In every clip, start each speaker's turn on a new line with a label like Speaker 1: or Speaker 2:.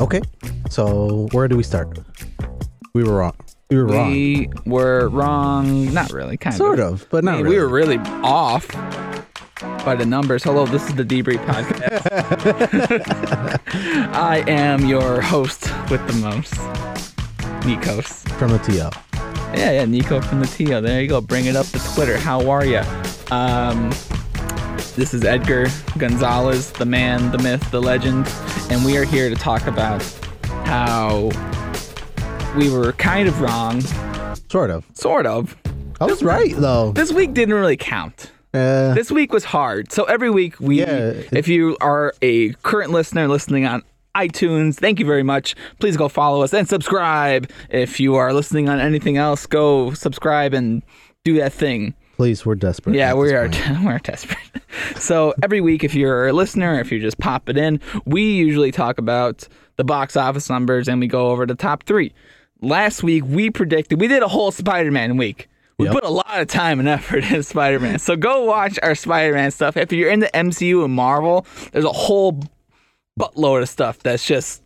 Speaker 1: Okay. So where do we start? We were wrong. We were wrong.
Speaker 2: We were wrong. Not really, kind
Speaker 1: sort of, but not
Speaker 2: Hey,
Speaker 1: really.
Speaker 2: We were really off by the numbers. Hello, this is the Debrief Podcast. I am your host with the most, Nikos.
Speaker 1: from the TL.
Speaker 2: Yeah, yeah, Nico from the TO. There you go. Bring it up to Twitter. How are you? Um, this is Edgar Gonzalez, the man, the myth, the legend, and we are here to talk about how we were kind of wrong,
Speaker 1: Sort of.
Speaker 2: sort of.
Speaker 1: I was right though.
Speaker 2: This week didn't really count.
Speaker 1: Uh,
Speaker 2: this week was hard. So every week we,
Speaker 1: Yeah, it-
Speaker 2: if you are a current listener listening on iTunes, thank you very much. Please go follow us and subscribe. If you are listening on anything else, go subscribe and do that thing.
Speaker 1: please, we're desperate.
Speaker 2: Yeah,
Speaker 1: at
Speaker 2: we
Speaker 1: this
Speaker 2: are
Speaker 1: point.
Speaker 2: we're desperate. so every week, if you're a listener, if you just pop it in, we usually talk about the box office numbers and we go over the top three. Last week we predicted we did a whole Spider-Man week. We
Speaker 1: Yep.
Speaker 2: put a lot of time and effort in Spider-Man. So go watch our Spider-Man stuff. If you're into MCU and Marvel, there's a whole buttload of stuff that's just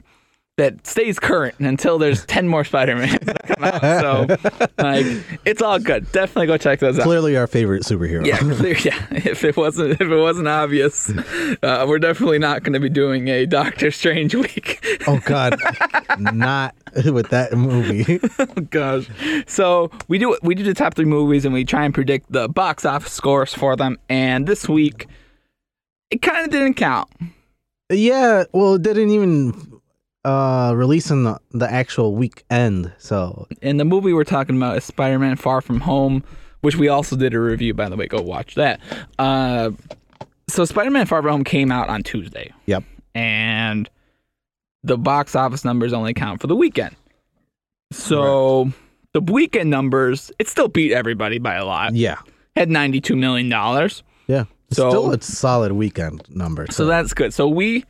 Speaker 2: that stays current until there's 10 more Spider-Man that come out. So like it's all good. Definitely go check those out.
Speaker 1: Clearly, our favorite superhero.
Speaker 2: Yeah, clear, yeah. If it wasn't if it wasn't obvious, uh, we're definitely not going to be doing a Doctor Strange week.
Speaker 1: Oh God, not with that movie.
Speaker 2: oh gosh. So we do we do the top three movies and we try and predict the box office scores for them. And this week, it kind of didn't count.
Speaker 1: yeah. Well, it didn't even uh release in the, the actual weekend. So
Speaker 2: And the movie we're talking about is Spider-Man: Far From Home, which we also did a review. By the way, go watch that. Uh, so Spider-Man: Far From Home came out on Tuesday.
Speaker 1: Yep.
Speaker 2: and the box office numbers only count for the weekend. So the weekend numbers, it still beat everybody by a lot.
Speaker 1: yeah,
Speaker 2: Had ninety-two million dollars,
Speaker 1: yeah. It's
Speaker 2: So-
Speaker 1: Still, a solid weekend number.
Speaker 2: so that's good. So we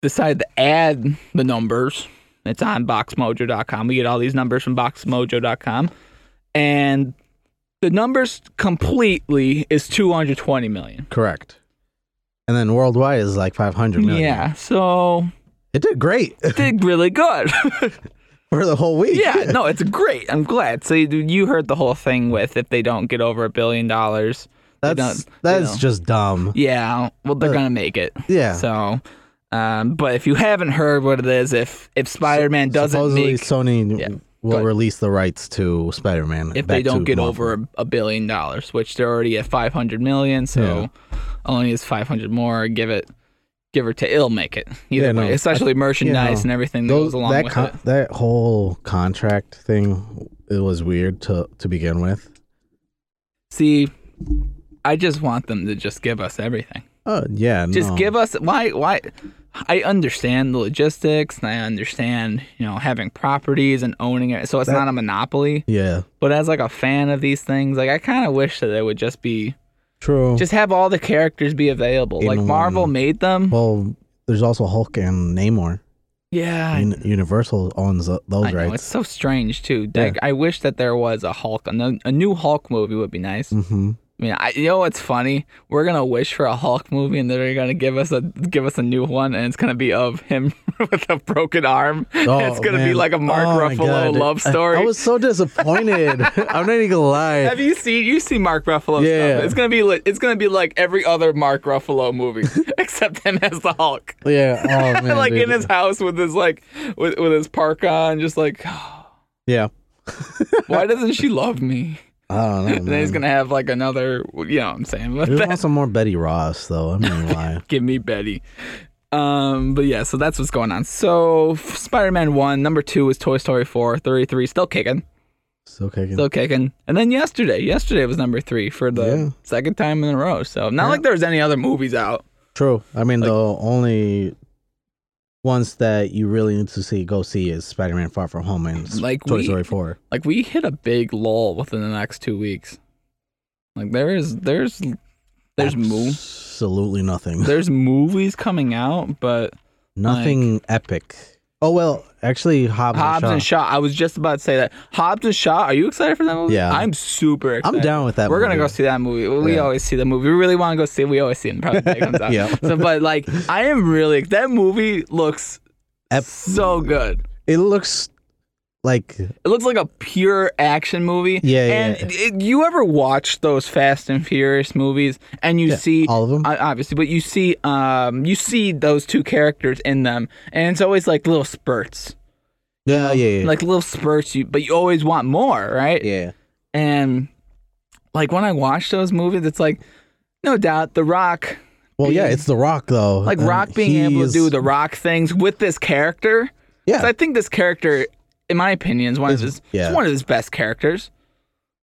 Speaker 2: decided to add the numbers. It's on BoxMojo.com. We get all these numbers from BoxMojo.com, and the numbers completely is two hundred twenty million.
Speaker 1: correct. And then worldwide is like five hundred million.
Speaker 2: Yeah, so
Speaker 1: it did great
Speaker 2: did really good.
Speaker 1: for the whole week.
Speaker 2: yeah, no, it's great. I'm glad. So you, you heard the whole thing with if they don't get over a billion dollars, they
Speaker 1: that's
Speaker 2: don't- they
Speaker 1: that's
Speaker 2: don't.
Speaker 1: just dumb.
Speaker 2: yeah, well they're
Speaker 1: Uh,
Speaker 2: gonna make it.
Speaker 1: Yeah.
Speaker 2: So, um, but if you haven't heard what it is, if if Spider Man doesn't
Speaker 1: Supposedly
Speaker 2: make,
Speaker 1: Sony
Speaker 2: Yeah,
Speaker 1: will
Speaker 2: ahead.
Speaker 1: release the rights to Spider-Man
Speaker 2: if
Speaker 1: back
Speaker 2: they don't
Speaker 1: to
Speaker 2: get
Speaker 1: Marvel.
Speaker 2: over a, a billion dollars, which they're already at 500 million, so only is 500 more. Give it, give or take, it'll make it either
Speaker 1: Yeah, no,
Speaker 2: way,
Speaker 1: I-
Speaker 2: especially merchandise
Speaker 1: yeah,
Speaker 2: and everything that
Speaker 1: Those-
Speaker 2: goes along
Speaker 1: that
Speaker 2: with
Speaker 1: con-
Speaker 2: it.
Speaker 1: that whole contract thing it was weird to to begin with.
Speaker 2: See, I just want them to just give us everything.
Speaker 1: Oh yeah,
Speaker 2: just
Speaker 1: no.
Speaker 2: give us why why I understand the logistics and I understand, you know, having properties and owning it. So it's not a monopoly.
Speaker 1: Yeah,
Speaker 2: But as like a fan of these things, like I kind of wish that they would just be
Speaker 1: true.
Speaker 2: just have all the characters be available.
Speaker 1: In
Speaker 2: like Marvel
Speaker 1: one.
Speaker 2: made them.
Speaker 1: well, there's also Hulk and Namor.
Speaker 2: yeah. I-
Speaker 1: Un- Universal owns th- those
Speaker 2: I know it's
Speaker 1: rights.
Speaker 2: so strange too.
Speaker 1: Yeah.
Speaker 2: Like, I wish that there was a Hulk, a, no- a new Hulk movie would be nice.
Speaker 1: Mm-hmm.
Speaker 2: I mean, I, you know what's funny? We're gonna wish for a Hulk movie, and they're gonna give us a give us a new one, and it's gonna be of him with a broken arm.
Speaker 1: Oh,
Speaker 2: it's gonna be like a Mark Ruffalo love story.
Speaker 1: I, was so disappointed. I'm not even gonna lie.
Speaker 2: Have you seen you see Mark Ruffalo?
Speaker 1: Yeah.
Speaker 2: stuff. it's gonna be li- it's gonna be like every other Mark Ruffalo movie, except him as the Hulk,
Speaker 1: yeah. Oh man.
Speaker 2: like in
Speaker 1: dude.
Speaker 2: his house with his like with, with his park on, just like
Speaker 1: Yeah.
Speaker 2: why doesn't she love me?
Speaker 1: I don't know.
Speaker 2: And then he's
Speaker 1: man.
Speaker 2: gonna have like another, you know what I'm saying?
Speaker 1: I just want some more Betty Ross, though. I'm not gonna lie.
Speaker 2: Give me Betty. Um, but yeah, so that's what's going on. So Spider Man one, number two is Toy Story four, 33 still kicking,
Speaker 1: Still kicking.
Speaker 2: still kicking. And then yesterday, yesterday was number three for the
Speaker 1: Yeah.
Speaker 2: second time in a row. So not like there was any other movies out.
Speaker 1: True. I mean,
Speaker 2: Like-
Speaker 1: the only ones that you really need to see, go see is Spider Man Far From Home and s-
Speaker 2: Like
Speaker 1: Toy
Speaker 2: we-
Speaker 1: Story 4.
Speaker 2: Like we hit a big lull within the next two weeks. Like there is there's there's mo-
Speaker 1: Absolutely nothing.
Speaker 2: there's movies coming out, but
Speaker 1: Nothing epic. Oh, well, actually, Hobbs,
Speaker 2: Hobbs
Speaker 1: and
Speaker 2: and
Speaker 1: Shaw.
Speaker 2: Shaw. I was just about to say that. Hobbs and Shaw. Are you excited for that movie?
Speaker 1: Yeah.
Speaker 2: I'm super excited.
Speaker 1: I'm down with that
Speaker 2: We're gonna
Speaker 1: movie.
Speaker 2: go see that movie. We
Speaker 1: Yeah.
Speaker 2: always see the movie. We really want to go see. it. We always see it. Probably comes out.
Speaker 1: Yeah.
Speaker 2: So, but like, I am really that movie looks
Speaker 1: ep-
Speaker 2: so good.
Speaker 1: it looks like
Speaker 2: It looks like a pure action movie.
Speaker 1: Yeah, yeah,
Speaker 2: And it- you ever watch those Fast and Furious movies and you see
Speaker 1: all of them.
Speaker 2: o- obviously, but you see um you see those two characters in them and it's always like little spurts.
Speaker 1: yeah, yeah, yeah.
Speaker 2: Like little spurts you but you always want more, right?
Speaker 1: yeah.
Speaker 2: And like when I watch those movies it's like no doubt The Rock
Speaker 1: Well, yeah, it's The Rock though.
Speaker 2: like
Speaker 1: and
Speaker 2: Rock being able to
Speaker 1: he's-
Speaker 2: do the Rock things with this character. 'Cause
Speaker 1: Yeah.
Speaker 2: I think this character, in my opinion, is one of
Speaker 1: Is-
Speaker 2: his
Speaker 1: yeah.
Speaker 2: it's one of his best characters.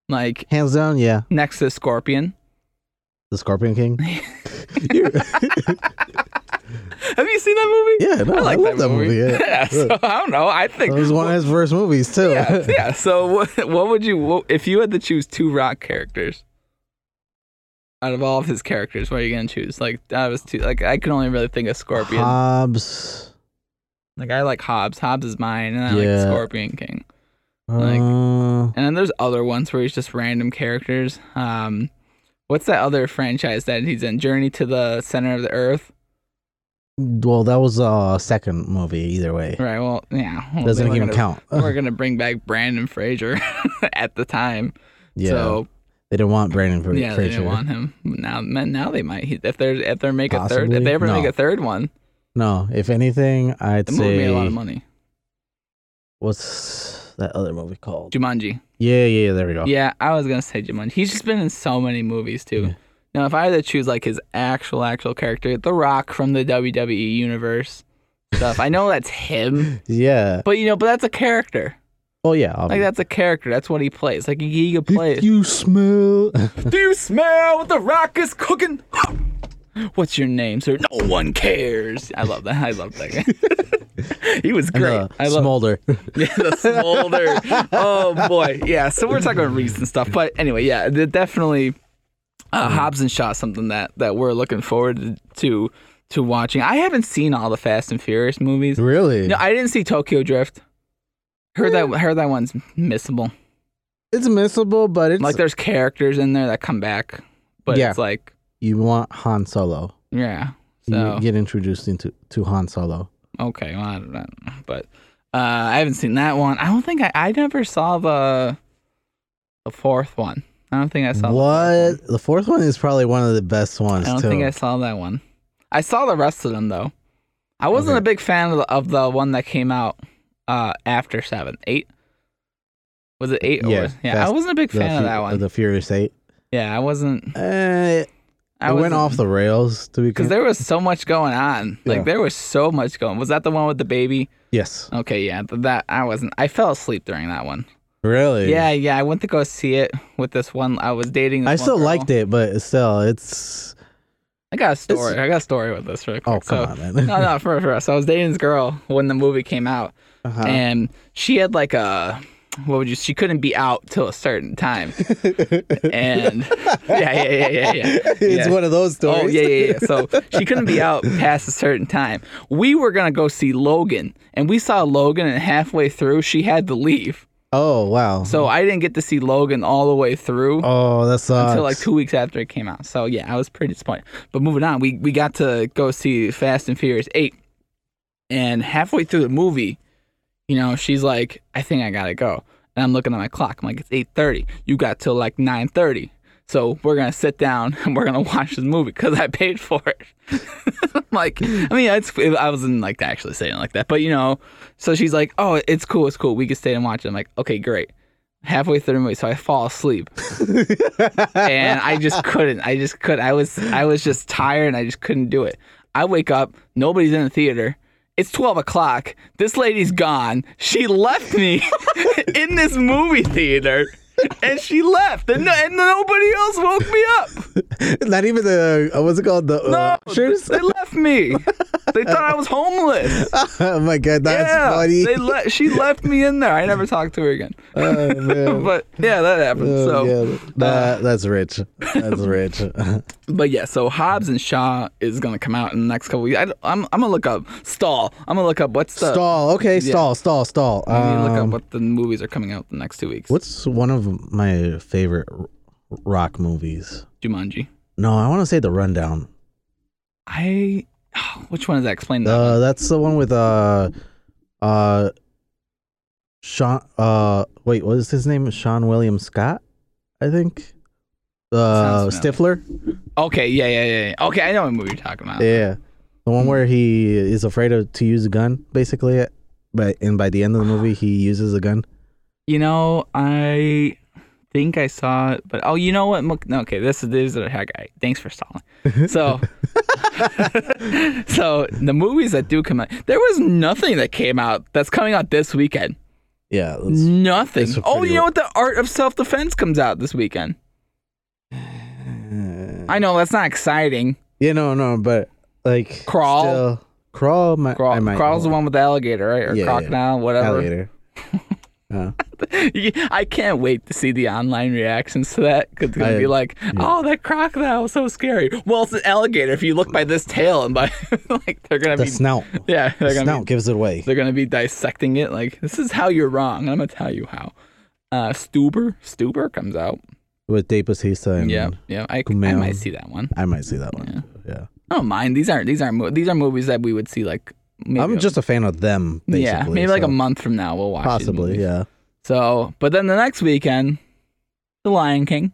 Speaker 2: Like
Speaker 1: Hands down, yeah,
Speaker 2: next to Scorpion.
Speaker 1: the Scorpion King. You're-
Speaker 2: Have you seen that movie?
Speaker 1: yeah, no, I,
Speaker 2: I like
Speaker 1: love
Speaker 2: that movie.
Speaker 1: Yeah,
Speaker 2: so I don't know. I think
Speaker 1: that was one of his first movies too.
Speaker 2: yeah, yeah. So what, what would you what, if you had to choose two rock characters out of all of his characters? What are you gonna choose? Like out of his two, like I can only really think of Scorpion.
Speaker 1: Hobbs.
Speaker 2: like I like Hobbs. Hobbs is mine, and I
Speaker 1: Yeah.
Speaker 2: like Scorpion King. Like-
Speaker 1: Like,
Speaker 2: And then there's other ones where he's just random characters. Um, what's that other franchise that he's in? Journey to the Center of the Earth.
Speaker 1: well, that was a uh, second movie. Either way,
Speaker 2: Right. Well, yeah. well,
Speaker 1: doesn't
Speaker 2: we're
Speaker 1: even
Speaker 2: gonna-
Speaker 1: count.
Speaker 2: We're gonna bring back Brandon Fraser at the time.
Speaker 1: yeah,
Speaker 2: So
Speaker 1: they didn't want Brandon for
Speaker 2: yeah,
Speaker 1: Fraser.
Speaker 2: they didn't want him. Now, man, now they might. He- If they're if they are make a third, if
Speaker 1: Possibly?
Speaker 2: they ever make
Speaker 1: No.
Speaker 2: a third one,
Speaker 1: No, if anything, I'd
Speaker 2: the movie made a lot of
Speaker 1: say
Speaker 2: money.
Speaker 1: what's that other movie called?
Speaker 2: Jumanji.
Speaker 1: Yeah, yeah, there we go.
Speaker 2: Yeah, I was gonna say Jumanji. He's just been in so many movies too.
Speaker 1: Yeah.
Speaker 2: Now, if I had to choose like his actual actual character, The Rock from the WWE universe stuff, I know that's him,
Speaker 1: Yeah.
Speaker 2: but you know, but that's a character.
Speaker 1: Oh yeah.
Speaker 2: Like
Speaker 1: obviously.
Speaker 2: that's a character. That's what he plays. Like he, he could play.
Speaker 1: If you smell.
Speaker 2: Do you smell what the rock is cooking? What's your name, sir? No one cares. I love that. I love that guy. he was great.
Speaker 1: Uh,
Speaker 2: I love
Speaker 1: smolder.
Speaker 2: yeah, the smolder. oh boy, yeah. So we're talking about recent stuff, but anyway, yeah, the- definitely. Uh,
Speaker 1: Mm-hmm.
Speaker 2: Hobbs and Shaw, something that that we're looking forward to to watching. I haven't seen all the Fast and Furious movies.
Speaker 1: really?
Speaker 2: No, I didn't see Tokyo Drift. Heard that heard that one's missable.
Speaker 1: it's missable, but it's
Speaker 2: Like there's characters in there that come back, but
Speaker 1: Yeah.
Speaker 2: it's like
Speaker 1: you want Han Solo.
Speaker 2: yeah.
Speaker 1: You
Speaker 2: So
Speaker 1: get introduced into to Han Solo.
Speaker 2: okay, well I don't know, but uh, I haven't seen that one. I don't think I I never saw the the fourth one. I don't think I saw. the fourth
Speaker 1: What? The fourth one is probably one of the best
Speaker 2: one.
Speaker 1: ones
Speaker 2: I don't
Speaker 1: too.
Speaker 2: think I saw that one. I saw the rest of them though. I wasn't
Speaker 1: Okay.
Speaker 2: a big fan of the, of the one that came out uh, after seven, eight. Was it eight?
Speaker 1: Yeah,
Speaker 2: or, yeah. I
Speaker 1: Fast-
Speaker 2: wasn't a big
Speaker 1: the
Speaker 2: fan of
Speaker 1: Fu-
Speaker 2: that one.
Speaker 1: The Furious Eight.
Speaker 2: yeah, I wasn't.
Speaker 1: Uh,
Speaker 2: I
Speaker 1: it went
Speaker 2: wasn't-
Speaker 1: off the rails to be
Speaker 2: Because there was so much going on. Like
Speaker 1: Yeah.
Speaker 2: there was so much going. Was that the one with the baby?
Speaker 1: Yes.
Speaker 2: Okay, yeah. th- That I wasn't. I fell asleep during that one.
Speaker 1: Really?
Speaker 2: Yeah, yeah. I went to go see it with this one. I was dating. This
Speaker 1: I
Speaker 2: one
Speaker 1: still
Speaker 2: girl.
Speaker 1: liked it, but still, it's
Speaker 2: I got a story. I got a story with this. Real quick.
Speaker 1: oh come
Speaker 2: so,
Speaker 1: on, man.
Speaker 2: no, no, for for us. I was dating this girl when the movie came out,
Speaker 1: Uh-huh.
Speaker 2: and she had like a. What would you? She couldn't be out till a certain time, and yeah, yeah, yeah, yeah, yeah.
Speaker 1: it's
Speaker 2: yeah.
Speaker 1: one of those stories.
Speaker 2: Oh yeah, yeah, yeah. So she couldn't be out past a certain time. We were gonna go see Logan, and we saw Logan, and halfway through she had to leave.
Speaker 1: Oh wow.
Speaker 2: So I didn't get to see Logan all the way through
Speaker 1: oh, that sucks.
Speaker 2: until like two weeks after it came out. So yeah, I was pretty disappointed. But moving on, we we got to go see Fast and Furious Eight, and halfway through the movie, you know, she's like, "I think I gotta go," and I'm looking at my clock. I'm like, "It's eight thirty. You got till like nine thirty. So we're gonna sit down and we're gonna watch this movie because I paid for it. I'm like, I mean, it's, I wasn't like actually saying it like that, but you know. So she's like, "Oh, it's cool, it's cool. We can stay and watch it." I'm like, "Okay, great." Halfway through the movie, so I fall asleep and I just couldn't. I just could. I was I was just tired, and I just couldn't do it. I wake up, nobody's in the theater. It's twelve o'clock. This lady's gone. She left me in this movie theater, and she left, and, no, and nobody else woke me up.
Speaker 1: Not even the uh, what's it called the
Speaker 2: No,
Speaker 1: uh, ushers?
Speaker 2: they left me. They thought I was homeless.
Speaker 1: oh my god, that's
Speaker 2: yeah,
Speaker 1: funny.
Speaker 2: they le- She left me in there. I never talked to her again.
Speaker 1: oh, man.
Speaker 2: But yeah, that happened.
Speaker 1: Oh,
Speaker 2: so. uh,
Speaker 1: God. That- that's rich. That's rich.
Speaker 2: But yeah, so Hobbs and Shaw is gonna come out in the next couple weeks. I, am I'm gonna look up stall. I'm gonna look up what's the
Speaker 1: stall. Okay, stall, stall, stall.
Speaker 2: I need to look up
Speaker 1: Um,
Speaker 2: what the movies are coming out the next two weeks.
Speaker 1: what's one of my favorite r- rock movies?
Speaker 2: Jumanji?
Speaker 1: No, I want to say The Rundown.
Speaker 2: I which one is that? Explain that.
Speaker 1: Uh, that's the one with uh, uh Sean uh wait, what is his name? Sean William Scott, I think. Uh
Speaker 2: Sounds
Speaker 1: Stifler?
Speaker 2: Okay, yeah, yeah, yeah, yeah. Okay, I know what movie you're talking about.
Speaker 1: Yeah. The
Speaker 2: Hmm.
Speaker 1: one where he is afraid of, to use a gun, basically. But and by the end of the movie he uses a gun.
Speaker 2: You know, I think I saw it, but oh, you know what? Mc- no, Okay, this is this is a hack guy. Thanks for stalling. So, so the movies that do come out, there was nothing that came out that's coming out this weekend.
Speaker 1: Yeah. that's-
Speaker 2: Nothing.
Speaker 1: that's a
Speaker 2: Oh,
Speaker 1: pretty-
Speaker 2: you know what? The Art of Self Defense comes out this weekend. I know that's not exciting.
Speaker 1: Yeah, no, no, but like
Speaker 2: Crawl?
Speaker 1: still- crawl, my,
Speaker 2: Crawl,
Speaker 1: I might
Speaker 2: Crawl's the one with the alligator, right? Or
Speaker 1: Yeah, yeah.
Speaker 2: crocodile, whatever.
Speaker 1: alligator. Uh,
Speaker 2: I can't wait to see the online reactions to that. 'cause It's gonna
Speaker 1: I-
Speaker 2: be like, "Oh, that crocodile was so scary." Well, it's an alligator. If you look by this tail and by like, they're gonna
Speaker 1: the
Speaker 2: be
Speaker 1: snout.
Speaker 2: yeah, they're gonna
Speaker 1: Snout
Speaker 2: be,
Speaker 1: gives it away.
Speaker 2: they're gonna be dissecting it. Like, this is how you're wrong. and I'm gonna tell you how. Uh, Stuber, Stuber comes out.
Speaker 1: With Dave Bautista and
Speaker 2: Yeah, yeah. I, I
Speaker 1: Mm. Kumail.
Speaker 2: might see that one.
Speaker 1: I might see that one. too, Yeah.
Speaker 2: I don't mind. These aren't these aren't mo- these are movies that we would see like. Maybe
Speaker 1: I'm
Speaker 2: a-
Speaker 1: just a fan of them, basically.
Speaker 2: yeah, maybe like a
Speaker 1: so
Speaker 2: month from now we'll watch these
Speaker 1: possibly,
Speaker 2: movies.
Speaker 1: yeah.
Speaker 2: So, but then the next weekend, The Lion King.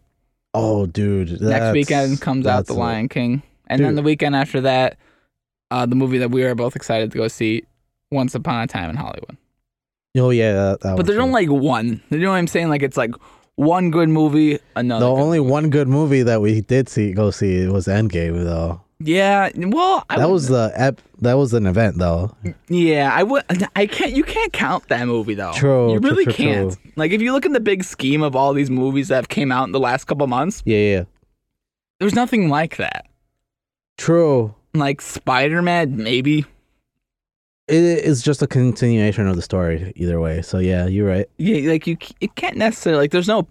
Speaker 1: Oh, dude.
Speaker 2: next
Speaker 1: that's-
Speaker 2: weekend comes out The
Speaker 1: that's a-
Speaker 2: Lion King, and then
Speaker 1: Dude.
Speaker 2: the weekend after that, uh, the movie that we were both excited to go see, Once Upon a Time in Hollywood.
Speaker 1: Oh yeah, that, that
Speaker 2: But there's only like one. You know what I'm saying? Like it's like one good movie, another.
Speaker 1: the
Speaker 2: good-
Speaker 1: only one good movie that we did see go see was Endgame though.
Speaker 2: yeah. Well, I
Speaker 1: That
Speaker 2: would-
Speaker 1: was the ep- that was an event though.
Speaker 2: Yeah, I would. I can't. You can't count that movie though.
Speaker 1: True,
Speaker 2: You
Speaker 1: true,
Speaker 2: really
Speaker 1: true, true.
Speaker 2: can't. Like if you look in the big scheme of all these movies that have came out in the last couple months,
Speaker 1: Yeah, yeah.
Speaker 2: there's nothing like that.
Speaker 1: True.
Speaker 2: Like Spider Man, maybe.
Speaker 1: It is just a continuation of the story either way. So yeah, you're right.
Speaker 2: Yeah, like you, c- it can't necessarily. Like there's no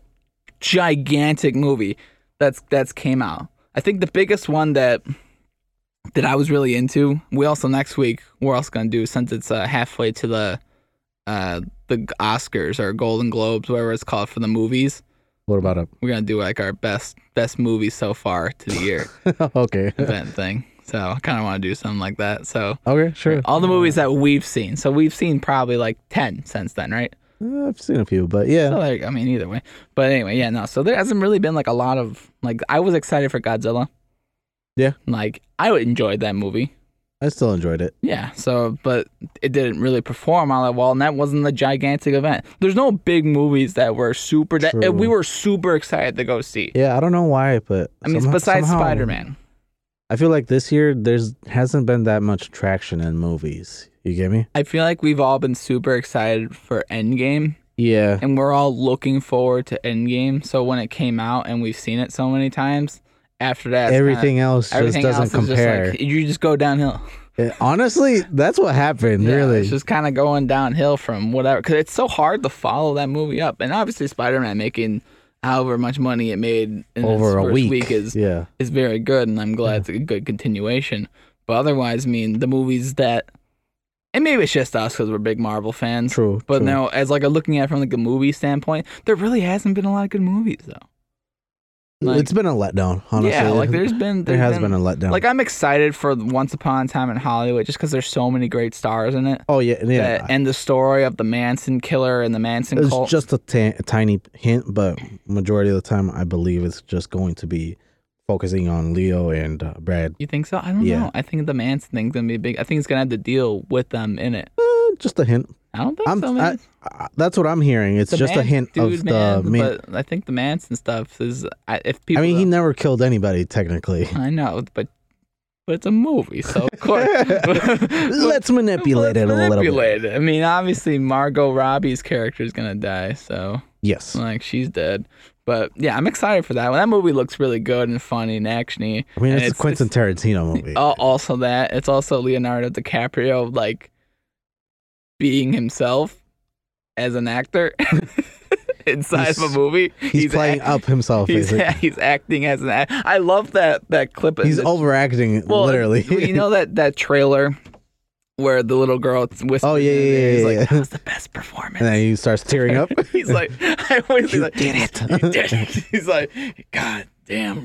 Speaker 2: gigantic movie that's that's came out. I think the biggest one that that I was really into. We also next week we're also gonna do since it's uh, halfway to the uh the Oscars or Golden Globes, whatever it's called for the movies.
Speaker 1: What about it?
Speaker 2: we're gonna do like our best best movie so far to the year
Speaker 1: okay.
Speaker 2: event thing. So I kind of want to do something like that. So
Speaker 1: Okay, sure.
Speaker 2: all the movies that we've seen. So we've seen probably like ten since then, right?
Speaker 1: Uh, I've seen a few, but yeah.
Speaker 2: So like I mean, either way. But anyway, yeah, no. So there hasn't really been like a lot of like I was excited for Godzilla.
Speaker 1: Yeah.
Speaker 2: Like I would enjoyed that movie.
Speaker 1: I still enjoyed it.
Speaker 2: Yeah. So but it didn't really perform all that well, and that wasn't the gigantic event. There's no big movies that were super that
Speaker 1: True.
Speaker 2: we were super excited to go see.
Speaker 1: Yeah, I don't know why, but
Speaker 2: I mean,
Speaker 1: somehow-
Speaker 2: besides
Speaker 1: somehow,
Speaker 2: Spider Man.
Speaker 1: I feel like this year there's hasn't been that much traction in movies. You get me?
Speaker 2: I feel like we've all been super excited for Endgame,
Speaker 1: Yeah,
Speaker 2: and we're all looking forward to Endgame. So when it came out and we've seen it so many times, after that, it's
Speaker 1: everything else
Speaker 2: kinda, everything
Speaker 1: just
Speaker 2: else
Speaker 1: doesn't compare.
Speaker 2: is just like you just go downhill.
Speaker 1: It- honestly, that's what happened.
Speaker 2: Yeah,
Speaker 1: really,
Speaker 2: it's just kind of going downhill from whatever because it's so hard to follow that movie up. And obviously, Spider Man making however much money it made in its
Speaker 1: over a
Speaker 2: first
Speaker 1: week.
Speaker 2: is
Speaker 1: yeah,
Speaker 2: is very good, and I'm glad it's a good continuation. But otherwise, I mean, the movies that, and maybe it's just us because we're big Marvel fans.
Speaker 1: true.
Speaker 2: But
Speaker 1: true.
Speaker 2: now, as like a looking at it from like a movie standpoint, there really hasn't been a lot of good movies though. like-
Speaker 1: it's been a letdown. Honestly,
Speaker 2: yeah, like there's been
Speaker 1: there
Speaker 2: there's
Speaker 1: has been, a letdown.
Speaker 2: like I'm excited for Once Upon a Time in Hollywood just because there's so many great stars in it.
Speaker 1: oh yeah, yeah.
Speaker 2: that, and the story of the Manson killer and the Manson
Speaker 1: it's
Speaker 2: cult.
Speaker 1: just a ti- tiny hint, but majority of the time, I believe it's just going to be focusing on Leo and uh, Brad.
Speaker 2: you think so? I don't
Speaker 1: Yeah.
Speaker 2: know. I think the Manson thing's gonna be big. I think it's gonna have to deal with them in it.
Speaker 1: Eh, just a hint.
Speaker 2: I don't think
Speaker 1: I'm.
Speaker 2: so.
Speaker 1: I,
Speaker 2: Man.
Speaker 1: I, that's what I'm hearing. It's
Speaker 2: The
Speaker 1: just a
Speaker 2: Manson
Speaker 1: hint
Speaker 2: dude,
Speaker 1: of
Speaker 2: man,
Speaker 1: the. Man-
Speaker 2: But I think the Manson stuff is I- if people.
Speaker 1: I mean, he never killed anybody technically.
Speaker 2: I know, but but it's a movie, so of course.
Speaker 1: Let's manipulate it a little bit.
Speaker 2: Manipulate it. I mean, obviously, Margot Robbie's character is gonna die, so
Speaker 1: Yes,
Speaker 2: like she's dead. But yeah, I'm excited for that one. That movie looks really good and funny and actiony.
Speaker 1: I mean
Speaker 2: and Oh,
Speaker 1: it's, a Quentin Tarantino movie.
Speaker 2: Al- also that it's also Leonardo DiCaprio like being himself as an actor inside of
Speaker 1: He's-
Speaker 2: a movie.
Speaker 1: he's, playing
Speaker 2: act-
Speaker 1: up himself.
Speaker 2: He's,
Speaker 1: basically.
Speaker 2: he's acting as an act. I love that that clip. of
Speaker 1: He's
Speaker 2: the-
Speaker 1: overacting,
Speaker 2: well,
Speaker 1: literally.
Speaker 2: you know that that trailer where the little girl whispers.
Speaker 1: Oh, yeah,
Speaker 2: in his
Speaker 1: yeah,
Speaker 2: ear,
Speaker 1: yeah,
Speaker 2: He's like,
Speaker 1: yeah.
Speaker 2: that was the best performance.
Speaker 1: And then he starts tearing up.
Speaker 2: he's like, I always
Speaker 1: You
Speaker 2: like,
Speaker 1: did it.
Speaker 2: "You did it." He's like, God damn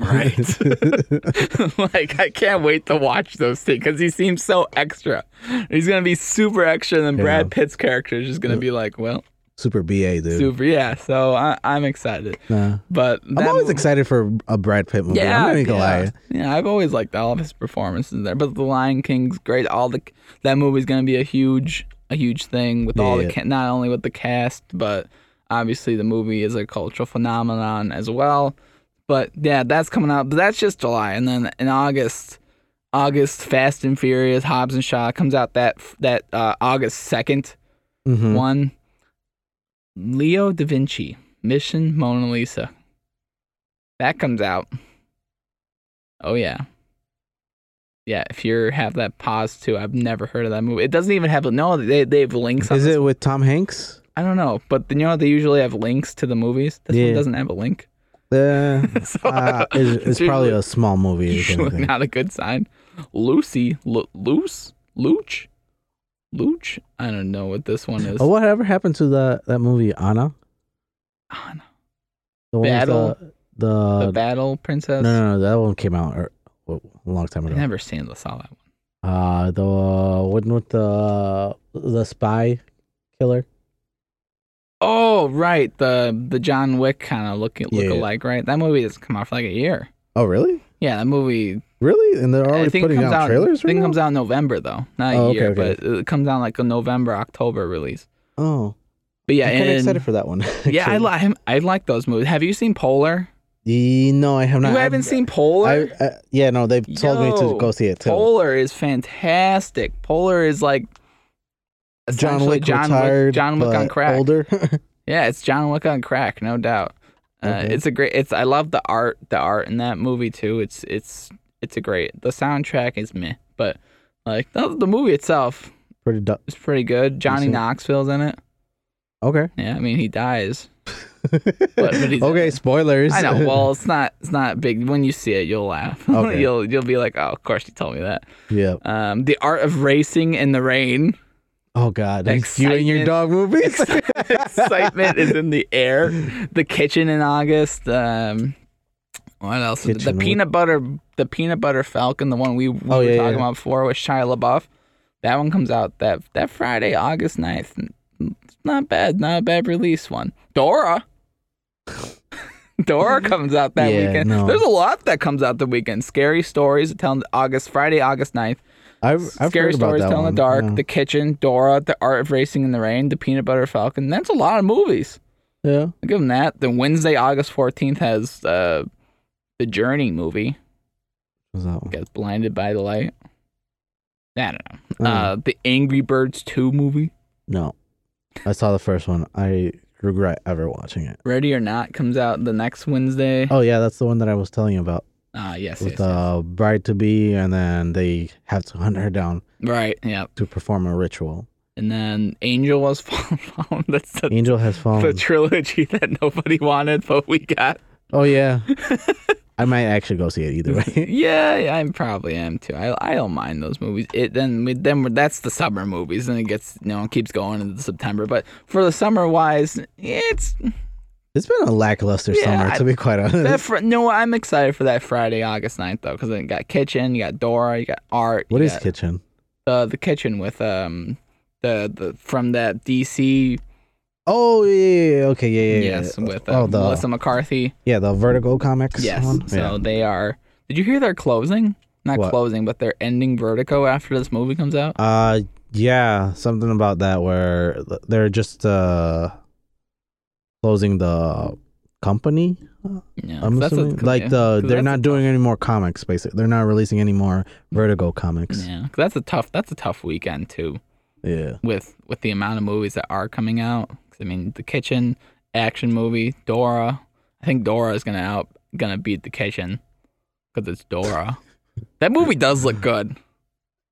Speaker 2: right. like I can't wait to watch those things because he seems so extra. He's gonna be super extra, and then Brad Pitt's character is just gonna be like, well,
Speaker 1: Super BA, dude.
Speaker 2: super, yeah. So I, I'm excited,
Speaker 1: Nah.
Speaker 2: but
Speaker 1: I'm
Speaker 2: that
Speaker 1: always
Speaker 2: movie-
Speaker 1: excited for a Brad Pitt movie.
Speaker 2: Yeah,
Speaker 1: I'm not even gonna
Speaker 2: yeah,
Speaker 1: lie.
Speaker 2: yeah. I've always liked all of his performances there, but The Lion King's great. All the that movie's gonna be a huge, a huge thing with all the
Speaker 1: Yeah.
Speaker 2: ca- not only with the cast, but obviously the movie is a cultural phenomenon as well. But yeah, that's coming out. But that's just July, and then in August, August Fast and Furious, Hobbs and Shaw comes out that that uh, August second
Speaker 1: Mhm.
Speaker 2: one. Leo da Vinci, Mission Mona Lisa. That comes out. Oh yeah. Yeah, if you have that pause too, I've never heard of that movie. It doesn't even have no. They they have links. On
Speaker 1: Is
Speaker 2: this-
Speaker 1: it with Tom Hanks?
Speaker 2: I don't know, but you know they usually have links to the movies. This
Speaker 1: Yeah.
Speaker 2: one doesn't have a link.
Speaker 1: Uh,
Speaker 2: So,
Speaker 1: uh, it's, it's probably
Speaker 2: usually-
Speaker 1: a small movie. if
Speaker 2: Usually
Speaker 1: anything.
Speaker 2: not a good sign. Lucy, Lu loose, looch, looch. I don't know what this one is.
Speaker 1: Oh, whatever happened to the that movie Anna?
Speaker 2: Ah, no.
Speaker 1: The one with
Speaker 2: Battle-
Speaker 1: The,
Speaker 2: The
Speaker 1: the,
Speaker 2: Battle Princess.
Speaker 1: Uh, no, no, no, that one came out er, a long time
Speaker 2: I've
Speaker 1: ago.
Speaker 2: never seen the saw that one.
Speaker 1: Uh, the uh, one with the the spy killer.
Speaker 2: Oh, right. The the John Wick kind of look
Speaker 1: Yeah.
Speaker 2: look alike, right? That movie has come out for like a year.
Speaker 1: Oh, really?
Speaker 2: Yeah, that movie.
Speaker 1: Really? And they're
Speaker 2: I
Speaker 1: already
Speaker 2: think it
Speaker 1: putting
Speaker 2: comes
Speaker 1: out,
Speaker 2: out.
Speaker 1: trailers.
Speaker 2: I think
Speaker 1: right
Speaker 2: it comes
Speaker 1: now?
Speaker 2: out in November though, not
Speaker 1: Oh,
Speaker 2: a
Speaker 1: okay,
Speaker 2: year,
Speaker 1: okay.
Speaker 2: but it comes out like a November October release.
Speaker 1: Oh,
Speaker 2: But yeah,
Speaker 1: I'm kind of
Speaker 2: and-
Speaker 1: excited for that one.
Speaker 2: yeah, I
Speaker 1: actually.
Speaker 2: like I like those movies. Have you seen Polar?
Speaker 1: E- No, I have not.
Speaker 2: you
Speaker 1: I've-
Speaker 2: haven't seen Polar?
Speaker 1: I, uh, yeah, no, they've told me to
Speaker 2: Yo, Oh,
Speaker 1: go see it too.
Speaker 2: Polar is fantastic. Polar is like
Speaker 1: John
Speaker 2: essentially
Speaker 1: Wick
Speaker 2: John
Speaker 1: retired,
Speaker 2: Wick, John Wick on
Speaker 1: but
Speaker 2: crack.
Speaker 1: older.
Speaker 2: Yeah, it's John Wick on crack, no doubt. Uh,
Speaker 1: Okay.
Speaker 2: It's a great. It's I love the art. The art in that movie too. It's it's it's a great. The soundtrack is meh, but like the, the movie itself
Speaker 1: Pretty du-
Speaker 2: is pretty good. Johnny
Speaker 1: Decent.
Speaker 2: Knoxville's in it.
Speaker 1: okay.
Speaker 2: Yeah, I mean he dies. but he's-
Speaker 1: okay, spoilers.
Speaker 2: I know. Well, it's not it's not big. When you see it, you'll laugh.
Speaker 1: Okay.
Speaker 2: you'll you'll be like, oh, of course you told me that.
Speaker 1: yeah.
Speaker 2: Um, the art of racing in the rain.
Speaker 1: Oh God, It's you and your
Speaker 2: Excitement.
Speaker 1: dog movies.
Speaker 2: excitement is in the air. The kitchen in August. Um, what else?
Speaker 1: Kitchen,
Speaker 2: The
Speaker 1: what-
Speaker 2: peanut butter, the peanut butter falcon, the one we, we
Speaker 1: Oh,
Speaker 2: were
Speaker 1: yeah,
Speaker 2: talking
Speaker 1: yeah.
Speaker 2: about before with Shia LaBeouf. That one comes out that that Friday, August 9th. It's not bad, not a bad release one. Dora. Dora comes out that
Speaker 1: Yeah,
Speaker 2: weekend.
Speaker 1: no.
Speaker 2: There's a lot that comes out the weekend. Scary stories telling August Friday, August 9th.
Speaker 1: I've, I've
Speaker 2: Scary
Speaker 1: heard about
Speaker 2: Stories
Speaker 1: that
Speaker 2: Tell in the
Speaker 1: one,
Speaker 2: Dark,
Speaker 1: yeah.
Speaker 2: The Kitchen, Dora, The Art of Racing in the Rain, The Peanut Butter Falcon. That's a lot of movies.
Speaker 1: Yeah.
Speaker 2: I'll give them that. Then Wednesday, August 14th has uh, The Journey movie.
Speaker 1: What's that one?
Speaker 2: Gets blinded by the light. I don't know.
Speaker 1: I don't know.
Speaker 2: Uh, the Angry Birds 2 movie.
Speaker 1: Mm, no, I saw the first one. I regret ever watching it.
Speaker 2: Ready or Not comes out the next Wednesday.
Speaker 1: Oh yeah, that's the one that I was telling you about
Speaker 2: Ah, yes, yes,
Speaker 1: with uh,
Speaker 2: yes.
Speaker 1: the bride to be, and then they have to hunt her down
Speaker 2: Right, yeah.
Speaker 1: to perform a ritual.
Speaker 2: And then Angel was Fallen. That's the,
Speaker 1: Angel has
Speaker 2: the
Speaker 1: fallen.
Speaker 2: trilogy that nobody wanted, but we got.
Speaker 1: oh yeah, I might actually go see it either way.
Speaker 2: Yeah, yeah, I probably am too. I, I don't mind those movies. It then we- then we're- that's the summer movies, and it gets you know it keeps going into September. But for the summer wise, it's
Speaker 1: it's been a lackluster
Speaker 2: Yeah,
Speaker 1: summer,
Speaker 2: I-
Speaker 1: to be quite honest.
Speaker 2: that fr- no. I'm excited for that Friday, August 9th, though, because then you got kitchen, you got Dora, you got art.
Speaker 1: What
Speaker 2: you
Speaker 1: is
Speaker 2: got,
Speaker 1: kitchen?
Speaker 2: uh, the kitchen with um the the from that DC
Speaker 1: Oh yeah, yeah, yeah. okay, yeah, yeah, yeah.
Speaker 2: yes with uh,
Speaker 1: oh the
Speaker 2: Melissa McCarthy
Speaker 1: yeah the Vertigo comics.
Speaker 2: yes.
Speaker 1: one?
Speaker 2: So
Speaker 1: Yeah.
Speaker 2: they are. Did you hear they're closing? Not
Speaker 1: What?
Speaker 2: closing, but they're ending Vertigo after this movie comes out.
Speaker 1: Uh, yeah, something about that where th- they're just uh closing the company.
Speaker 2: Yeah,
Speaker 1: I'm
Speaker 2: that's a-
Speaker 1: assuming,
Speaker 2: 'cause-
Speaker 1: like
Speaker 2: yeah,
Speaker 1: the
Speaker 2: 'cause
Speaker 1: they're
Speaker 2: that's a
Speaker 1: not doing any more comics. Basically, they're not releasing any more Vertigo comics.
Speaker 2: Yeah, 'cause that's a tough that's a tough weekend too
Speaker 1: Yeah,
Speaker 2: with with the amount of movies that are coming out. 'Cause, I mean, the kitchen action movie, Dora. I think Dora is gonna out gonna beat the kitchen because it's Dora. that movie does look good.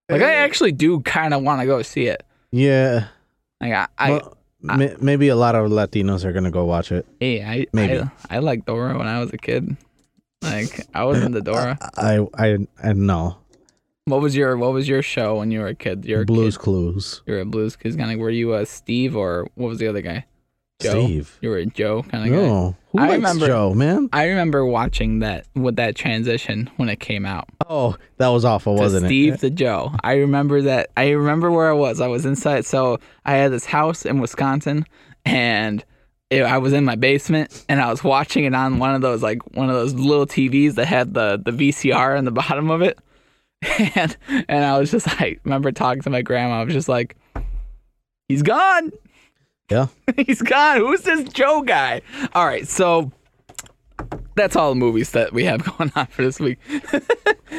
Speaker 2: Like I actually do kind of want to go see it.
Speaker 1: yeah.
Speaker 2: Like I, I
Speaker 1: well, ma- maybe a lot of Latinos are gonna go watch it.
Speaker 2: hey, I,
Speaker 1: maybe.
Speaker 2: I I liked Dora when I was a kid. Like I was into Dora.
Speaker 1: I I I know.
Speaker 2: What was your What was your show when you were a kid? You were a
Speaker 1: Blues
Speaker 2: kid.
Speaker 1: Clues.
Speaker 2: You were a blues kid. Kind of. Were you a Steve or what was the other guy? Joe.
Speaker 1: Steve.
Speaker 2: You were a Joe kind of guy.
Speaker 1: No, who
Speaker 2: I
Speaker 1: likes
Speaker 2: remember-
Speaker 1: Joe, man?
Speaker 2: I remember watching that with that transition when it came out.
Speaker 1: Oh, that was awful,
Speaker 2: to
Speaker 1: wasn't
Speaker 2: Steve
Speaker 1: it?
Speaker 2: to Joe. I remember that. I remember where I was. I was inside. So I had this house in Wisconsin, and it, I was in my basement, and I was watching it on one of those like one of those little TVs that had the the VCR on the bottom of it, and and I was just like, remember talking to my grandma. I was just like, he's gone.
Speaker 1: Yeah.
Speaker 2: He's gone. Who's this Joe guy? All right, so. That's all the movies that we have going on for this week.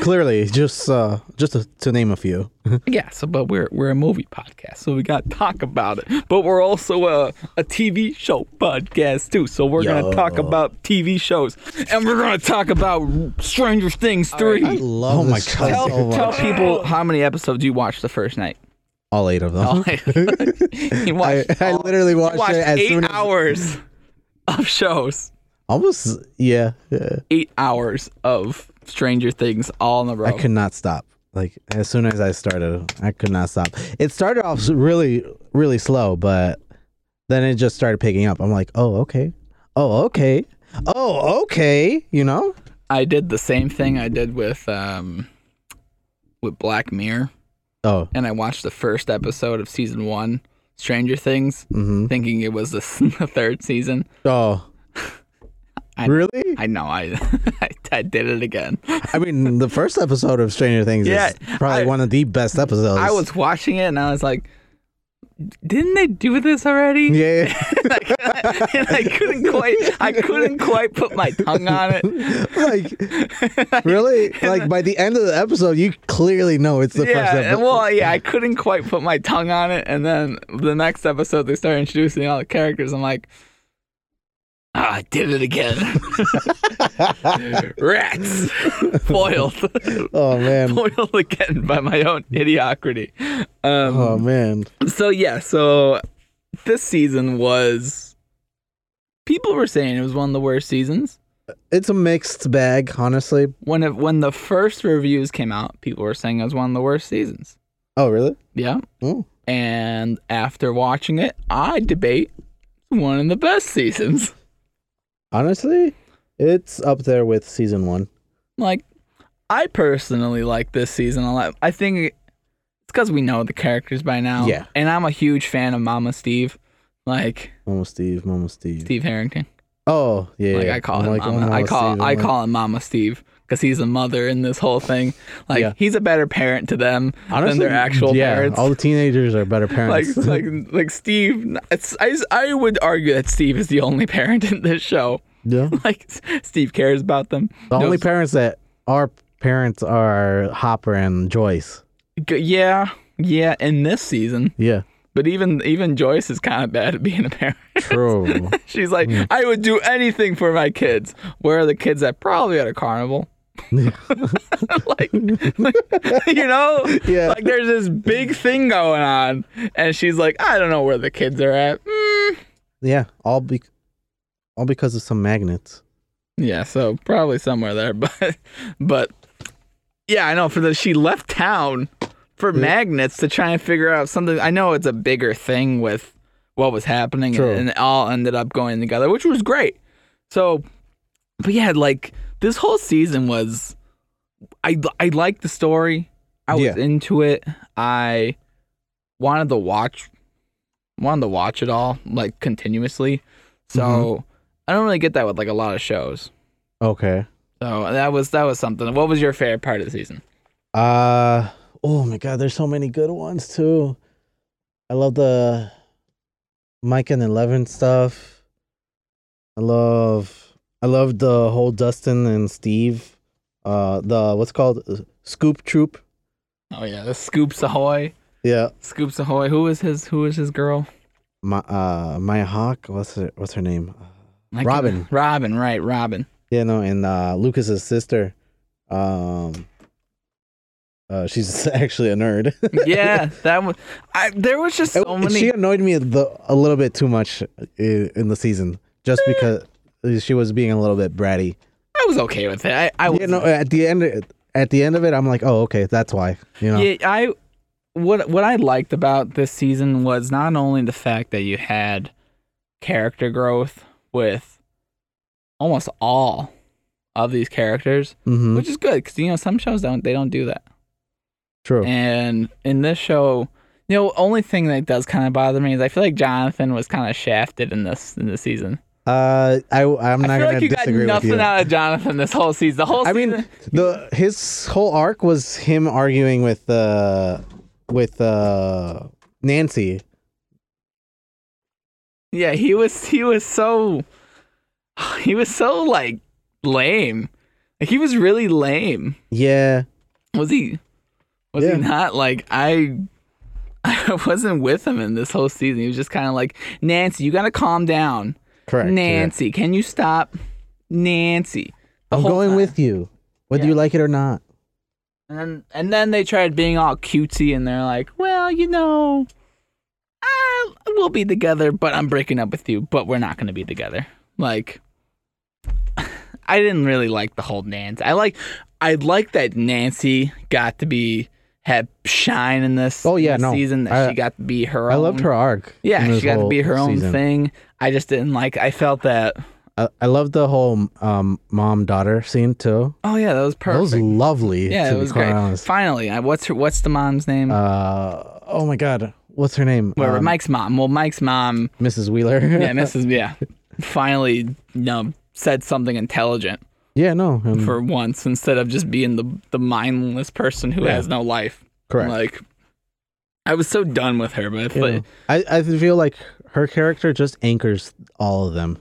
Speaker 1: Clearly, just uh, just to, to name a few.
Speaker 2: Yeah, so but we're we're a movie podcast, so we got to talk about it. But we're also a, a TV show podcast too, so we're gonna talk
Speaker 1: Yo.
Speaker 2: about TV shows, and we're gonna talk about Stranger Things three.
Speaker 1: I love
Speaker 3: Oh my
Speaker 1: this
Speaker 3: God.
Speaker 1: show
Speaker 2: tell
Speaker 1: so much.
Speaker 2: tell people how many episodes you watched the first night.
Speaker 1: all eight of them.
Speaker 2: you
Speaker 1: I,
Speaker 2: watched,
Speaker 1: I literally watched,
Speaker 2: you watched
Speaker 1: it as
Speaker 2: eight
Speaker 1: soon as
Speaker 2: hours of shows,
Speaker 1: almost yeah, yeah.
Speaker 2: eight hours of Stranger Things all in a row.
Speaker 1: I could not stop. Like as soon as I started, I could not stop. It started off really, really slow, but then it just started picking up. I'm like, oh okay, oh okay, oh okay. You know,
Speaker 2: I did the same thing I did with um with Black Mirror.
Speaker 1: oh
Speaker 2: and I watched the first episode of season one, Stranger Things,
Speaker 1: mm-hmm.
Speaker 2: thinking it was the, s- the third season.
Speaker 1: oh.
Speaker 2: I-
Speaker 1: really?
Speaker 2: I know I, I, did it again.
Speaker 1: I mean, the first episode of Stranger Things
Speaker 2: Yeah,
Speaker 1: is probably
Speaker 2: I-
Speaker 1: one of the best episodes.
Speaker 2: I was watching it and I was like, didn't they do this already?
Speaker 1: yeah.
Speaker 2: Like, and I couldn't quite, I couldn't quite put my tongue on it.
Speaker 1: like really? Like by the end of the episode, you clearly know it's the first
Speaker 2: yeah,
Speaker 1: episode.
Speaker 2: well, yeah, I couldn't quite put my tongue on it. And then the next episode, they start introducing all the characters. I'm like, ah, I did it again. Rats, foiled.
Speaker 1: oh man.
Speaker 2: spoiled again by my own mediocrity. Um,
Speaker 1: Oh man.
Speaker 2: So yeah, so this season was. People were saying it was one of the worst seasons.
Speaker 1: It's a mixed bag, honestly.
Speaker 2: When it, when the first reviews came out, people were saying it was one of the worst seasons.
Speaker 1: Oh really?
Speaker 2: Yeah.
Speaker 1: Oh.
Speaker 2: And after watching it, I debate one of the best seasons.
Speaker 1: Honestly, it's up there with season one.
Speaker 2: Like, I personally like this season a lot. I think it's because we know the characters by now.
Speaker 1: Yeah.
Speaker 2: And I'm a huge fan of Mama Steve. Like,
Speaker 1: Mama Steve, Mama Steve.
Speaker 2: Steve Harrington.
Speaker 1: Oh yeah.
Speaker 2: Like
Speaker 1: yeah.
Speaker 2: I call
Speaker 1: I'm
Speaker 2: him
Speaker 1: like, oh,
Speaker 2: Mama. I
Speaker 1: Mama
Speaker 2: call
Speaker 1: Steve. I'm
Speaker 2: I
Speaker 1: like-
Speaker 2: call him Mama Steve because he's a mother in this whole thing. Like
Speaker 1: Yeah.
Speaker 2: he's a better parent to them
Speaker 1: Honestly,
Speaker 2: than their actual
Speaker 1: yeah,
Speaker 2: parents.
Speaker 1: All the teenagers are better
Speaker 2: like
Speaker 1: parents.
Speaker 2: like like Steve. It's, I I would argue that Steve is the only parent in this show.
Speaker 1: yeah.
Speaker 2: Like Steve cares about them.
Speaker 1: The
Speaker 2: No,
Speaker 1: only parents that are parents are Hopper and Joyce.
Speaker 2: g- yeah yeah in this season,
Speaker 1: Yeah.
Speaker 2: but even even Joyce is kind of bad at being a parent.
Speaker 1: True.
Speaker 2: She's like,
Speaker 1: Mm.
Speaker 2: I would do anything for my kids. Where are the kids at? Probably at a carnival. like, like, you know,
Speaker 1: Yeah.
Speaker 2: like there's this big thing going on, and she's like, I don't know where the kids are at. Mm.
Speaker 1: yeah. All be all because of some magnets.
Speaker 2: Yeah, so probably somewhere there, but, but, yeah, I know. For the she left town for magnets to try and figure out something. I know it's a bigger thing with what was happening,
Speaker 1: True.
Speaker 2: and, and it all ended up going together, which was great. So, but yeah, like this whole season was, I I liked the story. I was
Speaker 1: Yeah.
Speaker 2: into it. I wanted to watch, wanted to watch it all like continuously. So
Speaker 1: Mm-hmm.
Speaker 2: I don't really get that with like a lot of shows.
Speaker 1: Okay.
Speaker 2: So that was that was something. What was your favorite part of the season?
Speaker 1: Uh oh my god, there's so many good ones too. I love the Mike and Eleven stuff. I love I love the whole Dustin and Steve. Uh the what's called uh, Scoop Troop.
Speaker 2: Oh yeah, the Scoops Ahoy.
Speaker 1: Yeah.
Speaker 2: Scoops Ahoy. Who is his who is his girl?
Speaker 1: My uh Maya Hawk, what's her what's her name?
Speaker 2: I can't-
Speaker 1: Robin.
Speaker 2: Robin, right, Robin.
Speaker 1: Yeah, no, and uh Lucas's sister. Um uh, she's actually a nerd.
Speaker 2: Yeah, that was I there was just so
Speaker 1: It-
Speaker 2: many
Speaker 1: She annoyed me the, a little bit too much i- in the season, just
Speaker 2: Eh.
Speaker 1: because she was being a little bit bratty.
Speaker 2: I was okay with it. I, I was
Speaker 1: You know, at the end, at the end of it, I'm like, oh, okay, that's why. You know,
Speaker 2: Yeah, I what what I liked about this season was not only the fact that you had character growth with almost all of these characters,
Speaker 1: hmm
Speaker 2: which is good because you know some shows don't they don't do that.
Speaker 1: true.
Speaker 2: And in this show, you know, only thing that does kind of bother me is I feel like Jonathan was kind of shafted in this in this season.
Speaker 1: Uh, I I'm not
Speaker 2: I feel
Speaker 1: gonna
Speaker 2: like you got
Speaker 1: disagree with
Speaker 2: nothing
Speaker 1: you.
Speaker 2: out of Jonathan this whole season. The whole
Speaker 1: I mean,
Speaker 2: season-
Speaker 1: the his whole arc was him arguing with uh with uh Nancy.
Speaker 2: Yeah, he was he was so he was so like lame. Like he was really lame.
Speaker 1: Yeah,
Speaker 2: Was he was
Speaker 1: Yeah.
Speaker 2: he not like I I wasn't with him in this whole season. He was just kind of like, "Nancy, you got to calm down.
Speaker 1: correct. yeah.
Speaker 2: Nancy, can you stop? Nancy." the
Speaker 1: I'm
Speaker 2: whole
Speaker 1: going
Speaker 2: time.
Speaker 1: with you, whether
Speaker 2: Yeah.
Speaker 1: you like it or not.
Speaker 2: And then, and then they tried being all cutesy, and they're like, "Well, you know, uh, we'll be together, but I'm breaking up with you, but we're not gonna be together." Like, I didn't really like the whole Nancy. I like, I like that Nancy got to be had shine in this.
Speaker 1: Oh, yeah,
Speaker 2: this
Speaker 1: no.
Speaker 2: season that
Speaker 1: I-
Speaker 2: she got to be her.
Speaker 1: I
Speaker 2: own.
Speaker 1: loved her arc. in
Speaker 2: Yeah,
Speaker 1: this
Speaker 2: she got to
Speaker 1: whole
Speaker 2: be her own
Speaker 1: season.
Speaker 2: thing. I just didn't like. I felt that.
Speaker 1: I, I love the whole um mom daughter scene too.
Speaker 2: Oh yeah, that was
Speaker 1: That
Speaker 2: perfect.
Speaker 1: was lovely.
Speaker 2: yeah,
Speaker 1: to
Speaker 2: it
Speaker 1: be
Speaker 2: was
Speaker 1: quite
Speaker 2: great.
Speaker 1: honest.
Speaker 2: Finally, I, what's her? What's the mom's name?
Speaker 1: Uh, oh my God, what's her name?
Speaker 2: Whatever,
Speaker 1: Um,
Speaker 2: Mike's mom. Well, Mike's mom
Speaker 1: Mrs. Wheeler.
Speaker 2: yeah, Mrs. Yeah, finally, you know, said something intelligent
Speaker 1: yeah, no, um,
Speaker 2: for once instead of just being the the mindless person who
Speaker 1: Yeah.
Speaker 2: has no life.
Speaker 1: correct.
Speaker 2: Like, I was so done with her, but,
Speaker 1: You
Speaker 2: but
Speaker 1: know, I, I feel like her character just anchors all of them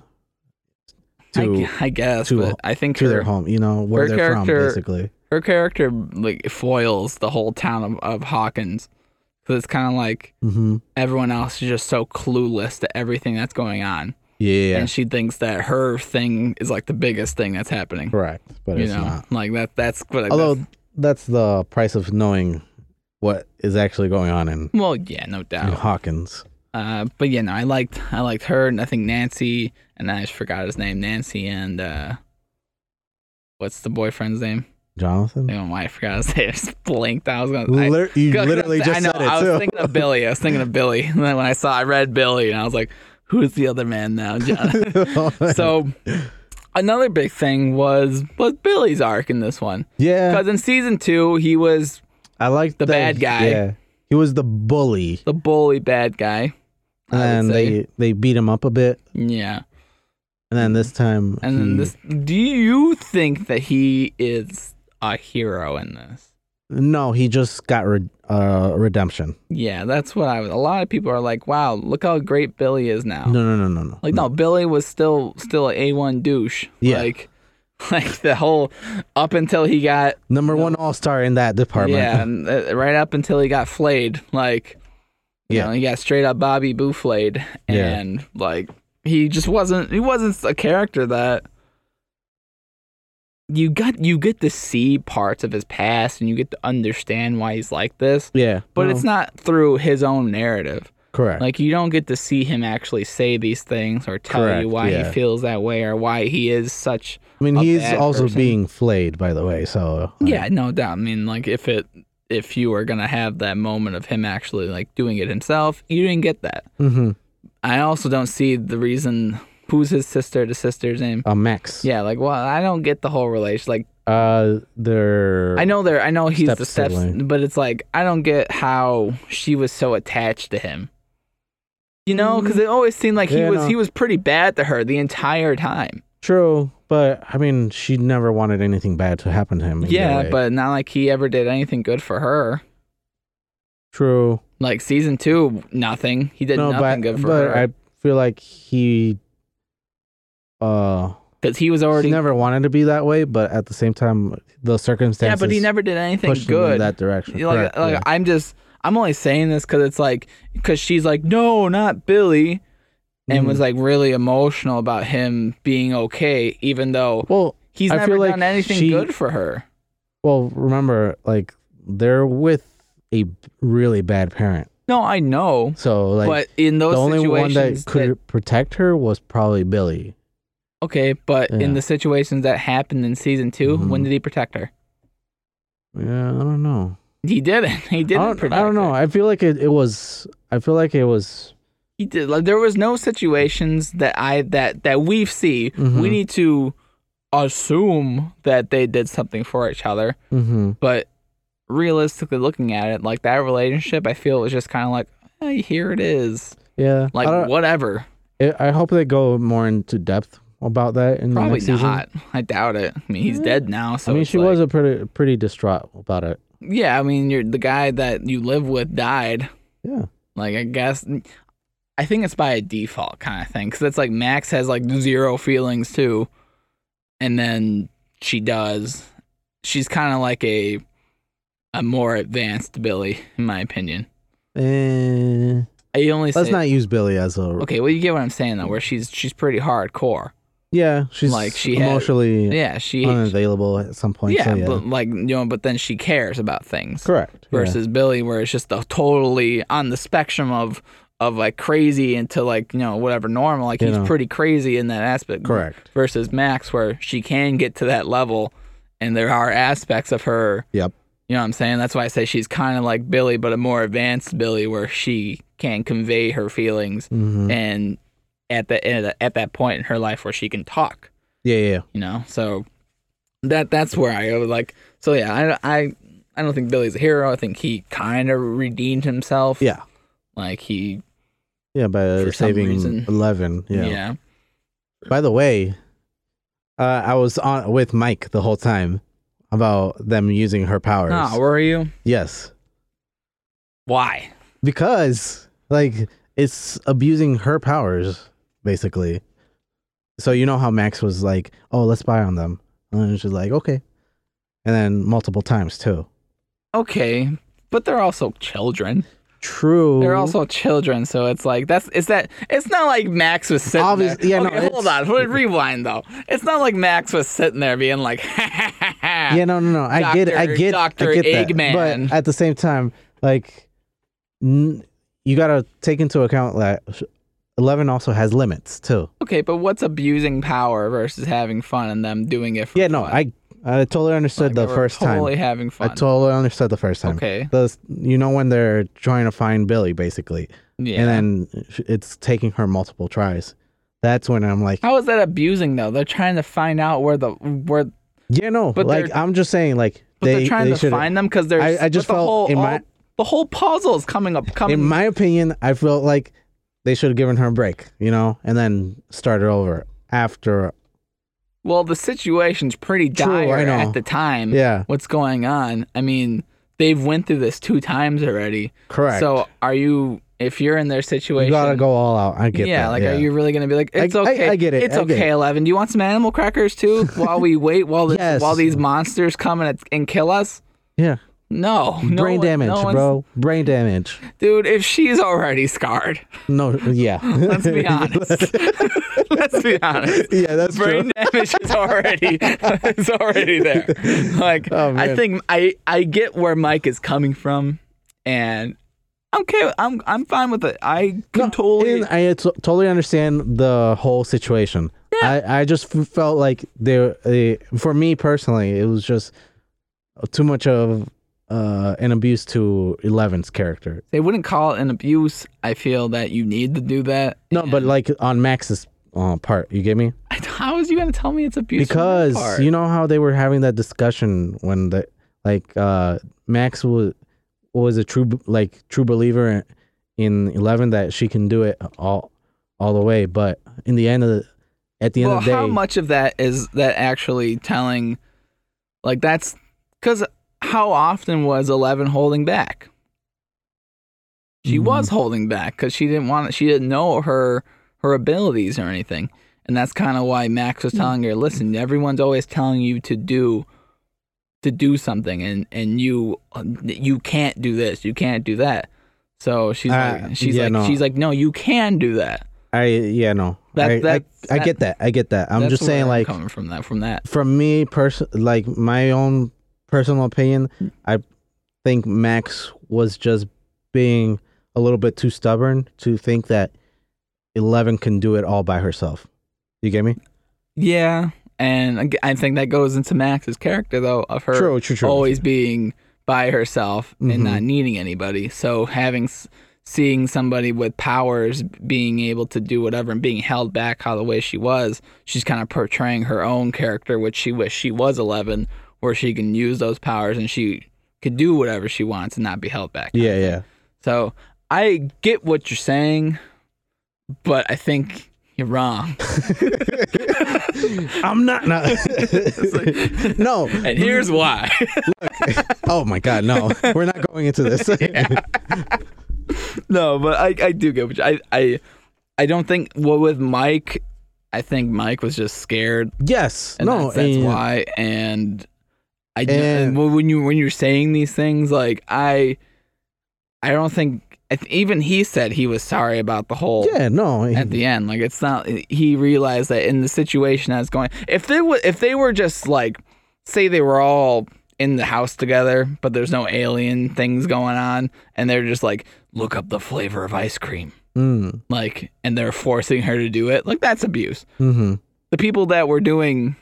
Speaker 2: I
Speaker 1: to
Speaker 2: gu- I, guess.
Speaker 1: to-
Speaker 2: but I think
Speaker 1: to their
Speaker 2: her,
Speaker 1: home, you know, where
Speaker 2: her
Speaker 1: they're from
Speaker 2: character-
Speaker 1: basically.
Speaker 2: her character like foils the whole town of, of Hawkins. So it's kind of like
Speaker 1: Mm-hmm.
Speaker 2: everyone else is just so clueless to everything that's going on,
Speaker 1: Yeah,
Speaker 2: and she thinks that her thing is like the biggest thing that's happening.
Speaker 1: correct, but
Speaker 2: You
Speaker 1: it's
Speaker 2: know,
Speaker 1: not.
Speaker 2: like that. That's what. I-
Speaker 1: Although that's the price of knowing what is actually going on in,
Speaker 2: well, yeah, no doubt.
Speaker 1: in Hawkins.
Speaker 2: Uh, but yeah, no, I liked I liked her, and I think Nancy, and I just forgot his name, Nancy, and uh, what's the boyfriend's name? I
Speaker 1: Jonathan,
Speaker 2: don't know why I forgot his name. I just blinked. I was gonna. I,
Speaker 1: Liter- you literally
Speaker 2: I
Speaker 1: just
Speaker 2: know,
Speaker 1: said it
Speaker 2: I was
Speaker 1: too.
Speaker 2: thinking of Billy. I was thinking of Billy, and then when I saw, I read Billy, and I was like, "Who's the other man now?" John? so another big thing was was Billy's arc in this one
Speaker 1: yeah,
Speaker 2: because in season two he was
Speaker 1: I like
Speaker 2: the bad guy.
Speaker 1: Yeah, he was the bully,
Speaker 2: the bully bad guy, I would
Speaker 1: and
Speaker 2: say.
Speaker 1: they they beat him up a bit,
Speaker 2: yeah.
Speaker 1: and then this time
Speaker 2: And then
Speaker 1: he-
Speaker 2: this. Do you think that he is a hero in this?
Speaker 1: No, he just got re- uh, redemption.
Speaker 2: Yeah, that's what I was. A lot of people are like, "Wow, look how great Billy is now."
Speaker 1: No, no, no, no, no.
Speaker 2: Oh. Like, no, Billy was still still a a one douche.
Speaker 1: Yeah.
Speaker 2: Like, like the whole up until he got
Speaker 1: Number one all star in that department.
Speaker 2: yeah, and, uh, right up until he got flayed. Like, you
Speaker 1: Yeah.
Speaker 2: know, he got straight up Bobby Boo flayed,
Speaker 1: Yeah.
Speaker 2: and like he just wasn't. He wasn't a character that you got. You get to see parts of his past, and you get to understand why he's like this.
Speaker 1: yeah.
Speaker 2: But it's not through his own narrative.
Speaker 1: correct.
Speaker 2: Like you don't get to see him actually say these things or tell
Speaker 1: Correct,
Speaker 2: you why
Speaker 1: yeah.
Speaker 2: he feels that way or why he is such
Speaker 1: I mean,
Speaker 2: a
Speaker 1: he's
Speaker 2: bad
Speaker 1: also
Speaker 2: person.
Speaker 1: being flayed, by the way. So like,
Speaker 2: Yeah, no doubt. I mean, like if it if you were gonna have that moment of him actually like doing it himself, you didn't get that.
Speaker 1: mhm.
Speaker 2: I also don't see the reason who's his sister, the sister's name.
Speaker 1: Uh, Max.
Speaker 2: Yeah, like well, I don't get the whole relation. Like
Speaker 1: Uh, they're.
Speaker 2: I know they're I know he's the
Speaker 1: Step
Speaker 2: steps,
Speaker 1: sibling.
Speaker 2: but it's like I don't get how she was so attached to him. You know, because it always seemed like he
Speaker 1: Yeah,
Speaker 2: was
Speaker 1: no.
Speaker 2: he was pretty bad to her the entire time.
Speaker 1: True, but I mean, she never wanted anything bad to happen to him. either
Speaker 2: Yeah,
Speaker 1: way.
Speaker 2: but not like he ever did anything good for her.
Speaker 1: True.
Speaker 2: Like season two, nothing. He did
Speaker 1: No, but,
Speaker 2: nothing good for
Speaker 1: but
Speaker 2: her.
Speaker 1: I feel like he. Uh,
Speaker 2: because he was
Speaker 1: he
Speaker 2: already
Speaker 1: never wanted to be that way, but at the same time, the
Speaker 2: yeah,
Speaker 1: circumstances.
Speaker 2: but he never did anything
Speaker 1: pushed him in
Speaker 2: good.
Speaker 1: that direction.
Speaker 2: like,
Speaker 1: Correct,
Speaker 2: like
Speaker 1: yeah.
Speaker 2: I'm just I'm only saying this because it's like because she's like no, not Billy, and
Speaker 1: Mhm.
Speaker 2: was like really emotional about him being okay, even though
Speaker 1: well,
Speaker 2: he's
Speaker 1: I
Speaker 2: never
Speaker 1: feel like
Speaker 2: done anything
Speaker 1: she-
Speaker 2: good for her.
Speaker 1: Well, remember, like they're with a b- really bad parent,
Speaker 2: No, I know,
Speaker 1: so like
Speaker 2: but in
Speaker 1: the
Speaker 2: those
Speaker 1: only one
Speaker 2: situations,
Speaker 1: that could
Speaker 2: that-
Speaker 1: protect her was probably Billy.
Speaker 2: okay, but
Speaker 1: Yeah.
Speaker 2: in the situations that happened in season 2 when
Speaker 1: Mhm.
Speaker 2: did he protect her?
Speaker 1: Yeah, I don't know.
Speaker 2: He didn't. He
Speaker 1: I
Speaker 2: didn't.
Speaker 1: don't, I
Speaker 2: product
Speaker 1: don't know.
Speaker 2: it.
Speaker 1: I feel like it, it was. I feel like it was.
Speaker 2: He did. Like, there was no situations that I that that we see.
Speaker 1: Mhm.
Speaker 2: We need to assume that they did something for each other,
Speaker 1: Mm-hmm.
Speaker 2: but realistically looking at it, like that relationship, I feel was just kind of like, eh, here it is,
Speaker 1: Yeah.
Speaker 2: like
Speaker 1: I, don't- Mm-hmm.
Speaker 2: whatever.
Speaker 1: I- I hope they go more into depth about that in the
Speaker 2: Probably
Speaker 1: next season. Eh.
Speaker 2: not. I doubt it. I mean, he's dead now, so
Speaker 1: I mean,
Speaker 2: it's
Speaker 1: she
Speaker 2: like-
Speaker 1: was a pretty pretty distraught about it.
Speaker 2: Yeah, I mean, you're the guy that you live with died.
Speaker 1: Yeah.
Speaker 2: Like I guess I think it's by default kind of thing because it's like Max has like zero feelings too, and then she does. She's kind of like a a more advanced Billy, in my opinion.
Speaker 1: Eh,
Speaker 2: I only
Speaker 1: let's
Speaker 2: say,
Speaker 1: not use Billy as a.
Speaker 2: okay. Well, you get what I'm saying though, where she's she's pretty hardcore.
Speaker 1: Yeah, she's
Speaker 2: Like, she had-
Speaker 1: emotionally
Speaker 2: Yeah, she.
Speaker 1: unavailable at some point.
Speaker 2: yeah,
Speaker 1: so yeah.
Speaker 2: but like you know, but then she cares about things.
Speaker 1: correct. yeah.
Speaker 2: versus Billy, where it's just a totally on the spectrum of of like crazy into like you know whatever normal. Like
Speaker 1: You
Speaker 2: he's
Speaker 1: know.
Speaker 2: pretty crazy in that aspect.
Speaker 1: Correct.
Speaker 2: Versus Max, where she can get to that level, and there are aspects of her.
Speaker 1: Yep.
Speaker 2: You know what I'm saying? That's why I say she's kind of like Billy, but a more advanced Billy, where she can convey her feelings
Speaker 1: Mhm.
Speaker 2: and at the at the- at that point in her life where she can talk
Speaker 1: Yeah, yeah, yeah.
Speaker 2: you know so that that's where i was like so yeah i i i don't think billy's a hero i think he kind of redeemed himself
Speaker 1: Yeah.
Speaker 2: like he
Speaker 1: Yeah, by
Speaker 2: For some
Speaker 1: saving
Speaker 2: reason.
Speaker 1: eleven.
Speaker 2: yeah,
Speaker 1: Yeah. By the way, uh, I was on with Mike the whole time about them using her powers.
Speaker 2: Ah, where are you
Speaker 1: Yes,
Speaker 2: why
Speaker 1: because like it's abusing her powers basically. So you know how Max was like, "Oh, let's spy on them," and she's like, "Okay," and then multiple times too.
Speaker 2: okay but they're also children.
Speaker 1: True.
Speaker 2: They're also children, so it's like that's it's that it's not like Max was sitting
Speaker 1: Obvious-
Speaker 2: there.
Speaker 1: yeah, no,
Speaker 2: okay, hold on,
Speaker 1: it's-
Speaker 2: hold- rewind though. It's not like Max was sitting there being like, ha ha ha. ha.
Speaker 1: Yeah, no, no, no. I get it. I
Speaker 2: Dr.
Speaker 1: get.
Speaker 2: Dr.
Speaker 1: I get
Speaker 2: Eggman.
Speaker 1: That. But at the same time, like, n- you gotta take into account that sh- Eleven also has limits too.
Speaker 2: Okay, but what's abusing power versus having fun and them doing it? For
Speaker 1: Yeah, no,
Speaker 2: fun?
Speaker 1: I I totally understood
Speaker 2: Like,
Speaker 1: the
Speaker 2: they were
Speaker 1: first
Speaker 2: totally
Speaker 1: time.
Speaker 2: having
Speaker 1: I
Speaker 2: fun.
Speaker 1: totally understood the first time.
Speaker 2: Okay.
Speaker 1: The, you know when they're trying to find Billy basically,
Speaker 2: Yeah.
Speaker 1: and then sh- it's taking her multiple tries. That's when I'm like,
Speaker 2: How is that abusing though? They're trying to find out where the where, but
Speaker 1: yeah, no,
Speaker 2: But
Speaker 1: like
Speaker 2: they're-
Speaker 1: I'm just saying, like
Speaker 2: they,
Speaker 1: they
Speaker 2: are trying
Speaker 1: they
Speaker 2: to
Speaker 1: should.
Speaker 2: find them because they're.
Speaker 1: I- I just
Speaker 2: but the
Speaker 1: felt
Speaker 2: whole,
Speaker 1: in my-
Speaker 2: all- the whole puzzle is coming up. Coming.
Speaker 1: in my opinion, I felt like they should have given her a break, you know, and then started over after.
Speaker 2: well, the situation's pretty
Speaker 1: True,
Speaker 2: dire
Speaker 1: I know.
Speaker 2: at the time.
Speaker 1: Yeah,
Speaker 2: What's going on? I mean, they've went through this two times already.
Speaker 1: correct.
Speaker 2: So are you? If you're in their situation,
Speaker 1: you gotta go all out. I get
Speaker 2: yeah,
Speaker 1: that.
Speaker 2: like, are you really gonna be like,
Speaker 1: I-
Speaker 2: it's
Speaker 1: I-
Speaker 2: okay?
Speaker 1: I get it,
Speaker 2: It's
Speaker 1: I get
Speaker 2: okay,
Speaker 1: it.
Speaker 2: Eleven. Do you want some animal crackers too? While we wait, while this,
Speaker 1: Yes.
Speaker 2: while these monsters come and, and kill us?
Speaker 1: yeah,
Speaker 2: No, no
Speaker 1: brain
Speaker 2: one-
Speaker 1: damage,
Speaker 2: no one's-
Speaker 1: bro. Brain damage.
Speaker 2: Dude, if she's already scarred,
Speaker 1: No, yeah.
Speaker 2: let's be honest. let's be honest.
Speaker 1: yeah, that's true.
Speaker 2: Brain damage is already it's already there. Like
Speaker 1: Oh,
Speaker 2: I
Speaker 1: man.
Speaker 2: think I I get where Mike is coming from, and I'm okay. I'm I'm fine with it. I can totally.
Speaker 1: And I t- totally understand the whole situation. I, I just f- felt like there, eh, for me personally, it was just too much of uh, an abuse to Eleven's character.
Speaker 2: they wouldn't call it an abuse. I feel that you need to do that.
Speaker 1: No, but like on Max's uh, part, you get me?
Speaker 2: How is you gonna tell me it's abuse? from my
Speaker 1: Because
Speaker 2: part?
Speaker 1: you know how they were having that discussion when the like uh, Max was was a true like true believer in Eleven that she can do it all all the way, but in the end of the at the end
Speaker 2: well,
Speaker 1: of the day,
Speaker 2: how much of that is that actually telling? Like that's because how often was Eleven holding back? She
Speaker 1: Mhm.
Speaker 2: was holding back because she didn't want. She didn't know her her abilities or anything, and that's kind of why Max
Speaker 1: Hmm.
Speaker 2: was telling her, "Listen, everyone's always telling you to do." to do something and and you you can't do this you can't do that so she's
Speaker 1: Uh,
Speaker 2: like she's
Speaker 1: yeah,
Speaker 2: like
Speaker 1: no.
Speaker 2: she's like no you can do that
Speaker 1: I yeah no.
Speaker 2: That-
Speaker 1: I,
Speaker 2: that-
Speaker 1: I, I get that. I get that. I'm
Speaker 2: That's
Speaker 1: just
Speaker 2: where
Speaker 1: saying like
Speaker 2: coming from that from that
Speaker 1: from me person like my own personal opinion, I think Max was just being a little bit too stubborn to think that Eleven can do it all by herself. You get me?
Speaker 2: Yeah, And ag- I think that goes into Max's character though of her
Speaker 1: True, true, true.
Speaker 2: always being by herself
Speaker 1: Mhm.
Speaker 2: and not needing anybody. So having s- seeing somebody with powers being able to do whatever and being held back how the way she was, she's kind of portraying her own character which she wished she was 11 where she can use those powers and she could do whatever she wants and not be held back.
Speaker 1: Yeah, yeah.
Speaker 2: So I get what you're saying, but I think you're wrong.
Speaker 1: I'm not. not no.
Speaker 2: And here's why.
Speaker 1: Oh my God. No. We're not going into this.
Speaker 2: no, but I, I do get what you, I I I don't think well with Mike, I think Mike was just scared.
Speaker 1: yes.
Speaker 2: And
Speaker 1: no. eh,
Speaker 2: that's, that's
Speaker 1: and-
Speaker 2: why. And I do-
Speaker 1: And-
Speaker 2: and well, when you when you're saying these things, like I I don't think I th- even he said he was sorry about the whole
Speaker 1: Yeah. No.
Speaker 2: at the end. Like it's not. He realized that in the situation that's going. If they were, if they were just like, say they were all in the house together, but there's no alien things going on, and they're just like, look up the flavor of ice cream,
Speaker 1: Mm,
Speaker 2: like, and they're forcing her to do it. Like that's abuse.
Speaker 1: hmm
Speaker 2: The people that were doing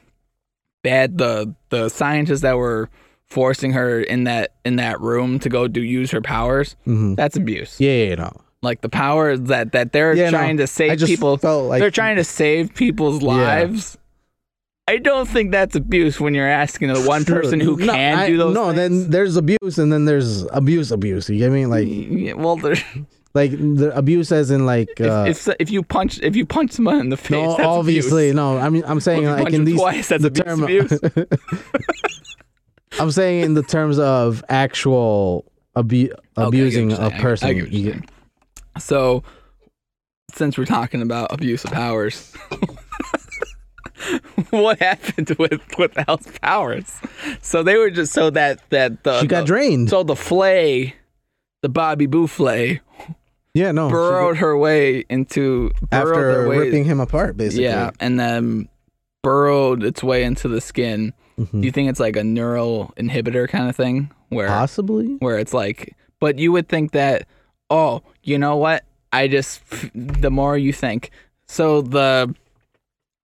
Speaker 2: bad, the the scientists that were forcing her in that in that room to go do use her powers.
Speaker 1: hmm
Speaker 2: That's abuse.
Speaker 1: Yeah. Yeah. No.
Speaker 2: Like the power that that they're
Speaker 1: Yeah, no.
Speaker 2: trying to
Speaker 1: I
Speaker 2: save
Speaker 1: just
Speaker 2: people
Speaker 1: felt like
Speaker 2: they're trying to save people's
Speaker 1: Yeah.
Speaker 2: lives. I don't think that's abuse when you're asking the one
Speaker 1: Sure.
Speaker 2: person who
Speaker 1: No,
Speaker 2: can
Speaker 1: I-
Speaker 2: do those.
Speaker 1: No. Then there's abuse, and then there's abuse, abuse. You get me? Like,
Speaker 2: then, well, there-
Speaker 1: like the abuse as in like. Uh,
Speaker 2: if, if if you punch if you punch someone in the face,
Speaker 1: no,
Speaker 2: that's
Speaker 1: obviously,
Speaker 2: abuse.
Speaker 1: no. I mean, I'm saying
Speaker 2: Well, if you
Speaker 1: like
Speaker 2: punch
Speaker 1: in
Speaker 2: him
Speaker 1: these
Speaker 2: twice, that's
Speaker 1: the
Speaker 2: abuse,
Speaker 1: term.
Speaker 2: abuse.
Speaker 1: I'm saying in the terms of actual abu-
Speaker 2: Okay, I get what
Speaker 1: abusing
Speaker 2: you're
Speaker 1: a
Speaker 2: saying. I- I
Speaker 1: person.
Speaker 2: get what
Speaker 1: You
Speaker 2: you're
Speaker 1: get-
Speaker 2: saying. So, since we're talking about abuse of powers, what happened with with Al's powers? So they were just so that that the
Speaker 1: she got
Speaker 2: the-
Speaker 1: drained.
Speaker 2: Uh, So the flay, the Bobby Boufflay,
Speaker 1: yeah, no. Oh, she
Speaker 2: burrowed her way into
Speaker 1: got-
Speaker 2: burrowed
Speaker 1: after
Speaker 2: their way,
Speaker 1: ripping him apart, basically.
Speaker 2: yeah, and then burrowed its way into the skin.
Speaker 1: Mm-hmm.
Speaker 2: Do
Speaker 1: Hmm.
Speaker 2: you think it's like a neural inhibitor kind of thing, where
Speaker 1: Possibly.
Speaker 2: where it's like, but you would think that, oh, you know what? I just the more you think, so the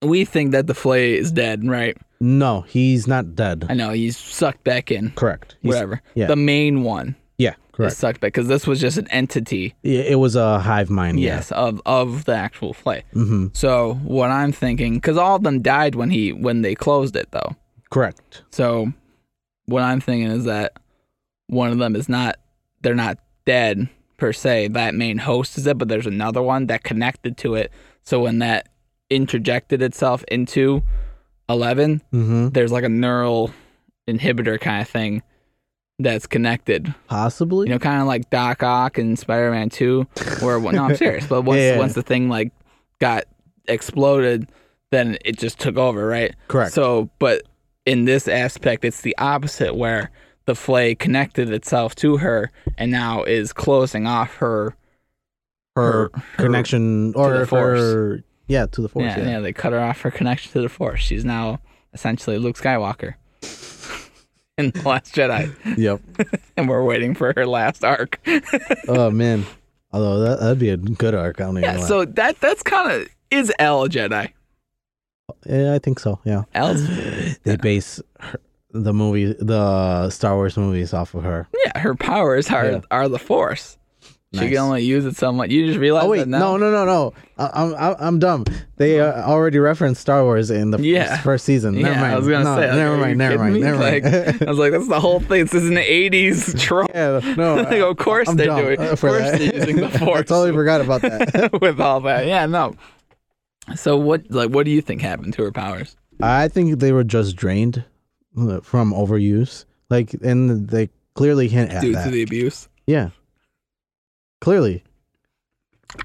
Speaker 2: we think that the flay is dead, right?
Speaker 1: No, he's not dead.
Speaker 2: I know he's sucked back in,
Speaker 1: correct. He's-
Speaker 2: whatever.
Speaker 1: yeah.
Speaker 2: The main one
Speaker 1: Yeah,
Speaker 2: is
Speaker 1: correct.
Speaker 2: sucked back because this was just an entity.
Speaker 1: Yeah, It was a hive mind. Yeah.
Speaker 2: Yes, of of the actual flay.
Speaker 1: hmm
Speaker 2: So what I'm thinking, because all of them died when he when they closed it though.
Speaker 1: Correct.
Speaker 2: So what I'm thinking is that one of them is not they're not dead per se. That main host is it, but there's another one that connected to it. So when that interjected itself into eleven,
Speaker 1: hmm
Speaker 2: there's like a neural inhibitor kind of thing that's connected.
Speaker 1: Possibly.
Speaker 2: You know, kind of like Doc Ock and Spider Man Two, where no, I'm serious. But once
Speaker 1: Yeah.
Speaker 2: once the thing like got exploded, then it just took over, right?
Speaker 1: correct.
Speaker 2: So, but in this aspect, it's the opposite, where the flay connected itself to her and now is closing off her.
Speaker 1: her, connection
Speaker 2: the
Speaker 1: or
Speaker 2: force.
Speaker 1: her. Yeah, to the force.
Speaker 2: yeah,
Speaker 1: Yeah.
Speaker 2: yeah, they cut her off her connection to the Force. She's now essentially Luke Skywalker in the Last Jedi,
Speaker 1: Yep.
Speaker 2: and we're waiting for her last arc.
Speaker 1: oh man. Although that, that'd be a good arc. I don't even
Speaker 2: yeah,
Speaker 1: know.
Speaker 2: so that that's kind of is L Jedi.
Speaker 1: yeah, I think so. Yeah.
Speaker 2: L's
Speaker 1: they base her, the movie, the Star Wars movies, off of her.
Speaker 2: Yeah, her powers are
Speaker 1: Yeah.
Speaker 2: are the force. She
Speaker 1: Nice.
Speaker 2: can only use it somewhat. You just realize
Speaker 1: Oh wait,
Speaker 2: that now.
Speaker 1: no, no, no, no. I, I'm I'm- I'm dumb. They uh, already referenced Star Wars in the f-
Speaker 2: Yeah.
Speaker 1: first season. Never
Speaker 2: yeah,
Speaker 1: mind.
Speaker 2: I was gonna
Speaker 1: No,
Speaker 2: say. like,
Speaker 1: never
Speaker 2: are you
Speaker 1: mind. Never
Speaker 2: kidding
Speaker 1: mind.
Speaker 2: me?
Speaker 1: Never mind.
Speaker 2: Like, I was like, that's the whole thing. This is an '80s trope.
Speaker 1: yeah, no.
Speaker 2: Like, of course
Speaker 1: I'm
Speaker 2: they're
Speaker 1: dumb
Speaker 2: doing.
Speaker 1: uh,
Speaker 2: Of
Speaker 1: for
Speaker 2: course
Speaker 1: that.
Speaker 2: they're using the
Speaker 1: I
Speaker 2: force
Speaker 1: totally forgot about that.
Speaker 2: with all that. Yeah, no. So what? Like, what do you think happened to her powers?
Speaker 1: I think they were just drained uh, from overuse. Like, and they clearly hint at
Speaker 2: Due
Speaker 1: that.
Speaker 2: to the abuse?
Speaker 1: yeah, clearly.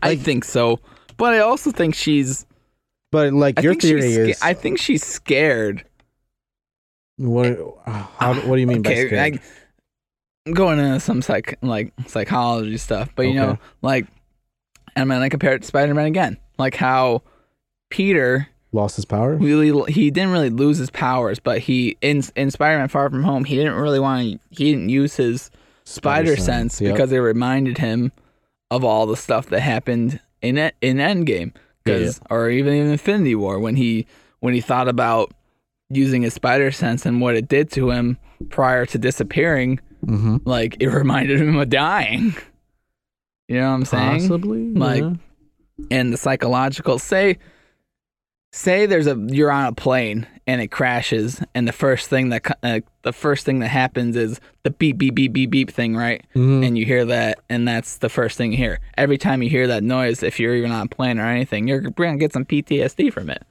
Speaker 2: I think so, but I also think she's.
Speaker 1: But like
Speaker 2: I
Speaker 1: your
Speaker 2: think she's
Speaker 1: theory
Speaker 2: sca-
Speaker 1: is,
Speaker 2: I think she's scared.
Speaker 1: what? How, what do you mean by scared?
Speaker 2: I, I'm going into some psych like psychology stuff, but you know,
Speaker 1: Okay.
Speaker 2: like, and then I compare it to Spider-Man again, like how Peter
Speaker 1: Lost his power.
Speaker 2: really he didn't really lose his powers, but he in in Spider-Man Far From Home he didn't really want to he didn't use his spider sense,
Speaker 1: yep.
Speaker 2: because it reminded him of all the stuff that happened in E- in Endgame,
Speaker 1: Yeah, yeah.
Speaker 2: 'Cause- or even in Infinity War when he when he thought about using his spider sense and what it did to him prior to disappearing,
Speaker 1: Mm-hmm.
Speaker 2: like it reminded him of dying. You know what I'm saying?
Speaker 1: Possibly.
Speaker 2: Like,
Speaker 1: yeah.
Speaker 2: and the psychological say say there's a you're on a plane and it crashes and the first thing that co- uh, the first thing that happens is the beep beep beep beep beep thing right
Speaker 1: Mhm.
Speaker 2: and you hear that and that's the first thing you hear every time you hear that noise if you're even on a plane or anything you're gonna get some ptsd from it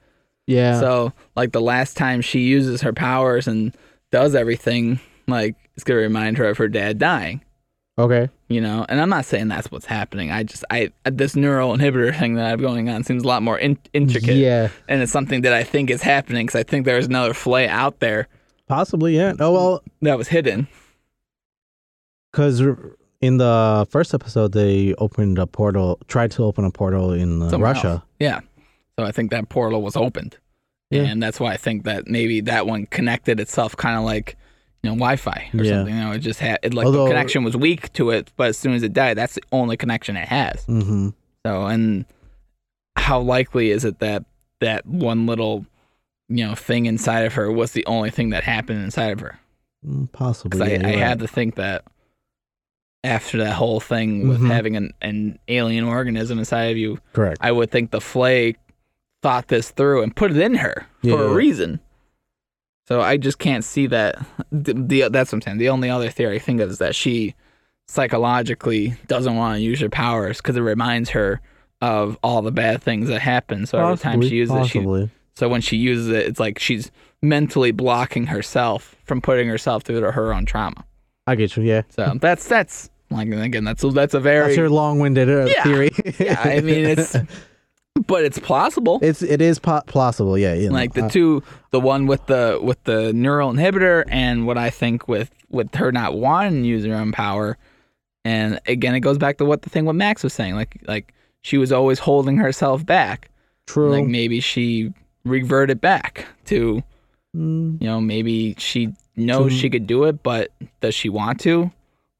Speaker 1: yeah.
Speaker 2: so like the last time she uses her powers and does everything like it's gonna remind her of her dad dying
Speaker 1: okay.
Speaker 2: you know and i'm not saying that's what's happening i just i this neural inhibitor thing that i have going on seems a lot more in, intricate
Speaker 1: Yeah.
Speaker 2: and it's something that i think is happening because i think there's another flay out there
Speaker 1: Possibly. Yeah. Oh well,
Speaker 2: that was hidden
Speaker 1: because in the first episode they opened a portal, tried to open a portal in uh,
Speaker 2: Somewhere
Speaker 1: Russia.
Speaker 2: else. yeah so i think that portal was opened
Speaker 1: Yeah.
Speaker 2: and that's why i think that maybe that one connected itself kind of like you know wi-fi or
Speaker 1: Yeah.
Speaker 2: something you know it just had it like
Speaker 1: Although-
Speaker 2: the connection was weak to it but as soon as it died that's the only connection it has
Speaker 1: Mm-hmm.
Speaker 2: So, and how likely is it that that one little, you know, thing inside of her was the only thing that happened inside of her?
Speaker 1: Mm, Possibly.
Speaker 2: Because
Speaker 1: yeah,
Speaker 2: I, I
Speaker 1: you're
Speaker 2: had
Speaker 1: right.
Speaker 2: to think that after that whole thing with
Speaker 1: Mhm.
Speaker 2: having an, an alien organism inside of you,
Speaker 1: correct.
Speaker 2: I would think the flay thought this through and put it in her for
Speaker 1: Yeah.
Speaker 2: a reason. So I just can't see that. The, the, that's what I'm saying. The only other theory I think of is that she psychologically doesn't want to use her powers because it reminds her of all the bad things that happen. So every time she uses it,
Speaker 1: possibly.
Speaker 2: she, so when she uses it, it's like she's mentally blocking herself from putting herself through to her own trauma.
Speaker 1: I get you. Yeah.
Speaker 2: So that's that's like and again that's that's a very
Speaker 1: Hmm. That's your long-winded uh,
Speaker 2: Yeah.
Speaker 1: theory.
Speaker 2: yeah. I mean it's but it's plausible.
Speaker 1: it's it is po- plausible. Yeah. You know, Uh,
Speaker 2: like the
Speaker 1: I-
Speaker 2: two the one with the with the neural inhibitor and what i think with with her not wanting to use her own power and again it goes back to what the thing what max was saying like like she was always holding herself back
Speaker 1: true.
Speaker 2: like maybe she reverted back to
Speaker 1: Mm,
Speaker 2: you know maybe she knows
Speaker 1: To-
Speaker 2: she could do it but does she want to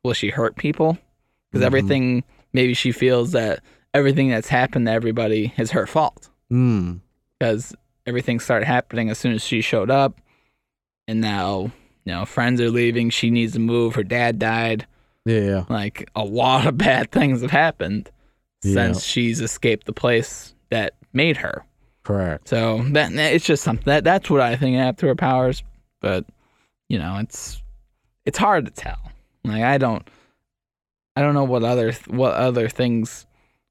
Speaker 2: will she hurt people because
Speaker 1: Mhm.
Speaker 2: everything maybe she feels that everything that's happened to everybody is her fault
Speaker 1: mm,
Speaker 2: because everything started happening as soon as she showed up. And now, you know, friends are leaving. She needs to move. Her dad died.
Speaker 1: yeah. Yeah.
Speaker 2: Like a lot of bad things have happened
Speaker 1: Yeah.
Speaker 2: since she's escaped the place that made her.
Speaker 1: Correct.
Speaker 2: So that that- it's just something that that's what I think after her powers. But you know, it's it's hard to tell. Like I don't, I don't know what other what other things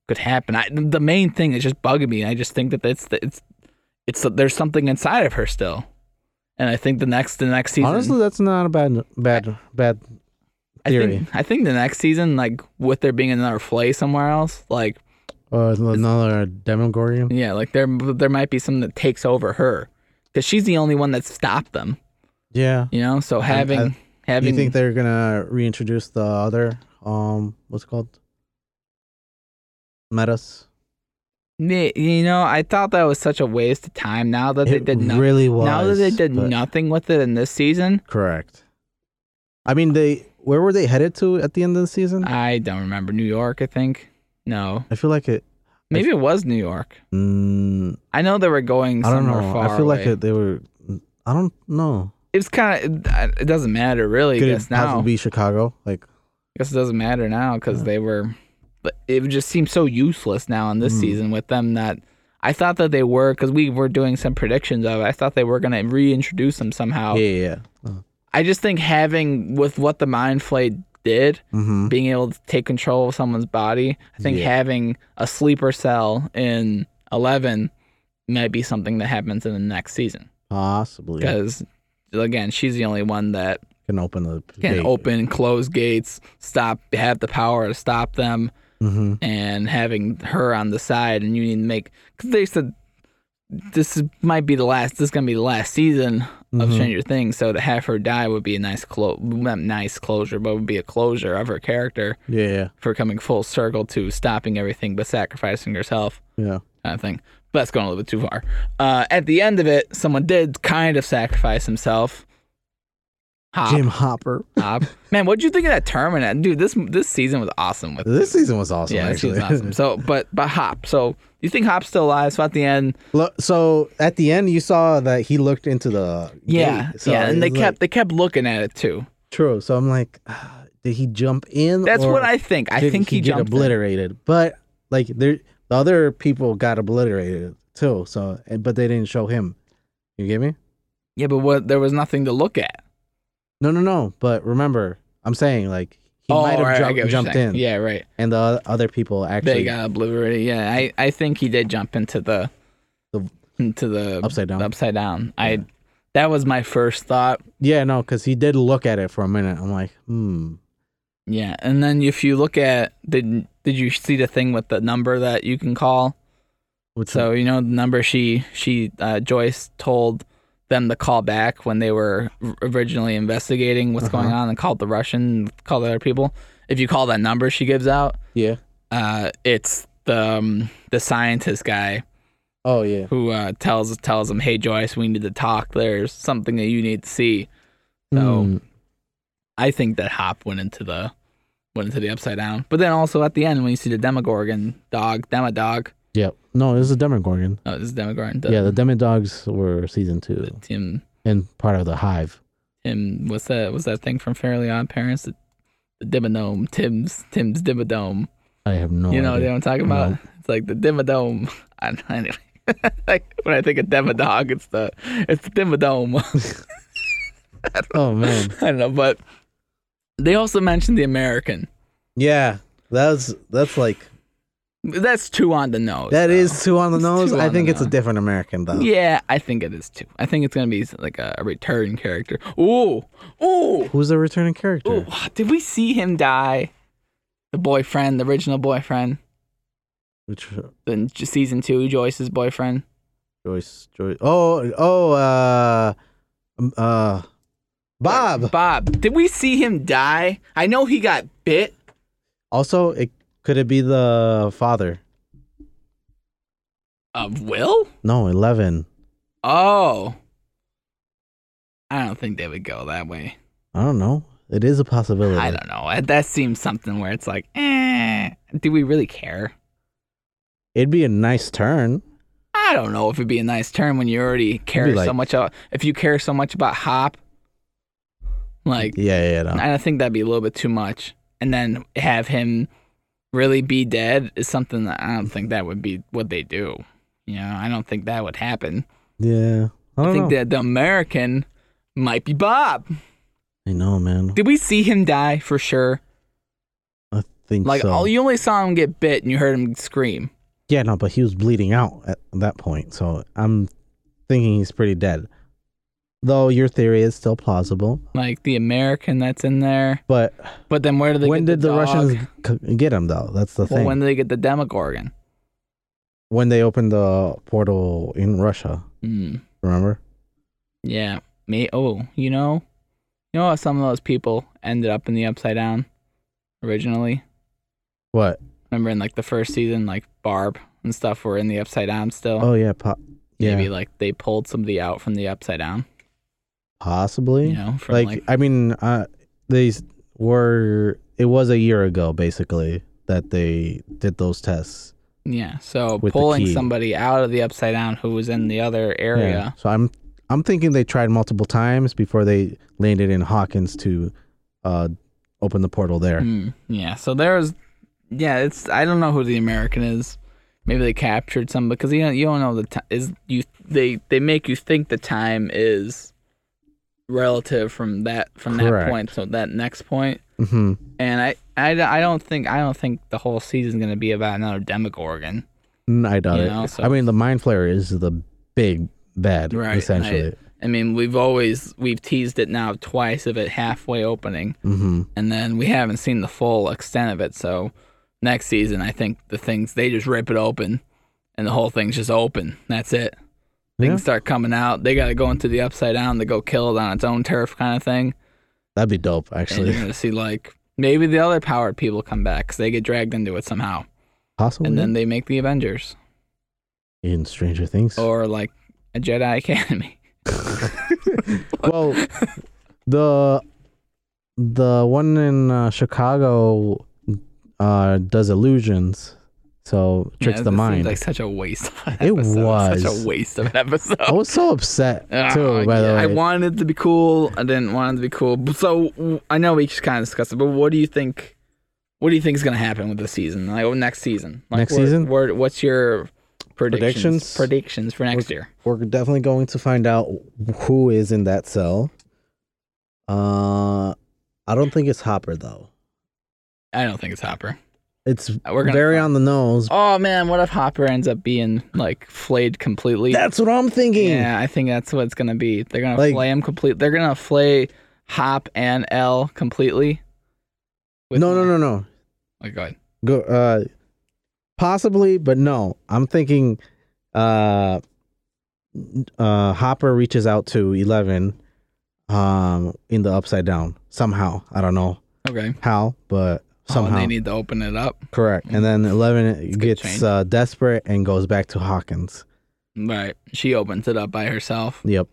Speaker 2: could happen. I the main thing is just bugging me. I just think that it's it's it's there's something inside of her still, and I think the next the next season.
Speaker 1: Honestly, that's not a bad bad bad
Speaker 2: I
Speaker 1: theory.
Speaker 2: think I think the next season, like with there being another flay somewhere else, like
Speaker 1: Or uh, another Demogorgon.
Speaker 2: yeah, like there there might be something that takes over her because she's the only one that stopped them.
Speaker 1: Yeah.
Speaker 2: You know, so having
Speaker 1: I- Do
Speaker 2: having
Speaker 1: you think they're gonna reintroduce the other um what's it called metas?
Speaker 2: Ne- you know, I thought that was such a waste of time. Now that they
Speaker 1: It
Speaker 2: did no-
Speaker 1: really was.
Speaker 2: now that they did
Speaker 1: but-
Speaker 2: nothing with it in this season,
Speaker 1: Correct. I mean, they where were they headed to at the end of the season? I,
Speaker 2: I don't remember New York. I think no,
Speaker 1: feel like it.
Speaker 2: maybe it was New York.
Speaker 1: Mm,
Speaker 2: I know they were going
Speaker 1: I don't
Speaker 2: somewhere
Speaker 1: know.
Speaker 2: far.
Speaker 1: I feel like
Speaker 2: away.
Speaker 1: it, they were. I don't know.
Speaker 2: It was kind of. It doesn't matter really. I
Speaker 1: Could
Speaker 2: guess
Speaker 1: it
Speaker 2: now.
Speaker 1: possibly be Chicago? Like
Speaker 2: I guess it doesn't matter now because
Speaker 1: Yeah.
Speaker 2: they were. But it would just seems so useless now in this
Speaker 1: Mm.
Speaker 2: season with them that I thought that they were because we were doing some predictions of. it. I thought they were going to reintroduce them somehow.
Speaker 1: yeah, yeah.
Speaker 2: I just think having with what the mind flay did,
Speaker 1: Mm-hmm.
Speaker 2: being able to take control of someone's body, I think
Speaker 1: Yeah.
Speaker 2: having a sleeper cell in Eleven might be something that happens in the next season
Speaker 1: Possibly
Speaker 2: because again, she's the only one that
Speaker 1: can open the
Speaker 2: can
Speaker 1: gate.
Speaker 2: open and close gates, stop, have the power to stop them,
Speaker 1: Mm-hmm.
Speaker 2: and having her on the side, and you need to make because they said this is, might be the last. This is gonna be the last season of
Speaker 1: Mhm.
Speaker 2: Stranger Things. So to have her die would be a nice clo- not nice closure, but would be a closure of her character
Speaker 1: Yeah,
Speaker 2: for coming full circle to stopping everything but sacrificing herself
Speaker 1: yeah, yeah.
Speaker 2: kind of thing. But that's going a little bit too far. Uh, at the end of it, someone did kind of sacrifice himself. Hop.
Speaker 1: Jim Hopper.
Speaker 2: Hop. Man, what'd you think of that Terminator? Dude, this this season was awesome with
Speaker 1: This season was awesome.
Speaker 2: Yeah, this
Speaker 1: actually.
Speaker 2: season's awesome. So but but Hop. So you think Hop's still alive, so at the end
Speaker 1: Lo- so at the end, you saw that he looked into the
Speaker 2: Yeah.
Speaker 1: gate. So
Speaker 2: yeah, and they
Speaker 1: it's like-
Speaker 2: kept they kept looking at it too.
Speaker 1: true. So I'm like, ah, did he jump in?
Speaker 2: That's
Speaker 1: or
Speaker 2: what I think. I
Speaker 1: did
Speaker 2: think he,
Speaker 1: get
Speaker 2: jumped. in.
Speaker 1: obliterated. But like there, the other people got obliterated too. So and- but they didn't show him. You get me?
Speaker 2: Yeah, but what there was nothing to look at.
Speaker 1: No, no, no. But remember, I'm saying like he
Speaker 2: Oh,
Speaker 1: might have
Speaker 2: all right, I
Speaker 1: jump-
Speaker 2: get what you're
Speaker 1: jumped
Speaker 2: saying.
Speaker 1: in,
Speaker 2: Yeah, right.
Speaker 1: and the other people
Speaker 2: They
Speaker 1: actually
Speaker 2: got obliterated. Yeah, I, I think he did jump into the,
Speaker 1: The-
Speaker 2: into the upside
Speaker 1: upside down.
Speaker 2: down. I that was my first thought.
Speaker 1: Yeah, no, because he did look at it for a minute. I'm like, hmm.
Speaker 2: Yeah, and then if you look at did did you see the thing with the number that you can call?
Speaker 1: What's
Speaker 2: So you know the number she she uh, Joyce told them to call back when they were r- originally investigating what's
Speaker 1: Uh-huh.
Speaker 2: going on and called the Russian, called the other people. If you call that number she gives out,
Speaker 1: Yeah.
Speaker 2: uh, it's the um, the scientist guy
Speaker 1: Oh yeah.
Speaker 2: who uh, tells tells him, "Hey Joyce, we need to talk. There's something that you need to see." So
Speaker 1: Hmm.
Speaker 2: I think that Hop went into the went into the upside down. But then also at the end when you see the Demogorgon dog, Demodog,
Speaker 1: Yeah. No, this is Demogorgon.
Speaker 2: oh, this is Demogorgon. The,
Speaker 1: Yeah, the Demodogs were season two
Speaker 2: the Tim
Speaker 1: and part of the Hive.
Speaker 2: Tim what's that what's that thing from Fairly Odd Parents? The, the Dimmadome, Tim's Tim's Dimmadome.
Speaker 1: I have no.
Speaker 2: you know
Speaker 1: idea.
Speaker 2: what I'm talking about?
Speaker 1: No.
Speaker 2: It's like the Dimmadome. I don't know, anyway. like when I think of Demodog, it's the it's the Dimmadome.
Speaker 1: Oh man.
Speaker 2: I don't know, but they also mentioned the American.
Speaker 1: yeah, that's that's like
Speaker 2: That's two on the nose.
Speaker 1: that
Speaker 2: though.
Speaker 1: is two on the
Speaker 2: uh, It's
Speaker 1: nose.
Speaker 2: two on
Speaker 1: I
Speaker 2: the
Speaker 1: think it's a
Speaker 2: nose.
Speaker 1: different American though.
Speaker 2: Yeah, I think it is too. I think it's gonna be like a, a return character. Ooh, ooh,
Speaker 1: Who's the returning character?
Speaker 2: ooh! Did we see him die? The boyfriend, the original boyfriend,
Speaker 1: Which uh,
Speaker 2: then j- season two, Joyce's boyfriend.
Speaker 1: Joyce? Joyce? Oh, oh, uh, um, uh, Bob.
Speaker 2: Bob. Did we see him die? I know he got bit.
Speaker 1: Also, it could it be the father?
Speaker 2: Of Will?
Speaker 1: No, eleven.
Speaker 2: Oh. I don't think they would go that way.
Speaker 1: I don't know. It is a possibility.
Speaker 2: I don't know. That seems something where it's like, eh, do we really care?
Speaker 1: It'd be a nice turn.
Speaker 2: I don't know if it'd be a nice turn when you already care
Speaker 1: Be like-
Speaker 2: so much. About, if you care so much about Hop, like
Speaker 1: Yeah, yeah, no.
Speaker 2: I don't think that'd be a little bit too much. And then have him really be dead is something that I don't think that would be what they do. You know, I don't think that would happen.
Speaker 1: yeah. I
Speaker 2: I,
Speaker 1: don't
Speaker 2: think
Speaker 1: know.
Speaker 2: that the American might be Bob.
Speaker 1: I know, man.
Speaker 2: Did we see him die for sure?
Speaker 1: I think
Speaker 2: Like,
Speaker 1: so.
Speaker 2: all you only saw him get bit and you heard him scream.
Speaker 1: Yeah, no, but he was bleeding out at that point, so I'm thinking he's pretty dead. Though your theory is still plausible,
Speaker 2: Like the American that's in there.
Speaker 1: but
Speaker 2: But then where do they
Speaker 1: when
Speaker 2: get
Speaker 1: did the,
Speaker 2: dog?
Speaker 1: Russians c- get him though? That's the
Speaker 2: Well,
Speaker 1: thing.
Speaker 2: when
Speaker 1: When,
Speaker 2: do they get the Demogorgon?
Speaker 1: they opened the portal in Russia,
Speaker 2: Hmm.
Speaker 1: remember?
Speaker 2: Yeah. Me. Oh, you know, you know how some of those people ended up in the Upside Down originally.
Speaker 1: What?
Speaker 2: Remember in like the first season, like Barb and stuff were in the Upside Down still.
Speaker 1: Oh yeah, po- yeah,
Speaker 2: Maybe like they pulled somebody out from the Upside Down.
Speaker 1: possibly.
Speaker 2: You know, from
Speaker 1: like,
Speaker 2: like,
Speaker 1: I mean, uh, they s- were. It was a year ago, basically, that they did those tests.
Speaker 2: yeah. So
Speaker 1: with the
Speaker 2: pulling
Speaker 1: key.
Speaker 2: somebody out of the Upside Down who was in the other area.
Speaker 1: So I'm I'm thinking they tried multiple times before they landed in Hawkins to uh open the portal there.
Speaker 2: Yeah. Hmm, yeah. So there's. Yeah, it's. I don't know who the American is. Maybe they captured some because you don't, you don't know the time is you they they make you think the time is relative from that from
Speaker 1: Correct.
Speaker 2: that point to that next point.
Speaker 1: hmm
Speaker 2: And I, I, d- I don't think I don't think the whole season's gonna be about another Demogorgon.
Speaker 1: Mm, I doubt
Speaker 2: You
Speaker 1: it.
Speaker 2: know, so-
Speaker 1: I mean, the mind flayer is the big bad,
Speaker 2: Right,
Speaker 1: essentially.
Speaker 2: I mean, we've always we've teased it now twice of it halfway opening,
Speaker 1: hmm
Speaker 2: and then we haven't seen the full extent of it. So next season, I think the things they just rip it open, and the whole thing's just open. That's it. Things
Speaker 1: Yeah.
Speaker 2: start coming out. They got to go into the upside down to go kill it on its own turf, kind of thing.
Speaker 1: That'd be dope,
Speaker 2: And you're
Speaker 1: actually.
Speaker 2: gonna see like maybe the other powered people come back 'cause they get dragged into it somehow,
Speaker 1: Possibly.
Speaker 2: and then they make the Avengers
Speaker 1: in Stranger
Speaker 2: Oh.
Speaker 1: Things.
Speaker 2: or like a Jedi Academy.
Speaker 1: well, the the one in uh, Chicago uh, does illusions, so tricks
Speaker 2: Yeah,
Speaker 1: the
Speaker 2: this seems
Speaker 1: mind.
Speaker 2: like such a waste. Of an
Speaker 1: It
Speaker 2: episode. such
Speaker 1: was.
Speaker 2: a waste of an episode.
Speaker 1: I was so upset
Speaker 2: Ah,
Speaker 1: too. by
Speaker 2: yeah,
Speaker 1: the way,
Speaker 2: I wanted it to be cool. I didn't want it to be cool. But So w- I know we just kind of discussed it, but what do you think? What do you think is going to happen with the season? Like oh, next season? Like,
Speaker 1: Next
Speaker 2: what-
Speaker 1: season?
Speaker 2: what- what's your
Speaker 1: Predictions?
Speaker 2: predictions? Predictions for next year?
Speaker 1: we're definitely going to find out who is in that cell. Uh, I don't think it's Hopper though.
Speaker 2: I don't think it's Hopper. Uh,
Speaker 1: It's
Speaker 2: We're gonna
Speaker 1: very on the nose.
Speaker 2: Oh man, what if Hopper ends up being like flayed completely?
Speaker 1: That's what I'm thinking.
Speaker 2: yeah, I think that's what it's going to be. They're going
Speaker 1: Like-
Speaker 2: to flay him complete. They're going to flay Hop and L completely. with-
Speaker 1: no, no, no, no.
Speaker 2: Oh, go ahead.
Speaker 1: Go, uh, possibly, but no. I'm thinking, uh, uh, Hopper reaches out to Eleven, um, in the Upside Down somehow. I don't know
Speaker 2: Okay.
Speaker 1: how, but
Speaker 2: Oh, and
Speaker 1: somehow
Speaker 2: they need to open it up.
Speaker 1: correct. And then Eleven
Speaker 2: good
Speaker 1: gets
Speaker 2: change.
Speaker 1: uh, desperate and goes back to Hawkins.
Speaker 2: Right. She opens it up by herself.
Speaker 1: Yep.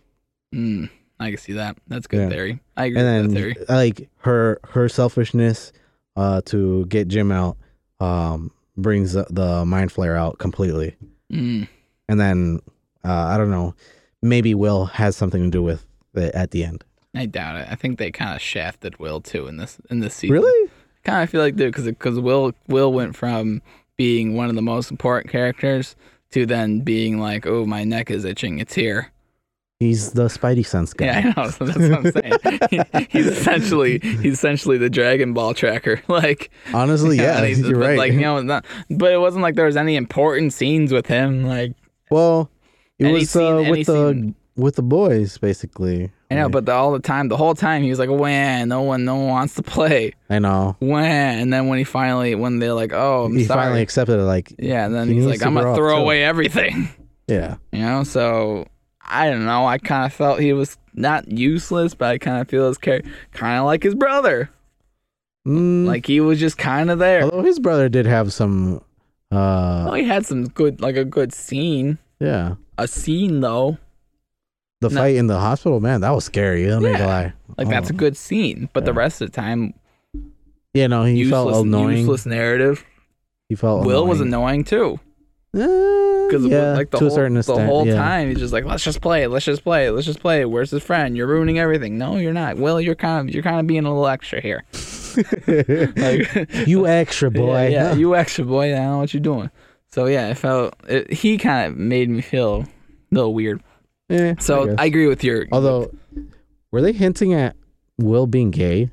Speaker 2: Mm, I can see that. That's good
Speaker 1: Yeah.
Speaker 2: theory. I agree with
Speaker 1: and
Speaker 2: that
Speaker 1: then
Speaker 2: theory.
Speaker 1: like her her selfishness uh to get jim out um brings the, the mind flare out completely
Speaker 2: Mm,
Speaker 1: and then uh i don't know maybe will has something to do with it at the end
Speaker 2: I doubt it. I think they kind of shafted Will too in this in this season.
Speaker 1: really
Speaker 2: Kind of feel like they because because Will Will went from being one of the most important characters to then being like, oh, my neck is itching. It's here.
Speaker 1: he's the spidey sense guy
Speaker 2: Yeah, I know. So that's what I'm saying. He- he's essentially he's essentially the Dragon Ball tracker. Like
Speaker 1: honestly yeah,
Speaker 2: and he's-
Speaker 1: you're
Speaker 2: but,
Speaker 1: right
Speaker 2: Like you know, not, but it wasn't like there was any important scenes with him. Like
Speaker 1: well it
Speaker 2: and he
Speaker 1: was uh,
Speaker 2: seen- and he
Speaker 1: with the
Speaker 2: seen-
Speaker 1: with the boys basically
Speaker 2: I know, but the, all the time, the whole time, he was like, "When no one, no one wants to play."
Speaker 1: i know
Speaker 2: When, and then when he finally, when they're like, "Oh, I'm
Speaker 1: he
Speaker 2: sorry,"
Speaker 1: finally accepted it like
Speaker 2: yeah, and then
Speaker 1: he
Speaker 2: he's
Speaker 1: needs
Speaker 2: like,
Speaker 1: to
Speaker 2: "I'm gonna
Speaker 1: grow up,
Speaker 2: throw
Speaker 1: too."
Speaker 2: away everything,"
Speaker 1: yeah
Speaker 2: you know. So I don't know. I kind of felt he was not useless, but I kind of feel his character kind of like his brother,
Speaker 1: Mm,
Speaker 2: like he was just kind of there.
Speaker 1: although his brother did have some uh
Speaker 2: Well, he had some good, like a good scene,
Speaker 1: yeah
Speaker 2: a scene though.
Speaker 1: The
Speaker 2: No.
Speaker 1: fight in the hospital, man, that was scary. I'm not
Speaker 2: Yeah.
Speaker 1: gonna lie.
Speaker 2: Like that's a
Speaker 1: Oh.
Speaker 2: good scene, but the
Speaker 1: Yeah.
Speaker 2: rest of the time,
Speaker 1: yeah. No, he
Speaker 2: useless,
Speaker 1: felt annoying.
Speaker 2: useless narrative.
Speaker 1: He felt
Speaker 2: Will
Speaker 1: annoying.
Speaker 2: was annoying too.
Speaker 1: because
Speaker 2: Because
Speaker 1: yeah,
Speaker 2: like the
Speaker 1: to
Speaker 2: whole,
Speaker 1: a certain extent,
Speaker 2: the whole
Speaker 1: yeah.
Speaker 2: time he's just like, let's just play, let's just play, let's just play. Where's his friend? You're ruining everything. No, you're not. Well, you're kind of you're kind of being a little extra here. Like,
Speaker 1: you extra boy.
Speaker 2: yeah, yeah,
Speaker 1: huh?
Speaker 2: you extra boy. I don't know what you're doing. So yeah, I felt it, he kind of made me feel a little weird.
Speaker 1: Eh,
Speaker 2: So
Speaker 1: guess.
Speaker 2: I, agree with your.
Speaker 1: although, were they hinting at Will being gay?
Speaker 2: you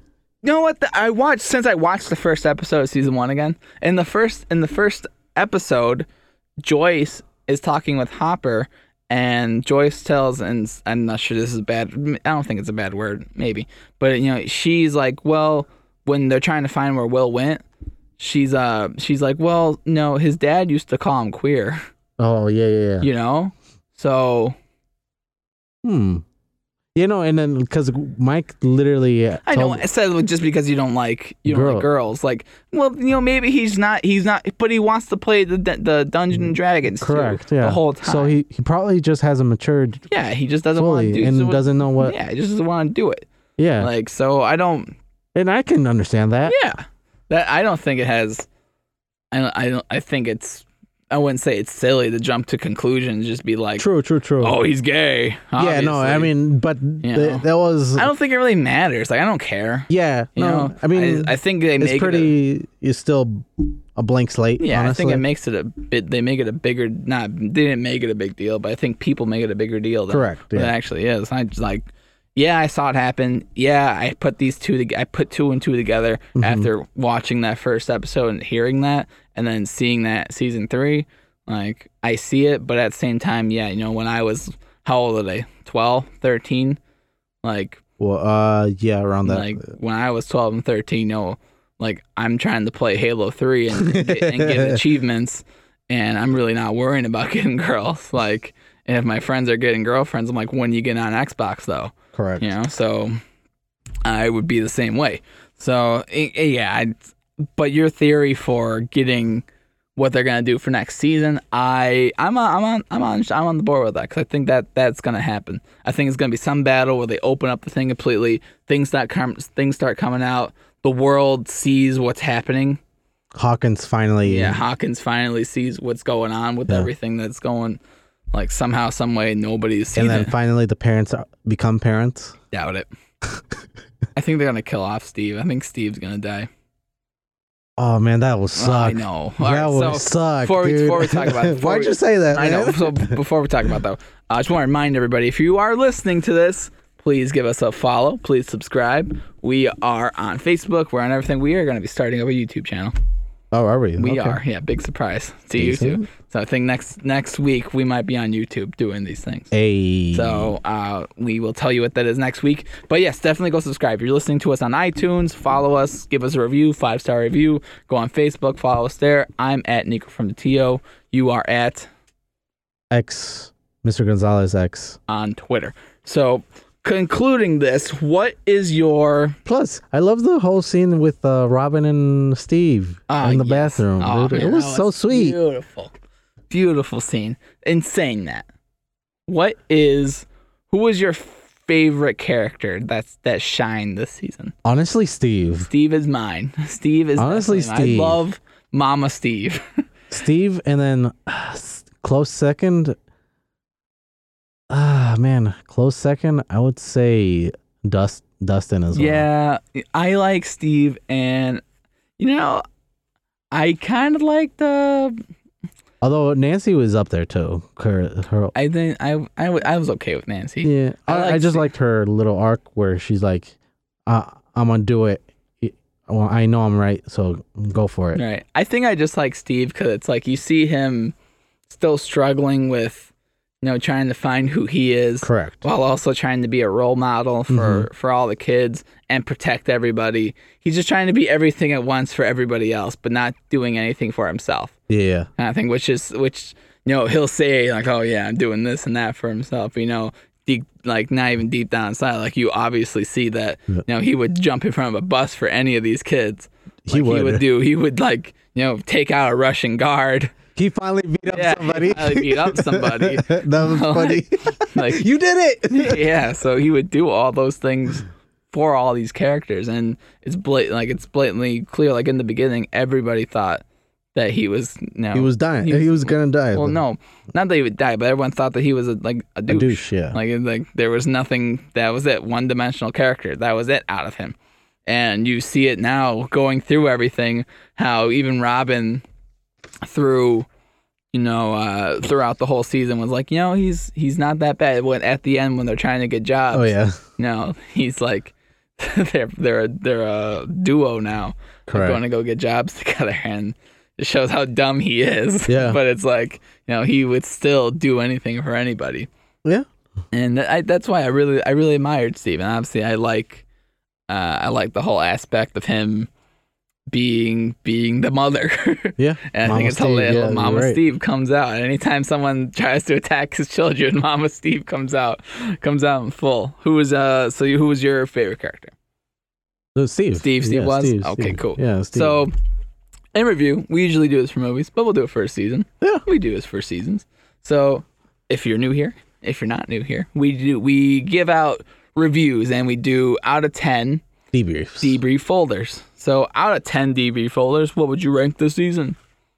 Speaker 2: know what? The, I watched since I watched the first episode of season one again. In the first in the first episode, Joyce is talking with Hopper, and Joyce tells, and s- I'm not sure this is bad. I don't think it's a bad word, maybe, but you know, she's like, well, when they're trying to find where Will went, she's uh, she's like, well, no, his dad used to call him queer,
Speaker 1: Oh yeah, yeah, yeah.
Speaker 2: you know, so
Speaker 1: Hmm. You know, and then because Mike literally, uh,
Speaker 2: I know.
Speaker 1: told-
Speaker 2: I said it just because you don't like you don't like girls. Like, well, you know, maybe he's not. He's not. But he wants to play the d- the Dungeon and Dragons. too,
Speaker 1: correct. Yeah,
Speaker 2: The whole time.
Speaker 1: So he he probably just hasn't matured
Speaker 2: yeah, he just doesn't want to
Speaker 1: fully
Speaker 2: do.
Speaker 1: and
Speaker 2: so-
Speaker 1: doesn't know what.
Speaker 2: Yeah, he just doesn't want to do it.
Speaker 1: Yeah,
Speaker 2: Like, so I don't.
Speaker 1: and I can understand that.
Speaker 2: Yeah, that I don't think it has. I don't. I, don't, I think it's. I wouldn't say it's silly to jump to conclusions. Just be like,
Speaker 1: True, true, true.
Speaker 2: oh, he's gay.
Speaker 1: yeah, no, I
Speaker 2: obviously.
Speaker 1: mean, but
Speaker 2: You
Speaker 1: th-
Speaker 2: know.
Speaker 1: that was
Speaker 2: I don't think it really matters. Like, I don't care.
Speaker 1: Yeah,
Speaker 2: You
Speaker 1: no,
Speaker 2: know,
Speaker 1: I mean,
Speaker 2: I, think they make
Speaker 1: it's
Speaker 2: it a-
Speaker 1: pretty. It's still a blank slate.
Speaker 2: Yeah,
Speaker 1: honestly.
Speaker 2: I think it makes it a bit. They make it a bigger. Not they didn't make it a big deal, but I think people make it a bigger deal. Than,
Speaker 1: Correct,
Speaker 2: Than
Speaker 1: yeah.
Speaker 2: it actually is. I just like, yeah, I saw it happen. Yeah, I put these two. tog- I put two and two together
Speaker 1: Mm-hmm.
Speaker 2: after watching that first episode and hearing that, and then seeing that season three. Like I see it, but at the same time, yeah, you know, when I was how old are I? 12, 13? Like
Speaker 1: Well, uh, yeah, around that.
Speaker 2: like when I was 12 and 13, you know, like I'm trying to play Halo 3 and, and, get, and get achievements, and I'm really not worrying about getting girls. Like, and if my friends are getting girlfriends, I'm like, when you get on Xbox though,
Speaker 1: correct.
Speaker 2: you know, so I would be the eh, same way. So i- i- yeah, I, but your theory for getting what they're gonna do for next season. I I'm on I'm on I'm on I'm on the board with that because I think that that's gonna happen. I think it's gonna be some battle where they open up the thing completely. Things that come things start coming out. The world sees what's happening.
Speaker 1: Hawkins finally.
Speaker 2: Yeah, Hawkins finally sees what's going on with
Speaker 1: Yeah.
Speaker 2: everything that's going. Like somehow, some way, nobody's seen
Speaker 1: And then
Speaker 2: it.
Speaker 1: finally, the parents are- become parents.
Speaker 2: Doubt it. I think they're gonna kill off Steve. I think Steve's gonna die.
Speaker 1: Oh man, that will
Speaker 2: Oh, I
Speaker 1: suck.
Speaker 2: know. All
Speaker 1: That
Speaker 2: right,
Speaker 1: will
Speaker 2: so
Speaker 1: suck.
Speaker 2: before we-
Speaker 1: dude.
Speaker 2: before we talk about it, before
Speaker 1: Why'd
Speaker 2: we-
Speaker 1: you say that?
Speaker 2: I know.
Speaker 1: man?
Speaker 2: So before we talk about that, I just want to remind everybody: if you are listening to this, please give us a follow. Please subscribe. We are on Facebook. We're on everything. We are going to be starting up a YouTube channel.
Speaker 1: Oh, are we?
Speaker 2: We
Speaker 1: Okay.
Speaker 2: are. Yeah, big surprise to
Speaker 1: Decent.
Speaker 2: YouTube. So I think next next week we might be on YouTube doing these things.
Speaker 1: Hey.
Speaker 2: So
Speaker 1: Mm-hmm.
Speaker 2: uh, we will tell you what that is next week. But yes, definitely go subscribe. If you're listening to us on iTunes, follow us, give us a review, five star review. Go on Facebook, follow us there. I'm at Nico from the TO. You are at
Speaker 1: X, Mr. Gonzalez X.
Speaker 2: on Twitter. So concluding this, what is your
Speaker 1: Plus, I love the whole scene with uh, Robin and Steve
Speaker 2: Ah,
Speaker 1: in the
Speaker 2: yes.
Speaker 1: bathroom.
Speaker 2: Aw,
Speaker 1: dude.
Speaker 2: man,
Speaker 1: It
Speaker 2: that
Speaker 1: was so sweet.
Speaker 2: Beautiful. Beautiful scene. In saying that, what is who is your favorite character that's that shined this season?
Speaker 1: Honestly, Steve.
Speaker 2: Steve is mine. Steve is
Speaker 1: Honestly,
Speaker 2: definitely mine.
Speaker 1: Steve.
Speaker 2: I love Mama Steve.
Speaker 1: Steve, and then ah, s- close second. Ah, man, close second. I would say Dust Dustin as well.
Speaker 2: yeah, I like Steve, and you know, I kind of like the.
Speaker 1: Although Nancy was up there too. Her, her
Speaker 2: I think I I, w- I was okay with Nancy.
Speaker 1: yeah.
Speaker 2: I
Speaker 1: I,
Speaker 2: like
Speaker 1: I just
Speaker 2: Steve.
Speaker 1: liked her little arc where she's like, I, "I'm gonna do it. It- Well, I know I'm right, so go for it."
Speaker 2: Right. I think I just like Steve because it's like you see him still struggling with, you know, trying to find who he is.
Speaker 1: Correct. Mm-hmm.
Speaker 2: while also trying to be a role model for for all the kids and protect everybody. He's just trying to be everything at once for everybody else, but not doing anything for himself.
Speaker 1: Yeah.
Speaker 2: And I think which is which you know he'll say like, "Oh yeah, I'm doing this and that for himself," you know. Deep, like not even deep down inside, like you obviously see that you know he would jump in front of a bus for any of these kids.
Speaker 1: He
Speaker 2: Like, He
Speaker 1: would.
Speaker 2: would do. He would like you know take out a Russian guard.
Speaker 1: He finally beat up
Speaker 2: Yeah,
Speaker 1: somebody.
Speaker 2: I beat up somebody.
Speaker 1: that was funny.
Speaker 2: like
Speaker 1: you did it.
Speaker 2: yeah, so he would do all those things for all these characters, and it's blatant, like it's blatantly clear. Like in the beginning, everybody thought that he was no,
Speaker 1: He was dying. He was, gonna die.
Speaker 2: well, no, not that he would die, but everyone thought that he was a, like a douche.
Speaker 1: douche, yeah.
Speaker 2: Like it- like there was nothing. That was it. One dimensional character. That was it out of him. And you see it now going through everything. How even Robin, through, you know, uh, throughout the whole season was like, you know, he's he's not that bad. When at the end when they're trying to get jobs,
Speaker 1: Oh yeah.
Speaker 2: no, he's like they're they're a, they're a duo now. They're
Speaker 1: Correct.
Speaker 2: going to go get jobs together, and it shows how dumb he is.
Speaker 1: Yeah.
Speaker 2: but it's like you know he would still do anything for anybody,
Speaker 1: Yeah.
Speaker 2: and I, that's why I really I really admired Steven. Obviously, I like uh, I like the whole aspect of him being being the mother.
Speaker 1: Yeah.
Speaker 2: And I
Speaker 1: Mama
Speaker 2: think it's
Speaker 1: Steve,
Speaker 2: hilarious.
Speaker 1: yeah, you're
Speaker 2: Mama
Speaker 1: right.
Speaker 2: Steve comes out. And anytime someone tries to attack his children, Mama Steve comes out, comes out in full. Who was uh? So you, who was your favorite character?
Speaker 1: No, Steve.
Speaker 2: Steve, Steve was? Okay, cool.
Speaker 1: Yeah. Steve.
Speaker 2: So, in review, we usually do this for movies, but we'll do it for a season.
Speaker 1: Yeah.
Speaker 2: We do this for seasons. So, if you're new here, if you're not new here, we do we give out reviews and we do out of ten
Speaker 1: debriefs.
Speaker 2: debrief folders. So, out of ten debrief folders, what would you rank this season?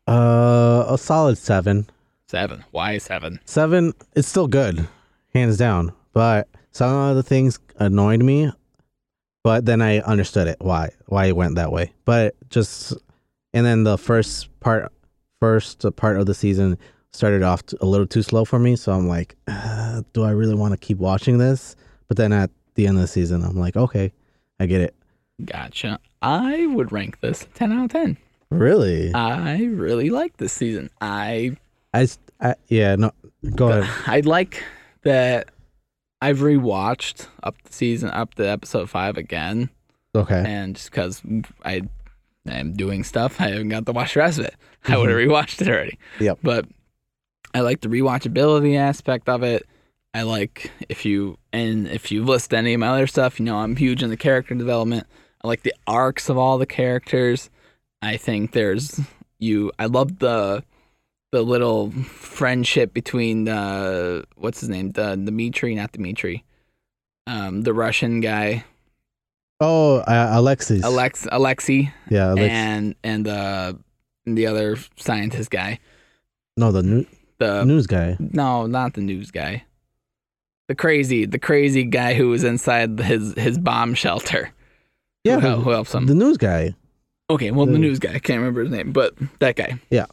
Speaker 1: Uh, a solid seven.
Speaker 2: Seven. Why seven?
Speaker 1: Seven. It's still good, hands down. But some of the things annoyed me, but then I understood it why why it went that way. But just and then the first part, first part of the season started off t- a little too slow for me. So I'm like, uh, do I really want to keep watching this? But then at the end of the season, I'm like, okay, I get it.
Speaker 2: Gotcha. I would rank this 10 out of 10.
Speaker 1: Really?
Speaker 2: I really like this season. I
Speaker 1: I, s- I- yeah no go ahead.
Speaker 2: I like that I've rewatched up the season up to episode 5 again
Speaker 1: Okay.
Speaker 2: and just cuz I am doing stuff, I haven't got to watch the rest of it. I would have rewatched it already.
Speaker 1: Yep.
Speaker 2: But I like the rewatchability aspect of it. I like if you and if you've listened to any of my other stuff, you know I'm huge in the character development. I like the arcs of all the characters. I think there's you. I love the the little friendship between uh what's his name? The Dmitri, not Dmitri. Um the Russian guy.
Speaker 1: Oh, uh, Alexis.
Speaker 2: Alex Alexei
Speaker 1: yeah, Alex.
Speaker 2: and and uh the other scientist guy.
Speaker 1: no, the new,
Speaker 2: The
Speaker 1: news guy.
Speaker 2: no, not the news guy. The crazy, the crazy guy who was inside his his bomb shelter. Who
Speaker 1: Yeah,
Speaker 2: hel-
Speaker 1: the-
Speaker 2: who helps him?
Speaker 1: the news guy.
Speaker 2: Okay, well, the
Speaker 1: The-
Speaker 2: news guy. I can't remember his name, but that guy.
Speaker 1: Yeah.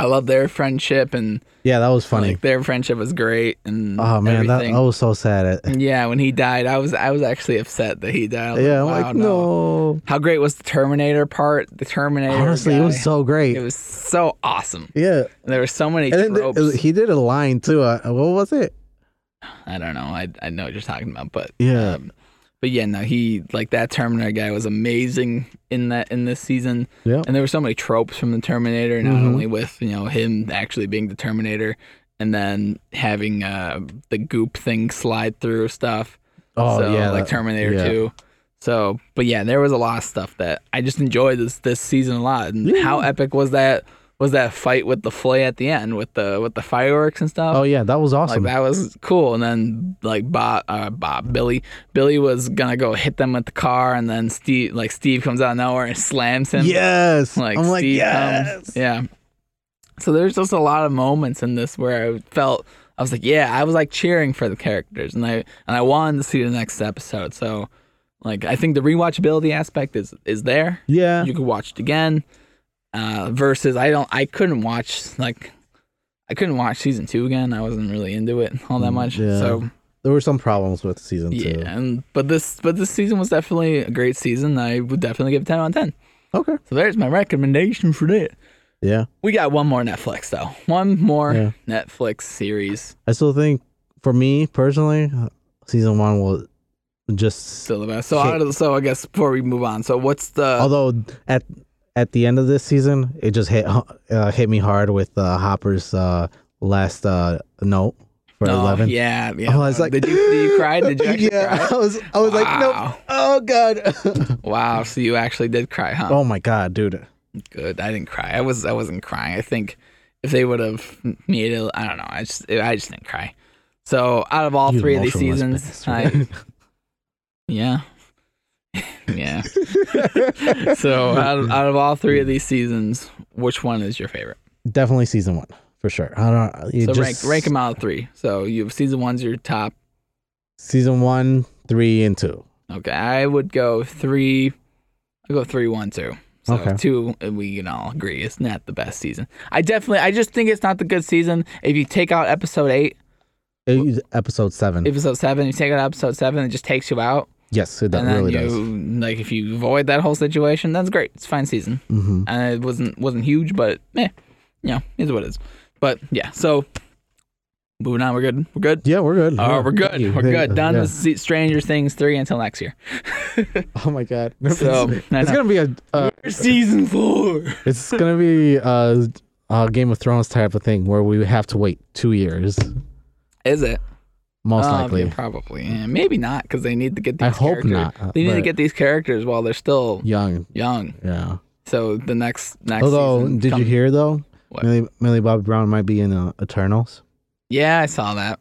Speaker 2: I love their friendship, and
Speaker 1: Yeah, that was funny.
Speaker 2: like, their friendship was great, and
Speaker 1: oh man, that,
Speaker 2: everything.
Speaker 1: I was so sad. At,
Speaker 2: yeah. When he died, I was I was actually upset that he died. I was
Speaker 1: yeah, I'm
Speaker 2: wow,
Speaker 1: like no.
Speaker 2: How great was the Terminator part? The Terminator.
Speaker 1: Honestly, it was
Speaker 2: guy.
Speaker 1: so great.
Speaker 2: It was so awesome.
Speaker 1: yeah,
Speaker 2: And there were so many
Speaker 1: and then th-
Speaker 2: tropes.
Speaker 1: he did a line too. Uh, what was it?
Speaker 2: I don't know. I I know what you're talking about, but
Speaker 1: Yeah.
Speaker 2: um, but yeah, no, he like that Terminator guy was amazing in that in this season.
Speaker 1: Yeah.
Speaker 2: And there were so many tropes from the Terminator, not
Speaker 1: Mhm.
Speaker 2: only with you know him actually being the Terminator, and then having uh, the goop thing slide through stuff.
Speaker 1: Oh
Speaker 2: so,
Speaker 1: yeah,
Speaker 2: like
Speaker 1: that-
Speaker 2: Terminator
Speaker 1: yeah.
Speaker 2: Two. So, but yeah, there was a lot of stuff that I just enjoyed this this season a lot. And
Speaker 1: Yeah.
Speaker 2: how epic was that? Was that fight with the flay at the end with the with the fireworks and stuff?
Speaker 1: Oh yeah, that was awesome.
Speaker 2: Like that was cool. And then like Bob, uh, Bob, Billy, Billy was gonna go hit them with the car, and then Steve, like Steve, comes out of nowhere and slams him.
Speaker 1: yes,
Speaker 2: Like
Speaker 1: I'm
Speaker 2: Steve
Speaker 1: like yes.
Speaker 2: comes. Yeah. So there's just a lot of moments in this where I felt I was like, yeah, I was like cheering for the characters, and I and I wanted to see the next episode. So, like, I think the rewatchability aspect is is there
Speaker 1: yeah,
Speaker 2: you could watch it again. Uh, versus, I don't, I couldn't watch like, I couldn't watch season two again. I wasn't really into it all that
Speaker 1: Mm,
Speaker 2: much.
Speaker 1: yeah.
Speaker 2: So
Speaker 1: there were some problems with season two.
Speaker 2: yeah, and but this, but this season was definitely a great season. I would definitely give it ten out of ten.
Speaker 1: Okay.
Speaker 2: So there's my recommendation for that.
Speaker 1: Yeah,
Speaker 2: We got one more Netflix though. One more
Speaker 1: Yeah.
Speaker 2: Netflix series
Speaker 1: I still think for me personally, uh, season one was just.
Speaker 2: still the best. So out of, so I guess before we move on. So what's the
Speaker 1: Although at at the end of this season, it just hit uh, hit me hard with uh, Hopper's uh, last uh, note for
Speaker 2: Oh,
Speaker 1: eleven.
Speaker 2: Yeah, yeah.
Speaker 1: I was like,
Speaker 2: did you did you cry? Did you actually
Speaker 1: yeah,
Speaker 2: cry?
Speaker 1: I was, I was like,
Speaker 2: Wow.
Speaker 1: nope. Oh god.
Speaker 2: Wow. So you actually did cry, huh?
Speaker 1: oh my god, dude.
Speaker 2: good. I didn't cry. I was I wasn't crying. I think if they would have made it, I don't know. I just I just didn't cry. So out of all
Speaker 1: You
Speaker 2: three of these
Speaker 1: emotionless
Speaker 2: seasons, I,
Speaker 1: bastard.
Speaker 2: yeah, yeah. so out of, out of all three of these seasons, which one is your favorite?
Speaker 1: definitely season one for sure. I don't. It
Speaker 2: so rank
Speaker 1: just,
Speaker 2: rank them out of three. So you have season one's your top.
Speaker 1: Season one, three, and two.
Speaker 2: Okay, I would go three. I go three, one, two. So
Speaker 1: Okay.
Speaker 2: two, uh, we can all agree it's not the best season. I definitely, I just think it's not the good season. If you take out episode eight,
Speaker 1: It was episode seven.
Speaker 2: episode seven. You take out episode seven, it just takes you out.
Speaker 1: yes, it that
Speaker 2: and then
Speaker 1: really
Speaker 2: you
Speaker 1: does.
Speaker 2: like if you avoid that whole situation, that's great. It's a fine season.
Speaker 1: hmm
Speaker 2: And it wasn't wasn't huge, but eh, you know, it is what it is. But yeah, so moving on, we're good. We're good.
Speaker 1: Yeah, we're good.
Speaker 2: Oh,
Speaker 1: Yeah,
Speaker 2: we're
Speaker 1: thank
Speaker 2: good.
Speaker 1: you.
Speaker 2: We're
Speaker 1: Thank-
Speaker 2: good. Done
Speaker 1: yeah.
Speaker 2: with Se- Stranger Things three until next year.
Speaker 1: Oh my god.
Speaker 2: So
Speaker 1: it's,
Speaker 2: I
Speaker 1: it's
Speaker 2: know.
Speaker 1: gonna be a. Uh,
Speaker 2: season four.
Speaker 1: it's gonna be a, a Game of Thrones type of thing where we have to wait two years,
Speaker 2: Is it?
Speaker 1: most
Speaker 2: Um,
Speaker 1: likely.
Speaker 2: yeah, probably. Yeah, maybe not because they need to get these.
Speaker 1: I hope
Speaker 2: characters-
Speaker 1: not, uh,
Speaker 2: They need to
Speaker 1: but-
Speaker 2: get these characters while they're still
Speaker 1: Young.
Speaker 2: young.
Speaker 1: Yeah.
Speaker 2: So the next next.
Speaker 1: Although,
Speaker 2: season
Speaker 1: did you
Speaker 2: comes-
Speaker 1: hear though?
Speaker 2: What?
Speaker 1: Millie, Millie Bobby Brown might be in uh, Eternals.
Speaker 2: Yeah, I saw that.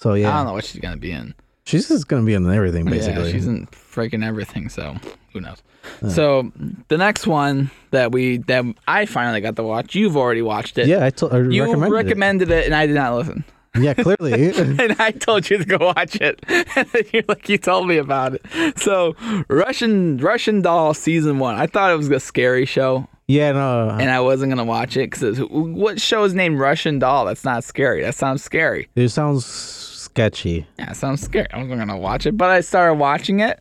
Speaker 1: So
Speaker 2: I don't
Speaker 1: yeah,
Speaker 2: know what she's gonna be in.
Speaker 1: she's just gonna be in everything basically.
Speaker 2: Yeah, she's in freaking everything, so who knows.
Speaker 1: Yeah.
Speaker 2: So the next one that we that I finally got to watch, you've already watched it.
Speaker 1: yeah, I, told. I
Speaker 2: You
Speaker 1: recommended.
Speaker 2: recommended,
Speaker 1: it.
Speaker 2: it. and I did not listen.
Speaker 1: Yeah, clearly.
Speaker 2: And I told you to go watch it. And then you're like, you told me about it. So Russian Russian Doll season one. I thought it was a scary show,
Speaker 1: yeah, no.
Speaker 2: and I wasn't gonna watch it because what show is named Russian Doll? That's not scary. That sounds scary.
Speaker 1: It sounds sketchy.
Speaker 2: Yeah, so I'm scared. I wasn't gonna watch it, but I started watching it,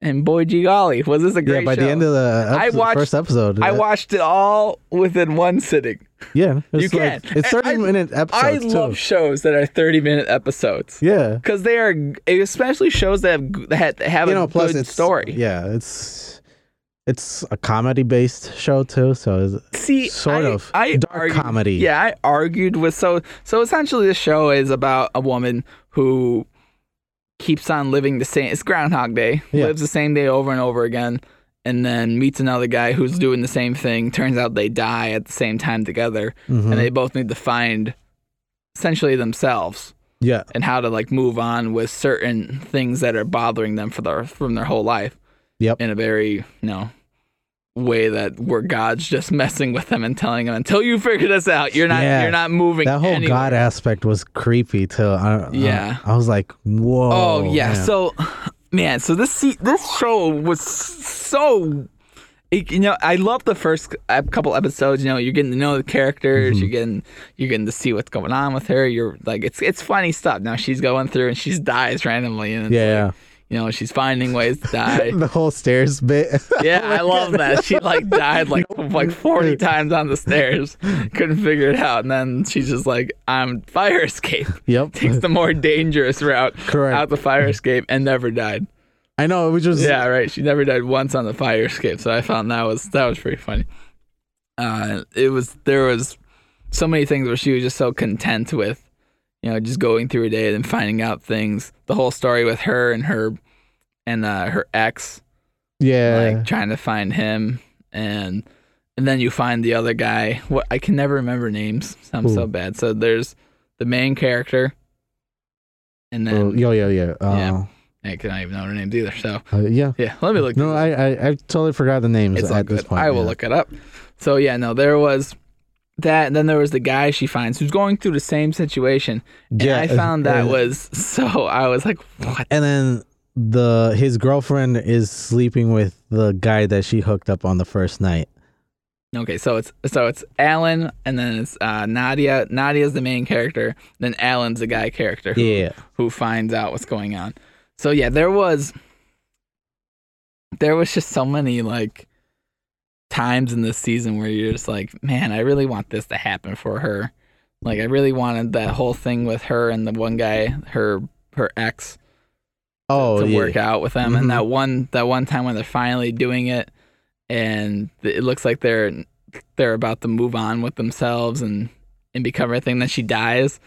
Speaker 2: and boy, gee golly, was this a great
Speaker 1: yeah, by
Speaker 2: show.
Speaker 1: the end of the
Speaker 2: I
Speaker 1: episode-
Speaker 2: watched-
Speaker 1: first episode,
Speaker 2: I
Speaker 1: uh,
Speaker 2: watched it all within one sitting.
Speaker 1: Yeah, it's
Speaker 2: You
Speaker 1: like-
Speaker 2: can.
Speaker 1: It's
Speaker 2: And I-
Speaker 1: thirty minute episodes
Speaker 2: I
Speaker 1: too.
Speaker 2: love shows that are 30 minute episodes
Speaker 1: yeah,
Speaker 2: because they are, especially shows that have g- that ha- that have
Speaker 1: you
Speaker 2: a
Speaker 1: know. Plus,
Speaker 2: good
Speaker 1: it's
Speaker 2: story.
Speaker 1: Yeah, it's it's a comedy based show too. So it's,
Speaker 2: See,
Speaker 1: sort
Speaker 2: I-
Speaker 1: of
Speaker 2: I
Speaker 1: dark
Speaker 2: argued-
Speaker 1: comedy.
Speaker 2: Yeah, I argued with so so essentially the show is about a woman who keeps on living the same it's Groundhog Day.
Speaker 1: Yeah.
Speaker 2: Lives the same day over and over again and then meets another guy who's doing the same thing. Turns out they die at the same time together,
Speaker 1: Mhm.
Speaker 2: and they both need to find essentially themselves
Speaker 1: yeah.
Speaker 2: and how to like move on with certain things that are bothering them for their from their whole life
Speaker 1: Yep.
Speaker 2: in a very you know way that where God's just messing with them and telling them until you figure this out, you're not
Speaker 1: Yeah.
Speaker 2: you're not moving.
Speaker 1: That whole
Speaker 2: anywhere."
Speaker 1: God aspect was creepy too. I, I-
Speaker 2: Yeah.
Speaker 1: I, was like, whoa.
Speaker 2: Oh yeah.
Speaker 1: man.
Speaker 2: So man, so this se- this show was so it- you know, I love the first ep- couple episodes. You know, you're getting to know the
Speaker 1: Mm-hmm.
Speaker 2: characters. You're getting you're getting to see what's going on with her. You're like, it's it's funny stuff. Now she's going through and she dies randomly, and it's
Speaker 1: Yeah,
Speaker 2: like, you know, she's finding ways to die.
Speaker 1: the whole stairs bit.
Speaker 2: yeah, I love that. She like died like like forty times on the stairs. Couldn't figure it out, and then she's just like, "I'm fire escape."
Speaker 1: yep.
Speaker 2: takes the more dangerous route
Speaker 1: Correct.
Speaker 2: out the fire escape and never died.
Speaker 1: I know it was just
Speaker 2: Yeah, right. She never died once on the fire escape, so I found that was that was pretty funny. Uh, it was there was so many things where she was just so content with, you know, just going through a day and finding out things. The whole story with her and her and uh, her ex,
Speaker 1: yeah.
Speaker 2: like trying to find him, and and then you find the other guy. What I can never remember names. I'm so
Speaker 1: Who?
Speaker 2: bad. So there's the main character, and
Speaker 1: Oh,
Speaker 2: then
Speaker 1: yeah, yeah, yeah. Uh,
Speaker 2: I cannot even know their names either. So
Speaker 1: yeah. Uh, yeah.
Speaker 2: yeah, let me look.
Speaker 1: No, I, I I totally forgot the names
Speaker 2: it's all
Speaker 1: at this
Speaker 2: good.
Speaker 1: point.
Speaker 2: I will
Speaker 1: yeah.
Speaker 2: look it up. So yeah, no, there was that, and then there was the guy she finds who's going through the same situation. And
Speaker 1: Yeah,
Speaker 2: I found that
Speaker 1: uh,
Speaker 2: was so. I was like, what?
Speaker 1: And then the his girlfriend is sleeping with the guy that she hooked up on the first night.
Speaker 2: Okay, so it's so it's Alan, and then it's uh, Nadia. Nadia's the main character. Then Alan's the guy character who,
Speaker 1: Yeah.
Speaker 2: who finds out what's going on. So yeah, there was there was just so many like times in this season where you're just like, man, I really want this to happen for her. Like I really wanted that whole thing with her and the one guy, her her ex,
Speaker 1: Oh
Speaker 2: to
Speaker 1: yeah.
Speaker 2: work out with them.
Speaker 1: Mhm.
Speaker 2: And that one that one time when they're finally doing it, and th- it looks like they're they're about to move on with themselves and and become everything. Then she dies,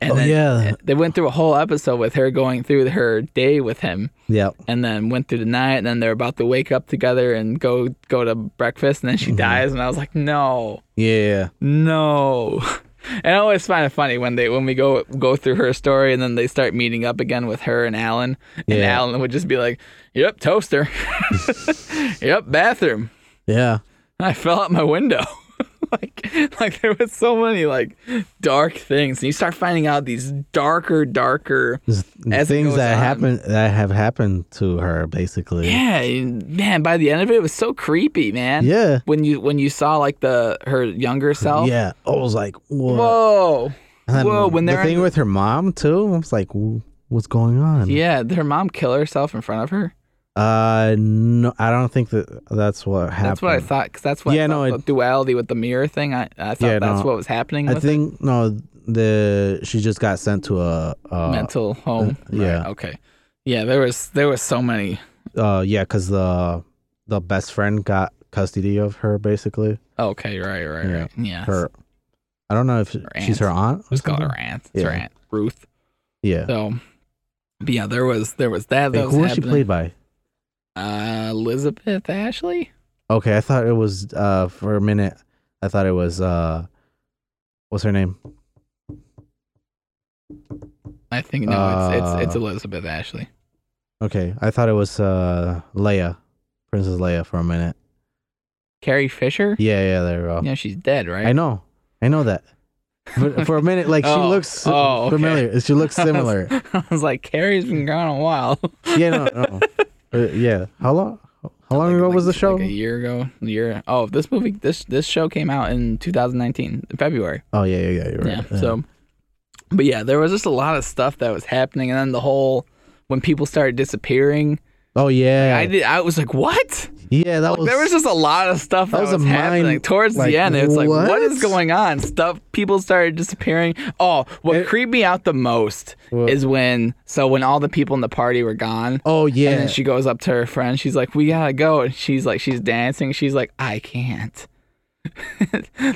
Speaker 2: and
Speaker 1: Oh
Speaker 2: then eh,
Speaker 1: yeah.
Speaker 2: they went through a whole episode with her going through her day with him
Speaker 1: Yep.
Speaker 2: and then went through the night and then they're about to wake up together and go go to breakfast and then she
Speaker 1: Mhm.
Speaker 2: dies and I was like no
Speaker 1: Yeah.
Speaker 2: no and I always find it funny when they when we go go through her story and then they start meeting up again with her and Alan and
Speaker 1: Yeah.
Speaker 2: Alan would just be like yep toaster yep bathroom
Speaker 1: Yeah.
Speaker 2: I fell out my window. like like there was so many like dark things. And you start finding out these darker, darker
Speaker 1: Just
Speaker 2: As it
Speaker 1: things
Speaker 2: goes
Speaker 1: that
Speaker 2: on.
Speaker 1: happen that have happened to her basically.
Speaker 2: Yeah, and, man, by the end of it it was so creepy, man.
Speaker 1: Yeah.
Speaker 2: When you when you saw like the her younger self.
Speaker 1: Yeah. I was like, whoa.
Speaker 2: Whoa.
Speaker 1: And then
Speaker 2: whoa, when
Speaker 1: the
Speaker 2: they're in
Speaker 1: thing
Speaker 2: the-
Speaker 1: with her mom too, I was like, "Wh- what's going on?
Speaker 2: Yeah, did her mom kill herself in front of her?
Speaker 1: Uh, no, I don't think that that's what happened.
Speaker 2: That's what I thought, because that's what
Speaker 1: Yeah,
Speaker 2: I
Speaker 1: no,
Speaker 2: thought the
Speaker 1: it-
Speaker 2: duality with the mirror thing. I, I thought
Speaker 1: Yeah,
Speaker 2: that's
Speaker 1: no.
Speaker 2: what was happening.
Speaker 1: I
Speaker 2: With it.
Speaker 1: think no, the she just got sent to a uh,
Speaker 2: mental home.
Speaker 1: yeah.
Speaker 2: Right, okay. Yeah, there was there was so many.
Speaker 1: uh yeah, because the the best friend got custody of her basically.
Speaker 2: Okay, right, right,
Speaker 1: Yeah,
Speaker 2: right. Yeah.
Speaker 1: Her, I don't know if she's
Speaker 2: aunt.
Speaker 1: her aunt. or
Speaker 2: Let's call her
Speaker 1: something?
Speaker 2: aunt. It's her
Speaker 1: Yeah.
Speaker 2: aunt Ruth.
Speaker 1: Yeah,
Speaker 2: So, but yeah, there was there was that. that
Speaker 1: Like,
Speaker 2: was
Speaker 1: who was she
Speaker 2: happening.
Speaker 1: played by?
Speaker 2: Uh, Elizabeth Ashley.
Speaker 1: Okay, I thought it was uh for a minute. I thought it was uh, what's her name?
Speaker 2: I think no, it's, it's it's
Speaker 1: Uh,
Speaker 2: Elizabeth Ashley.
Speaker 1: Okay, I thought it was uh Leia, Princess Leia for a minute.
Speaker 2: Carrie Fisher.
Speaker 1: Yeah, yeah, there we go.
Speaker 2: Yeah, she's dead, right?
Speaker 1: I know, I know that. But for a minute, like she
Speaker 2: Oh,
Speaker 1: looks
Speaker 2: oh, okay.
Speaker 1: familiar. She looks similar.
Speaker 2: I was like, Carrie's been gone a while.
Speaker 1: yeah, no, no. Uh, yeah. How long? How long
Speaker 2: Like-
Speaker 1: ago was the
Speaker 2: like-
Speaker 1: show?
Speaker 2: Like a year ago. A year. Oh, this movie. This this show came out in 2019, in February.
Speaker 1: oh yeah, yeah, yeah. You're right.
Speaker 2: Yeah. So, but yeah, there was just a lot of stuff that was happening, and then the whole when people started disappearing.
Speaker 1: Oh yeah.
Speaker 2: I did. I was like, what?
Speaker 1: yeah, that
Speaker 2: Like,
Speaker 1: was.
Speaker 2: there was just a lot of stuff that,
Speaker 1: that
Speaker 2: was,
Speaker 1: was a mind-
Speaker 2: happening towards
Speaker 1: like,
Speaker 2: the end. It's like, what
Speaker 1: what?
Speaker 2: is going on? Stuff people started disappearing. Oh, what
Speaker 1: It-
Speaker 2: creeped me out the most
Speaker 1: What?
Speaker 2: is when so when all the people in the party were gone.
Speaker 1: oh
Speaker 2: And
Speaker 1: yeah.
Speaker 2: then she goes up to her friend. She's like, "We gotta go." And she's like, she's dancing. She's like, "I can't."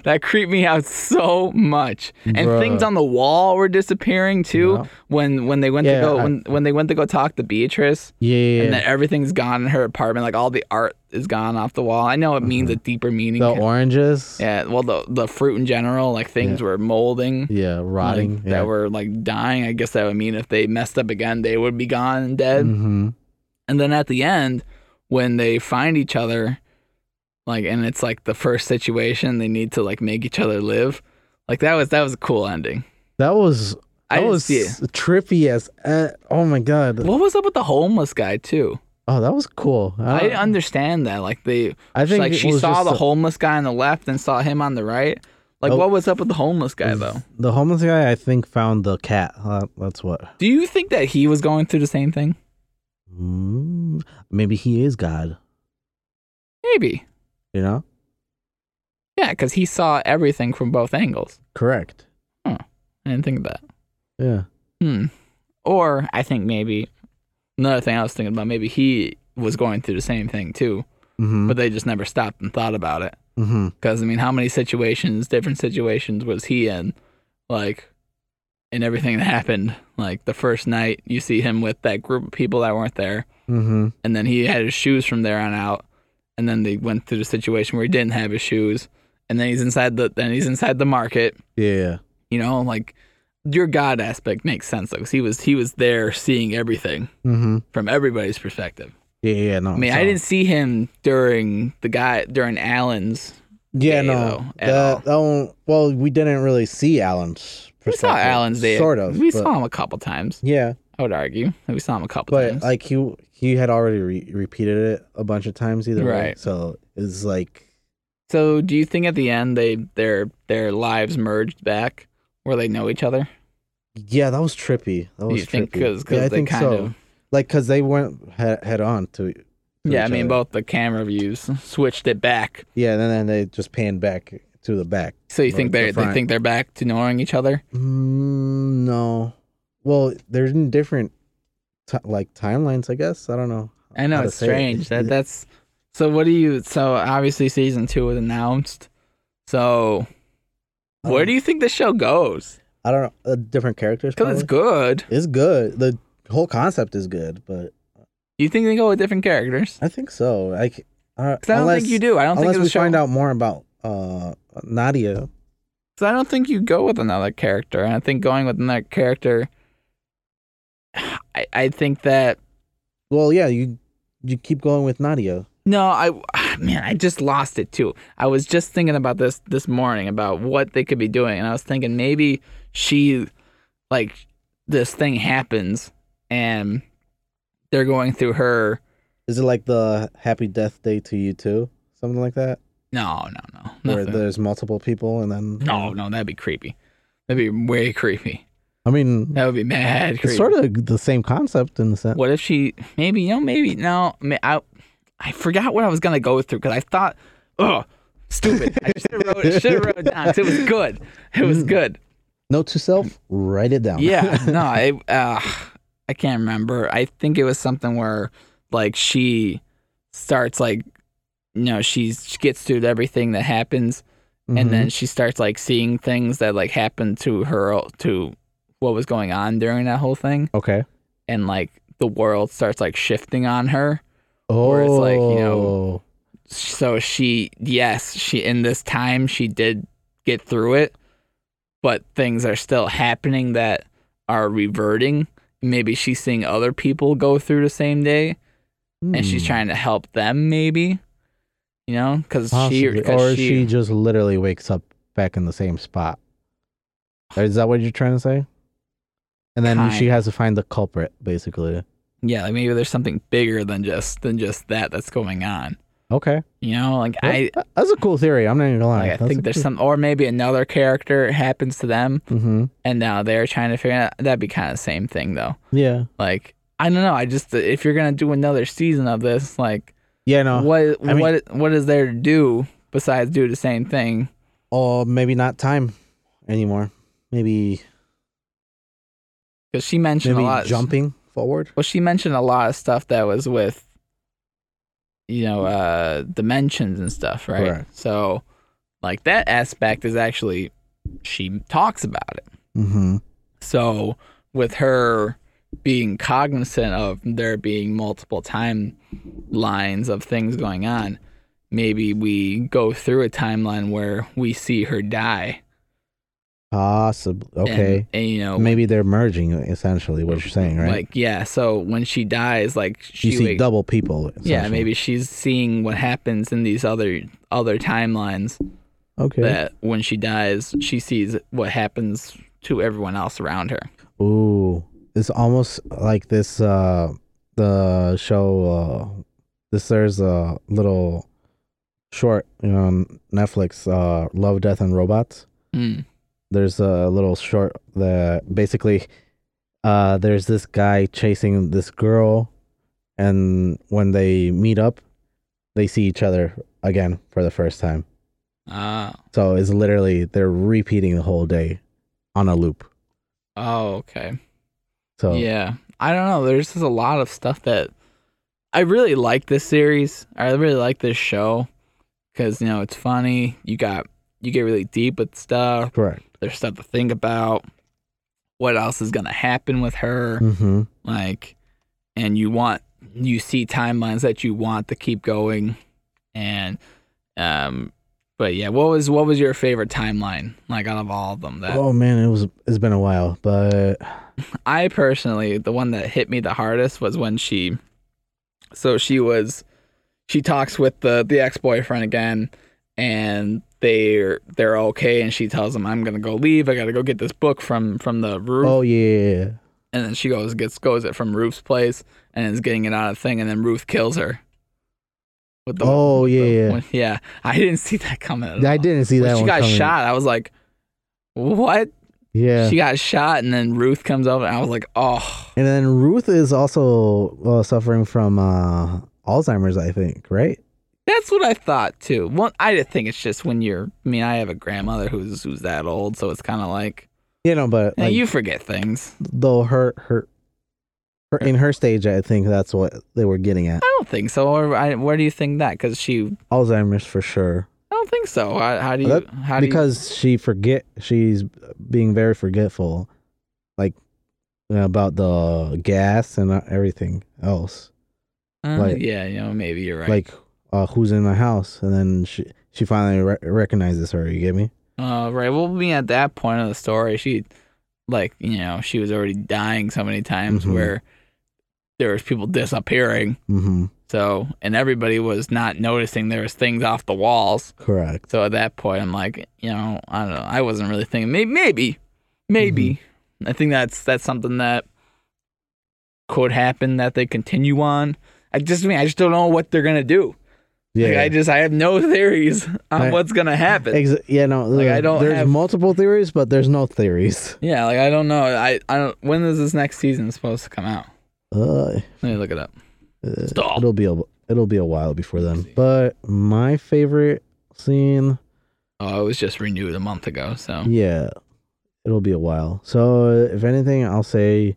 Speaker 2: that creeped me out so much. And
Speaker 1: Bruh.
Speaker 2: things on the wall were disappearing too.
Speaker 1: Yeah.
Speaker 2: When when they went
Speaker 1: Yeah,
Speaker 2: to go
Speaker 1: I-
Speaker 2: when when they went to go talk to Beatrice,
Speaker 1: Yeah, yeah,
Speaker 2: and
Speaker 1: yeah.
Speaker 2: then everything's gone in her apartment. Like all the art is gone off the wall. I know it means a deeper meaning.
Speaker 1: Mm-hmm. the oranges.
Speaker 2: yeah. Well, the the fruit in general, like things were molding.
Speaker 1: Yeah, rotting.
Speaker 2: like,
Speaker 1: yeah.
Speaker 2: That were like dying. I guess that would mean if they messed up again, they would be gone and dead.
Speaker 1: hmm
Speaker 2: And then at the end, when they find each other, like, and it's like the first situation they need to like make each other live. Like that was that was a cool ending.
Speaker 1: That was that
Speaker 2: I didn't
Speaker 1: was
Speaker 2: see it.
Speaker 1: trippy as eh, oh my god.
Speaker 2: What was up with the homeless guy too?
Speaker 1: Oh, that was cool.
Speaker 2: I
Speaker 1: don't-
Speaker 2: didn't understand that. Like they,
Speaker 1: Uh, I think
Speaker 2: like
Speaker 1: it
Speaker 2: she
Speaker 1: was
Speaker 2: saw
Speaker 1: just
Speaker 2: the
Speaker 1: a-
Speaker 2: homeless guy on the left and saw him on the right. Like
Speaker 1: Oh.
Speaker 2: what was up with the homeless guy though?
Speaker 1: The homeless guy, I think, found the cat. Uh, that's what.
Speaker 2: Do you think that he was going through the same thing?
Speaker 1: Mm, maybe he is God.
Speaker 2: Maybe.
Speaker 1: You know.
Speaker 2: Yeah, because he saw everything from both angles.
Speaker 1: Correct.
Speaker 2: I didn't think of that.
Speaker 1: Yeah.
Speaker 2: Hmm. Or I think maybe another thing I was thinking about, maybe he was going through the same thing too,
Speaker 1: Mm-hmm.
Speaker 2: but they just never stopped and thought about it.
Speaker 1: mm-hmm.
Speaker 2: Because I mean, how many situations, different situations, was he in? Like, in everything that happened, like the first night you see him with that group of people that weren't there,
Speaker 1: Mm-hmm.
Speaker 2: and then he had his shoes from there on out, and then they went through the situation where he didn't have his shoes, and then he's inside the then he's inside the market,
Speaker 1: Yeah.
Speaker 2: you know, like your God aspect makes sense though, because he was he was there seeing everything
Speaker 1: Mm-hmm.
Speaker 2: from everybody's perspective.
Speaker 1: Yeah. Yeah. No.
Speaker 2: I mean, I didn't see him during the guy during Allen's.
Speaker 1: Yeah.
Speaker 2: day,
Speaker 1: No.
Speaker 2: though, at
Speaker 1: That, that one, well, we didn't really see Alan's.
Speaker 2: We saw
Speaker 1: perspective.
Speaker 2: Allen's day.
Speaker 1: Sort of.
Speaker 2: We
Speaker 1: but-
Speaker 2: saw him a couple times.
Speaker 1: Yeah,
Speaker 2: I would argue we saw him a couple
Speaker 1: but
Speaker 2: times.
Speaker 1: like he he had already re- repeated it a bunch of times either way.
Speaker 2: Right.
Speaker 1: So it's like
Speaker 2: so, do you think at the end they their their lives merged back where they know each other?
Speaker 1: yeah, that was trippy. That
Speaker 2: Do
Speaker 1: was
Speaker 2: you
Speaker 1: trippy.
Speaker 2: think because
Speaker 1: yeah, I
Speaker 2: they
Speaker 1: think
Speaker 2: kind
Speaker 1: so.
Speaker 2: of
Speaker 1: Like because they went head, head on to. to
Speaker 2: yeah, I
Speaker 1: each
Speaker 2: mean
Speaker 1: other.
Speaker 2: both the camera views switched it back.
Speaker 1: Yeah, and then they just panned back to the back.
Speaker 2: So you
Speaker 1: Or
Speaker 2: think
Speaker 1: the
Speaker 2: they they
Speaker 1: front.
Speaker 2: think they're back to knowing each other?
Speaker 1: Mm, no, well, they're in different ti like timelines, I guess. I don't know.
Speaker 2: I know
Speaker 1: how to
Speaker 2: it's
Speaker 1: say it.
Speaker 2: strange that that's so. What do you so obviously season two was announced. So where
Speaker 1: Um,
Speaker 2: do you think the show goes?
Speaker 1: I don't know. Uh, different characters.
Speaker 2: Because it's
Speaker 1: probably.
Speaker 2: good.
Speaker 1: It's good. The whole concept is good, but
Speaker 2: You think they go with different characters?
Speaker 1: I think so. I, c- uh,
Speaker 2: 'Cause I don't
Speaker 1: unless,
Speaker 2: think you do. I don't think
Speaker 1: unless
Speaker 2: it's
Speaker 1: we
Speaker 2: a show.
Speaker 1: find out more about uh Nadia.
Speaker 2: 'Cause I don't think you go with another character. And I think going with another character, I I think that
Speaker 1: Well, yeah, you you keep going with Nadia.
Speaker 2: No, I ah, man, I just lost it too. I was just thinking about this this morning about what they could be doing, and I was thinking maybe she, like, this thing happens, and they're going through her.
Speaker 1: Is it like the Happy Death Day to you too? Something like that,
Speaker 2: No, no, no,
Speaker 1: where
Speaker 2: nothing.
Speaker 1: there's multiple people and then
Speaker 2: no, no, that'd be creepy. That'd be way creepy.
Speaker 1: I mean,
Speaker 2: That would be mad creepy.
Speaker 1: it's sort of the same concept in the sense.
Speaker 2: What if she? Maybe you know. Maybe no. ma- I I forgot what I was gonna go through because I thought, oh, stupid. I should have wrote, should've wrote it down. 'cause It was good. It was
Speaker 1: Mm.
Speaker 2: good.
Speaker 1: Note to self: write it down.
Speaker 2: Yeah, no, I uh, I can't remember. I think it was something where like she starts like you know she's, she gets through everything that happens,
Speaker 1: Mhm.
Speaker 2: and then she starts like seeing things that like happened to her to what was going on during that whole thing,
Speaker 1: Mm-hmm. okay.
Speaker 2: and like the world starts like shifting on her.
Speaker 1: Oh,
Speaker 2: Where it's like, you know- So she yes she in this time she did get through it, but things are still happening that are reverting. Maybe she's seeing other people go through the same day, and she's
Speaker 1: Hmm.
Speaker 2: trying to help them. Maybe, you know, because she,
Speaker 1: Possibly.
Speaker 2: because
Speaker 1: or she,
Speaker 2: she,
Speaker 1: just literally wakes up back in the same spot. Is that what you're trying to say? And then she
Speaker 2: Kind.
Speaker 1: has to find the culprit, basically.
Speaker 2: yeah, like maybe there's something bigger than just than just that that's going on.
Speaker 1: Okay,
Speaker 2: You know, like
Speaker 1: Well,
Speaker 2: I,
Speaker 1: that- that's a cool theory. I'm not even gonna lie.
Speaker 2: like I think there's some, or maybe another character happens to them,
Speaker 1: hmm
Speaker 2: and now they're trying to figure out. That'd be kind of the same thing though.
Speaker 1: Yeah,
Speaker 2: Like I don't know. I just if you're gonna do another season of this, like
Speaker 1: yeah, no,
Speaker 2: what
Speaker 1: I mean-
Speaker 2: what what is there to do besides do the same thing?
Speaker 1: or Oh, maybe not time anymore. Maybe
Speaker 2: Because she mentioned
Speaker 1: maybe
Speaker 2: a lot.
Speaker 1: jumping forward.
Speaker 2: Well, she mentioned a lot of stuff that was with, you know, uh dimensions and stuff, right?
Speaker 1: Correct.
Speaker 2: So Like that aspect is actually she talks about it.
Speaker 1: Mm-hmm.
Speaker 2: So with her being cognizant of there being multiple timelines of things going on, maybe we go through a timeline where we see her die.
Speaker 1: Possibly.
Speaker 2: and-
Speaker 1: Okay.
Speaker 2: And, you know,
Speaker 1: Maybe they're merging essentially what you're saying, right?
Speaker 2: like yeah. So when she dies, like she
Speaker 1: you see
Speaker 2: wakes-
Speaker 1: double people.
Speaker 2: yeah,
Speaker 1: essentially.
Speaker 2: maybe she's seeing what happens in these other other timelines.
Speaker 1: Okay.
Speaker 2: That when she dies, she sees what happens to everyone else around her.
Speaker 1: Ooh, it's almost like this. Uh, the show. Uh, this there's a little short on Netflix. Uh, Love, Death, and Robots.
Speaker 2: Mm.
Speaker 1: There's a little short that basically, uh, there's this guy chasing this girl, and when they meet up, they see each other again for the first time.
Speaker 2: Ah.
Speaker 1: So it's literally they're repeating the whole day on a loop.
Speaker 2: oh, okay.
Speaker 1: So
Speaker 2: Yeah. I don't know. There's just a lot of stuff that I really like this series. I really like this show because, you know, it's funny. You got, you get really deep with stuff.
Speaker 1: correct.
Speaker 2: There's stuff to think about. What else is going to happen with her?
Speaker 1: Mm-hmm.
Speaker 2: Like, and you want, you see timelines that you want to keep going. And, um, but yeah, what was what was your favorite timeline? Like out of all of them, that
Speaker 1: Oh man, it was it's been a while, but
Speaker 2: I personally, the one that hit me the hardest was when she, so she was, she talks with the the ex boyfriend again, and they're they're okay, and she tells him, "I'm gonna go leave. I gotta go get this book from from the roof."
Speaker 1: oh yeah,
Speaker 2: And then she goes gets goes it from Ruth's place, and is getting it out of the thing, and then Ruth kills her. With
Speaker 1: Oh,
Speaker 2: with
Speaker 1: yeah, yeah.
Speaker 2: with- yeah. I didn't see that coming. At
Speaker 1: I
Speaker 2: all.
Speaker 1: didn't see
Speaker 2: When
Speaker 1: that
Speaker 2: she
Speaker 1: one
Speaker 2: got
Speaker 1: coming.
Speaker 2: shot. I was like, "What?"
Speaker 1: Yeah,
Speaker 2: She got shot, and then Ruth comes over, and I was like, "Oh."
Speaker 1: and then Ruth is also uh, suffering from uh, Alzheimer's, I think, right?
Speaker 2: That's what I thought too. Well, I think it's just when you're. I mean, I have a grandmother who's who's that old, so it's kind of like,
Speaker 1: You know, but
Speaker 2: eh,
Speaker 1: like,
Speaker 2: you forget things.
Speaker 1: though her her her in her stage, I think that's what they were getting at.
Speaker 2: I don't think so. Or I, where do you think that? Because she. I
Speaker 1: Alzheimer's for sure,
Speaker 2: don't think so. How, how do you?
Speaker 1: That-
Speaker 2: how do you-
Speaker 1: because she forget she's being very forgetful, like about the gas and uh, everything else.
Speaker 2: Uh,
Speaker 1: like-
Speaker 2: yeah, you know, maybe you're right.
Speaker 1: like uh, who's in my house and then she she finally re- recognizes her you get me
Speaker 2: uh, right. Well, being at that point of the story, she, like, you know, she was already dying so many times
Speaker 1: Mhm.
Speaker 2: where there was people disappearing.
Speaker 1: mm-hmm
Speaker 2: So, and everybody was not noticing there was things off the walls.
Speaker 1: correct
Speaker 2: So at that point, I'm like, you know, I don't know. I wasn't really thinking. Maybe, maybe, maybe.
Speaker 1: Mm-hmm.
Speaker 2: I think that's that's something that could happen that they continue on. I just I mean I just don't know what they're gonna do.
Speaker 1: yeah
Speaker 2: Like, I just I have no theories on
Speaker 1: Right.
Speaker 2: what's gonna happen.
Speaker 1: Ex- yeah no uh,
Speaker 2: Like, I don't
Speaker 1: there's
Speaker 2: have-
Speaker 1: multiple theories but there's no theories
Speaker 2: yeah, like I don't know. I I don't. When is this next season supposed to come out?
Speaker 1: uh,
Speaker 2: Let me look it up.
Speaker 1: uh,
Speaker 2: Stop.
Speaker 1: it'll be a it'll be a while before then but my favorite scene
Speaker 2: Oh, it was just renewed a month ago. So
Speaker 1: yeah it'll be a while so uh, if anything i'll say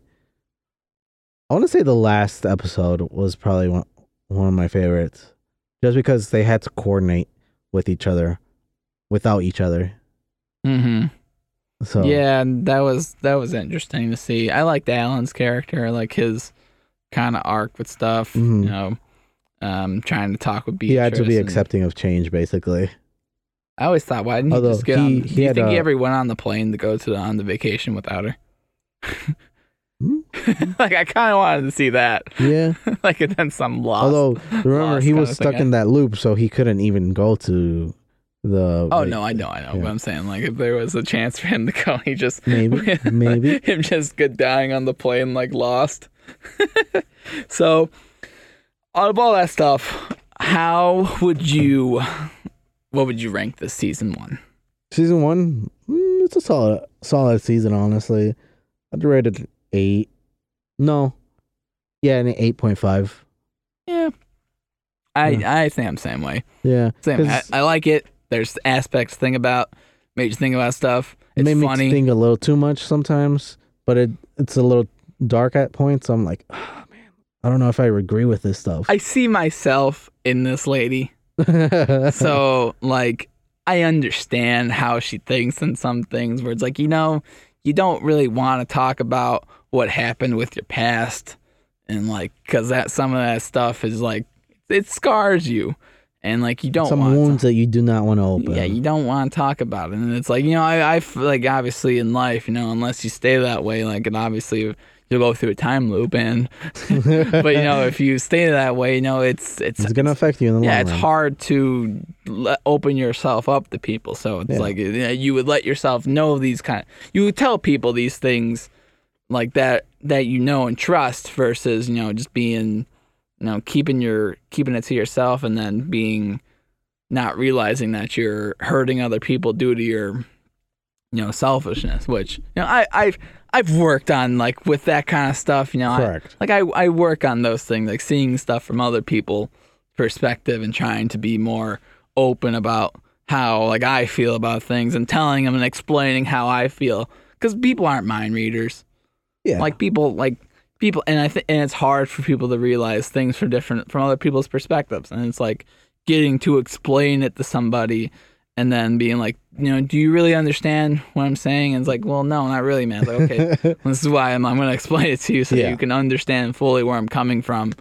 Speaker 1: i want to say the last episode was probably one, one of my favorites just because they had to coordinate with each other without each other
Speaker 2: hmm
Speaker 1: So
Speaker 2: yeah, and that was that was interesting to see. I liked Alan's character, I like his kind of arc with stuff.
Speaker 1: Mhm.
Speaker 2: You know, um, trying to talk with Beatrice.
Speaker 1: he had to be
Speaker 2: and-
Speaker 1: accepting of change, basically.
Speaker 2: I always thought, why didn't he
Speaker 1: Although
Speaker 2: just get
Speaker 1: he-
Speaker 2: on?
Speaker 1: he
Speaker 2: do you
Speaker 1: had
Speaker 2: think he
Speaker 1: a-
Speaker 2: ever went on the plane to go to the, on the vacation without her?
Speaker 1: Hmm?
Speaker 2: like I kind of wanted to see that.
Speaker 1: Yeah.
Speaker 2: like and then some lost.
Speaker 1: Although remember
Speaker 2: lost
Speaker 1: he
Speaker 2: kinda
Speaker 1: was stuck
Speaker 2: thing.
Speaker 1: in that loop, so he couldn't even go to the.
Speaker 2: oh no, I know, I know.
Speaker 1: Yeah.
Speaker 2: But I'm saying like if there was a chance for him to go, he just
Speaker 1: Maybe, maybe.
Speaker 2: him just get dying on the plane like lost. so, out of all that stuff, how would you? What would you rank this season one?
Speaker 1: Season one, mm, it's a solid, solid season. Honestly, I'd rate it an eight. No. Yeah, an eight point five.
Speaker 2: Yeah, I
Speaker 1: Yeah.
Speaker 2: I think I'm same way.
Speaker 1: Yeah.
Speaker 2: Same. I,
Speaker 1: Hmm. 'Cause-
Speaker 2: I like it. There's aspects to think about. Made you think about stuff. It's
Speaker 1: made
Speaker 2: funny.
Speaker 1: me think a little too much sometimes, but it it's a little dark at points. I'm like, ah, man, I don't know if I agree with this stuff.
Speaker 2: I see myself in this lady. So like I understand how she thinks in some things where it's like, you know, you don't really want to talk about what happened with your past and like cuz that some of that stuff is like it scars you and like you don't
Speaker 1: Some
Speaker 2: want to
Speaker 1: wounds that you do not want to open.
Speaker 2: yeah, you don't want to talk about it. And it's like, you know, I, I feel like obviously in life, you know, unless you stay that way, like, and obviously you'll go through a time loop. And, but, you know, if you stay that way, you know, it's, it's,
Speaker 1: it's gonna affect you in the long
Speaker 2: yeah, it's
Speaker 1: run.
Speaker 2: hard to le- open yourself up to people. So it's
Speaker 1: Yeah.
Speaker 2: like you, know, you would let yourself know these kind. You would tell people these things like that that you know and trust versus you know just being you know keeping your keeping it to yourself and then being not realizing that you're hurting other people due to your you know selfishness which you know I I've I've worked on like with that kind of stuff you know I,
Speaker 1: Correct.
Speaker 2: like I I work on those things like seeing stuff from other people perspective and trying to be more open about how like I feel about things and telling them and explaining how I feel cuz people aren't mind readers
Speaker 1: Yeah.
Speaker 2: like people like people and I think and it's hard for people to realize things from different from other people's perspectives and it's like getting to explain it to somebody and then being like, you know, do you really understand what I'm saying? And it's like, well, no, not really, man. It's like, okay, this is why I'm, I'm going to explain it to you so
Speaker 1: Yeah.
Speaker 2: that you can understand fully where I'm coming from.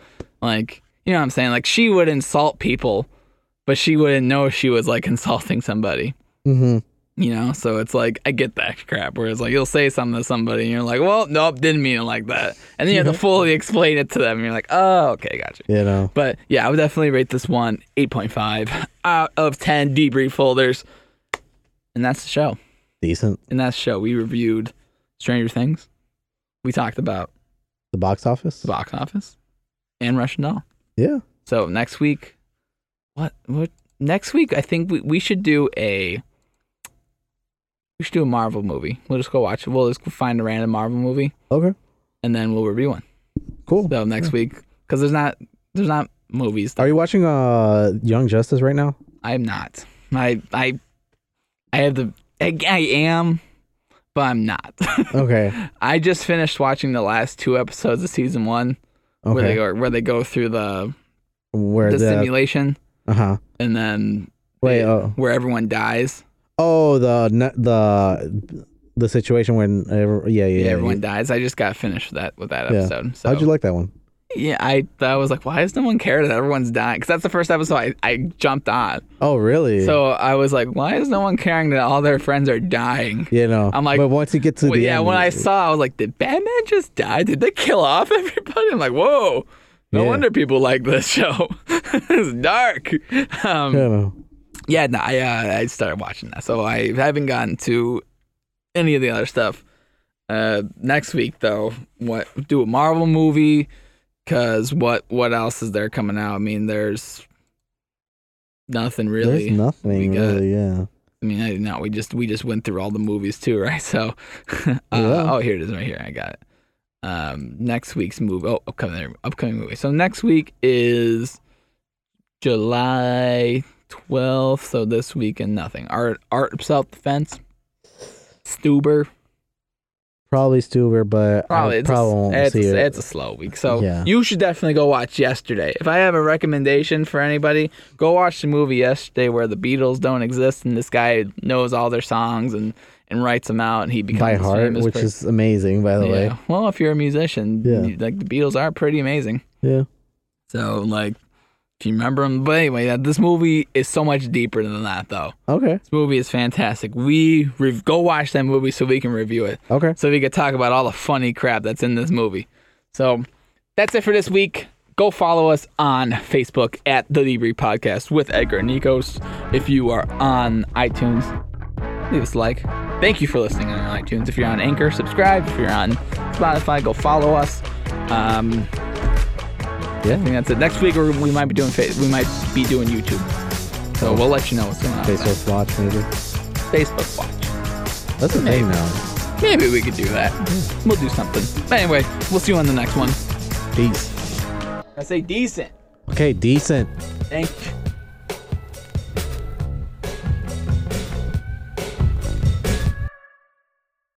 Speaker 2: Like, you know what I'm saying? Like, she would insult people, but she wouldn't know she was like insulting somebody,
Speaker 1: hmm
Speaker 2: you know? So it's like, I get that crap. Whereas, like, you'll say something to somebody and you're like, well, nope, didn't mean it like that. And then you have to fully explain it to them. And you're like, oh, okay, gotcha.
Speaker 1: You know.
Speaker 2: But yeah, I would definitely rate this one 8.5 out of 10 debrief folders. And that's the show.
Speaker 1: Decent.
Speaker 2: And that's the show. We reviewed Stranger Things. We talked about
Speaker 1: The box office.
Speaker 2: the box office and Russian Doll.
Speaker 1: Yeah.
Speaker 2: So next week, what? What? Next week, I think we, we should do a. We should do a Marvel movie. We'll just go watch it. We'll just find a random Marvel movie
Speaker 1: Okay.
Speaker 2: and then we'll review one.
Speaker 1: Cool.
Speaker 2: So next week, because there's not there's not movies
Speaker 1: Are you watching uh Young Justice right now?
Speaker 2: I'm not. I I I have the I, I am, but I'm not.
Speaker 1: Okay.
Speaker 2: I just finished watching the last two episodes of season one, where they
Speaker 1: Okay.
Speaker 2: go where they go through the
Speaker 1: Where
Speaker 2: the
Speaker 1: the
Speaker 2: simulation
Speaker 1: uh huh.
Speaker 2: and then
Speaker 1: Wait.
Speaker 2: the-
Speaker 1: Oh.
Speaker 2: where everyone dies.
Speaker 1: Oh. The ne- the the situation when ever- yeah yeah.
Speaker 2: Yeah,
Speaker 1: yeah
Speaker 2: everyone dies. I just got finished with that with that
Speaker 1: Yeah.
Speaker 2: episode. So
Speaker 1: How'd you like that one?
Speaker 2: yeah, I I was like, why does no one care that everyone's dying? Because that's the first episode I, I jumped on.
Speaker 1: Oh really?
Speaker 2: So I was like, why is no one caring that all their friends are dying?
Speaker 1: you know.
Speaker 2: I'm like-
Speaker 1: But once you get to
Speaker 2: Well,
Speaker 1: the
Speaker 2: yeah,
Speaker 1: end,
Speaker 2: when I
Speaker 1: it-
Speaker 2: saw, I was like, "Did Batman just die? Did they kill off everybody?" I'm like, "Whoa!" No
Speaker 1: Yeah.
Speaker 2: wonder people like this show. it's dark. Um,
Speaker 1: you
Speaker 2: yeah,
Speaker 1: know.
Speaker 2: no, I uh, I started watching that, so I haven't gotten to any of the other stuff. Uh, next week, though, what do a Marvel movie? Cause what what else is there coming out? I mean, there's nothing really.
Speaker 1: There's nothing
Speaker 2: We got-
Speaker 1: really. Yeah.
Speaker 2: I mean, I, no, we just we just went through all the movies too, right? So, uh,
Speaker 1: Yeah.
Speaker 2: oh, here it is, right here. I got it. Um, next week's movie. Oh, upcoming upcoming movie. So next week is July twelfth. So this weekend, nothing. Art art of self defense. Stuber.
Speaker 1: Probably Stuber, but
Speaker 2: Probably,
Speaker 1: I
Speaker 2: it's,
Speaker 1: probably
Speaker 2: a,
Speaker 1: won't
Speaker 2: it's,
Speaker 1: see
Speaker 2: a,
Speaker 1: it.
Speaker 2: it's a slow week. So
Speaker 1: Yeah.
Speaker 2: you should definitely go watch yesterday. If I have a recommendation for anybody, go watch the movie yesterday where the Beatles don't exist and this guy knows all their songs and, and writes them out and he becomes
Speaker 1: by
Speaker 2: this
Speaker 1: heart,
Speaker 2: famous
Speaker 1: which
Speaker 2: person.
Speaker 1: is amazing, by the way.
Speaker 2: yeah. Well, if you're a musician,
Speaker 1: Yeah.
Speaker 2: you- like the Beatles are pretty amazing.
Speaker 1: Yeah.
Speaker 2: So like if you remember them, but anyway, yeah, this movie is so much deeper than that though.
Speaker 1: Okay.
Speaker 2: This movie is fantastic. We rev go watch that movie so we can review it
Speaker 1: Okay.
Speaker 2: so we could talk about all the funny crap that's in this movie. So that's it for this week. Go follow us on Facebook at The Debrief Podcast with Edgar and Nikos. If you are on iTunes, leave us a like. Thank you for listening on iTunes. If you're on Anchor, subscribe. If you're on Spotify, go follow us. Um, yeah, I think that's it. Next week we're, we might be doing fa- we might be doing YouTube. So we'll let you know what's going on. with
Speaker 1: Facebook Watch maybe.
Speaker 2: that. Facebook Watch.
Speaker 1: That's a thing now.
Speaker 2: Maybe we could do that. We'll do something. But anyway, we'll see you on the next one.
Speaker 1: Peace.
Speaker 2: I say decent.
Speaker 1: Okay, decent.
Speaker 2: Thank you.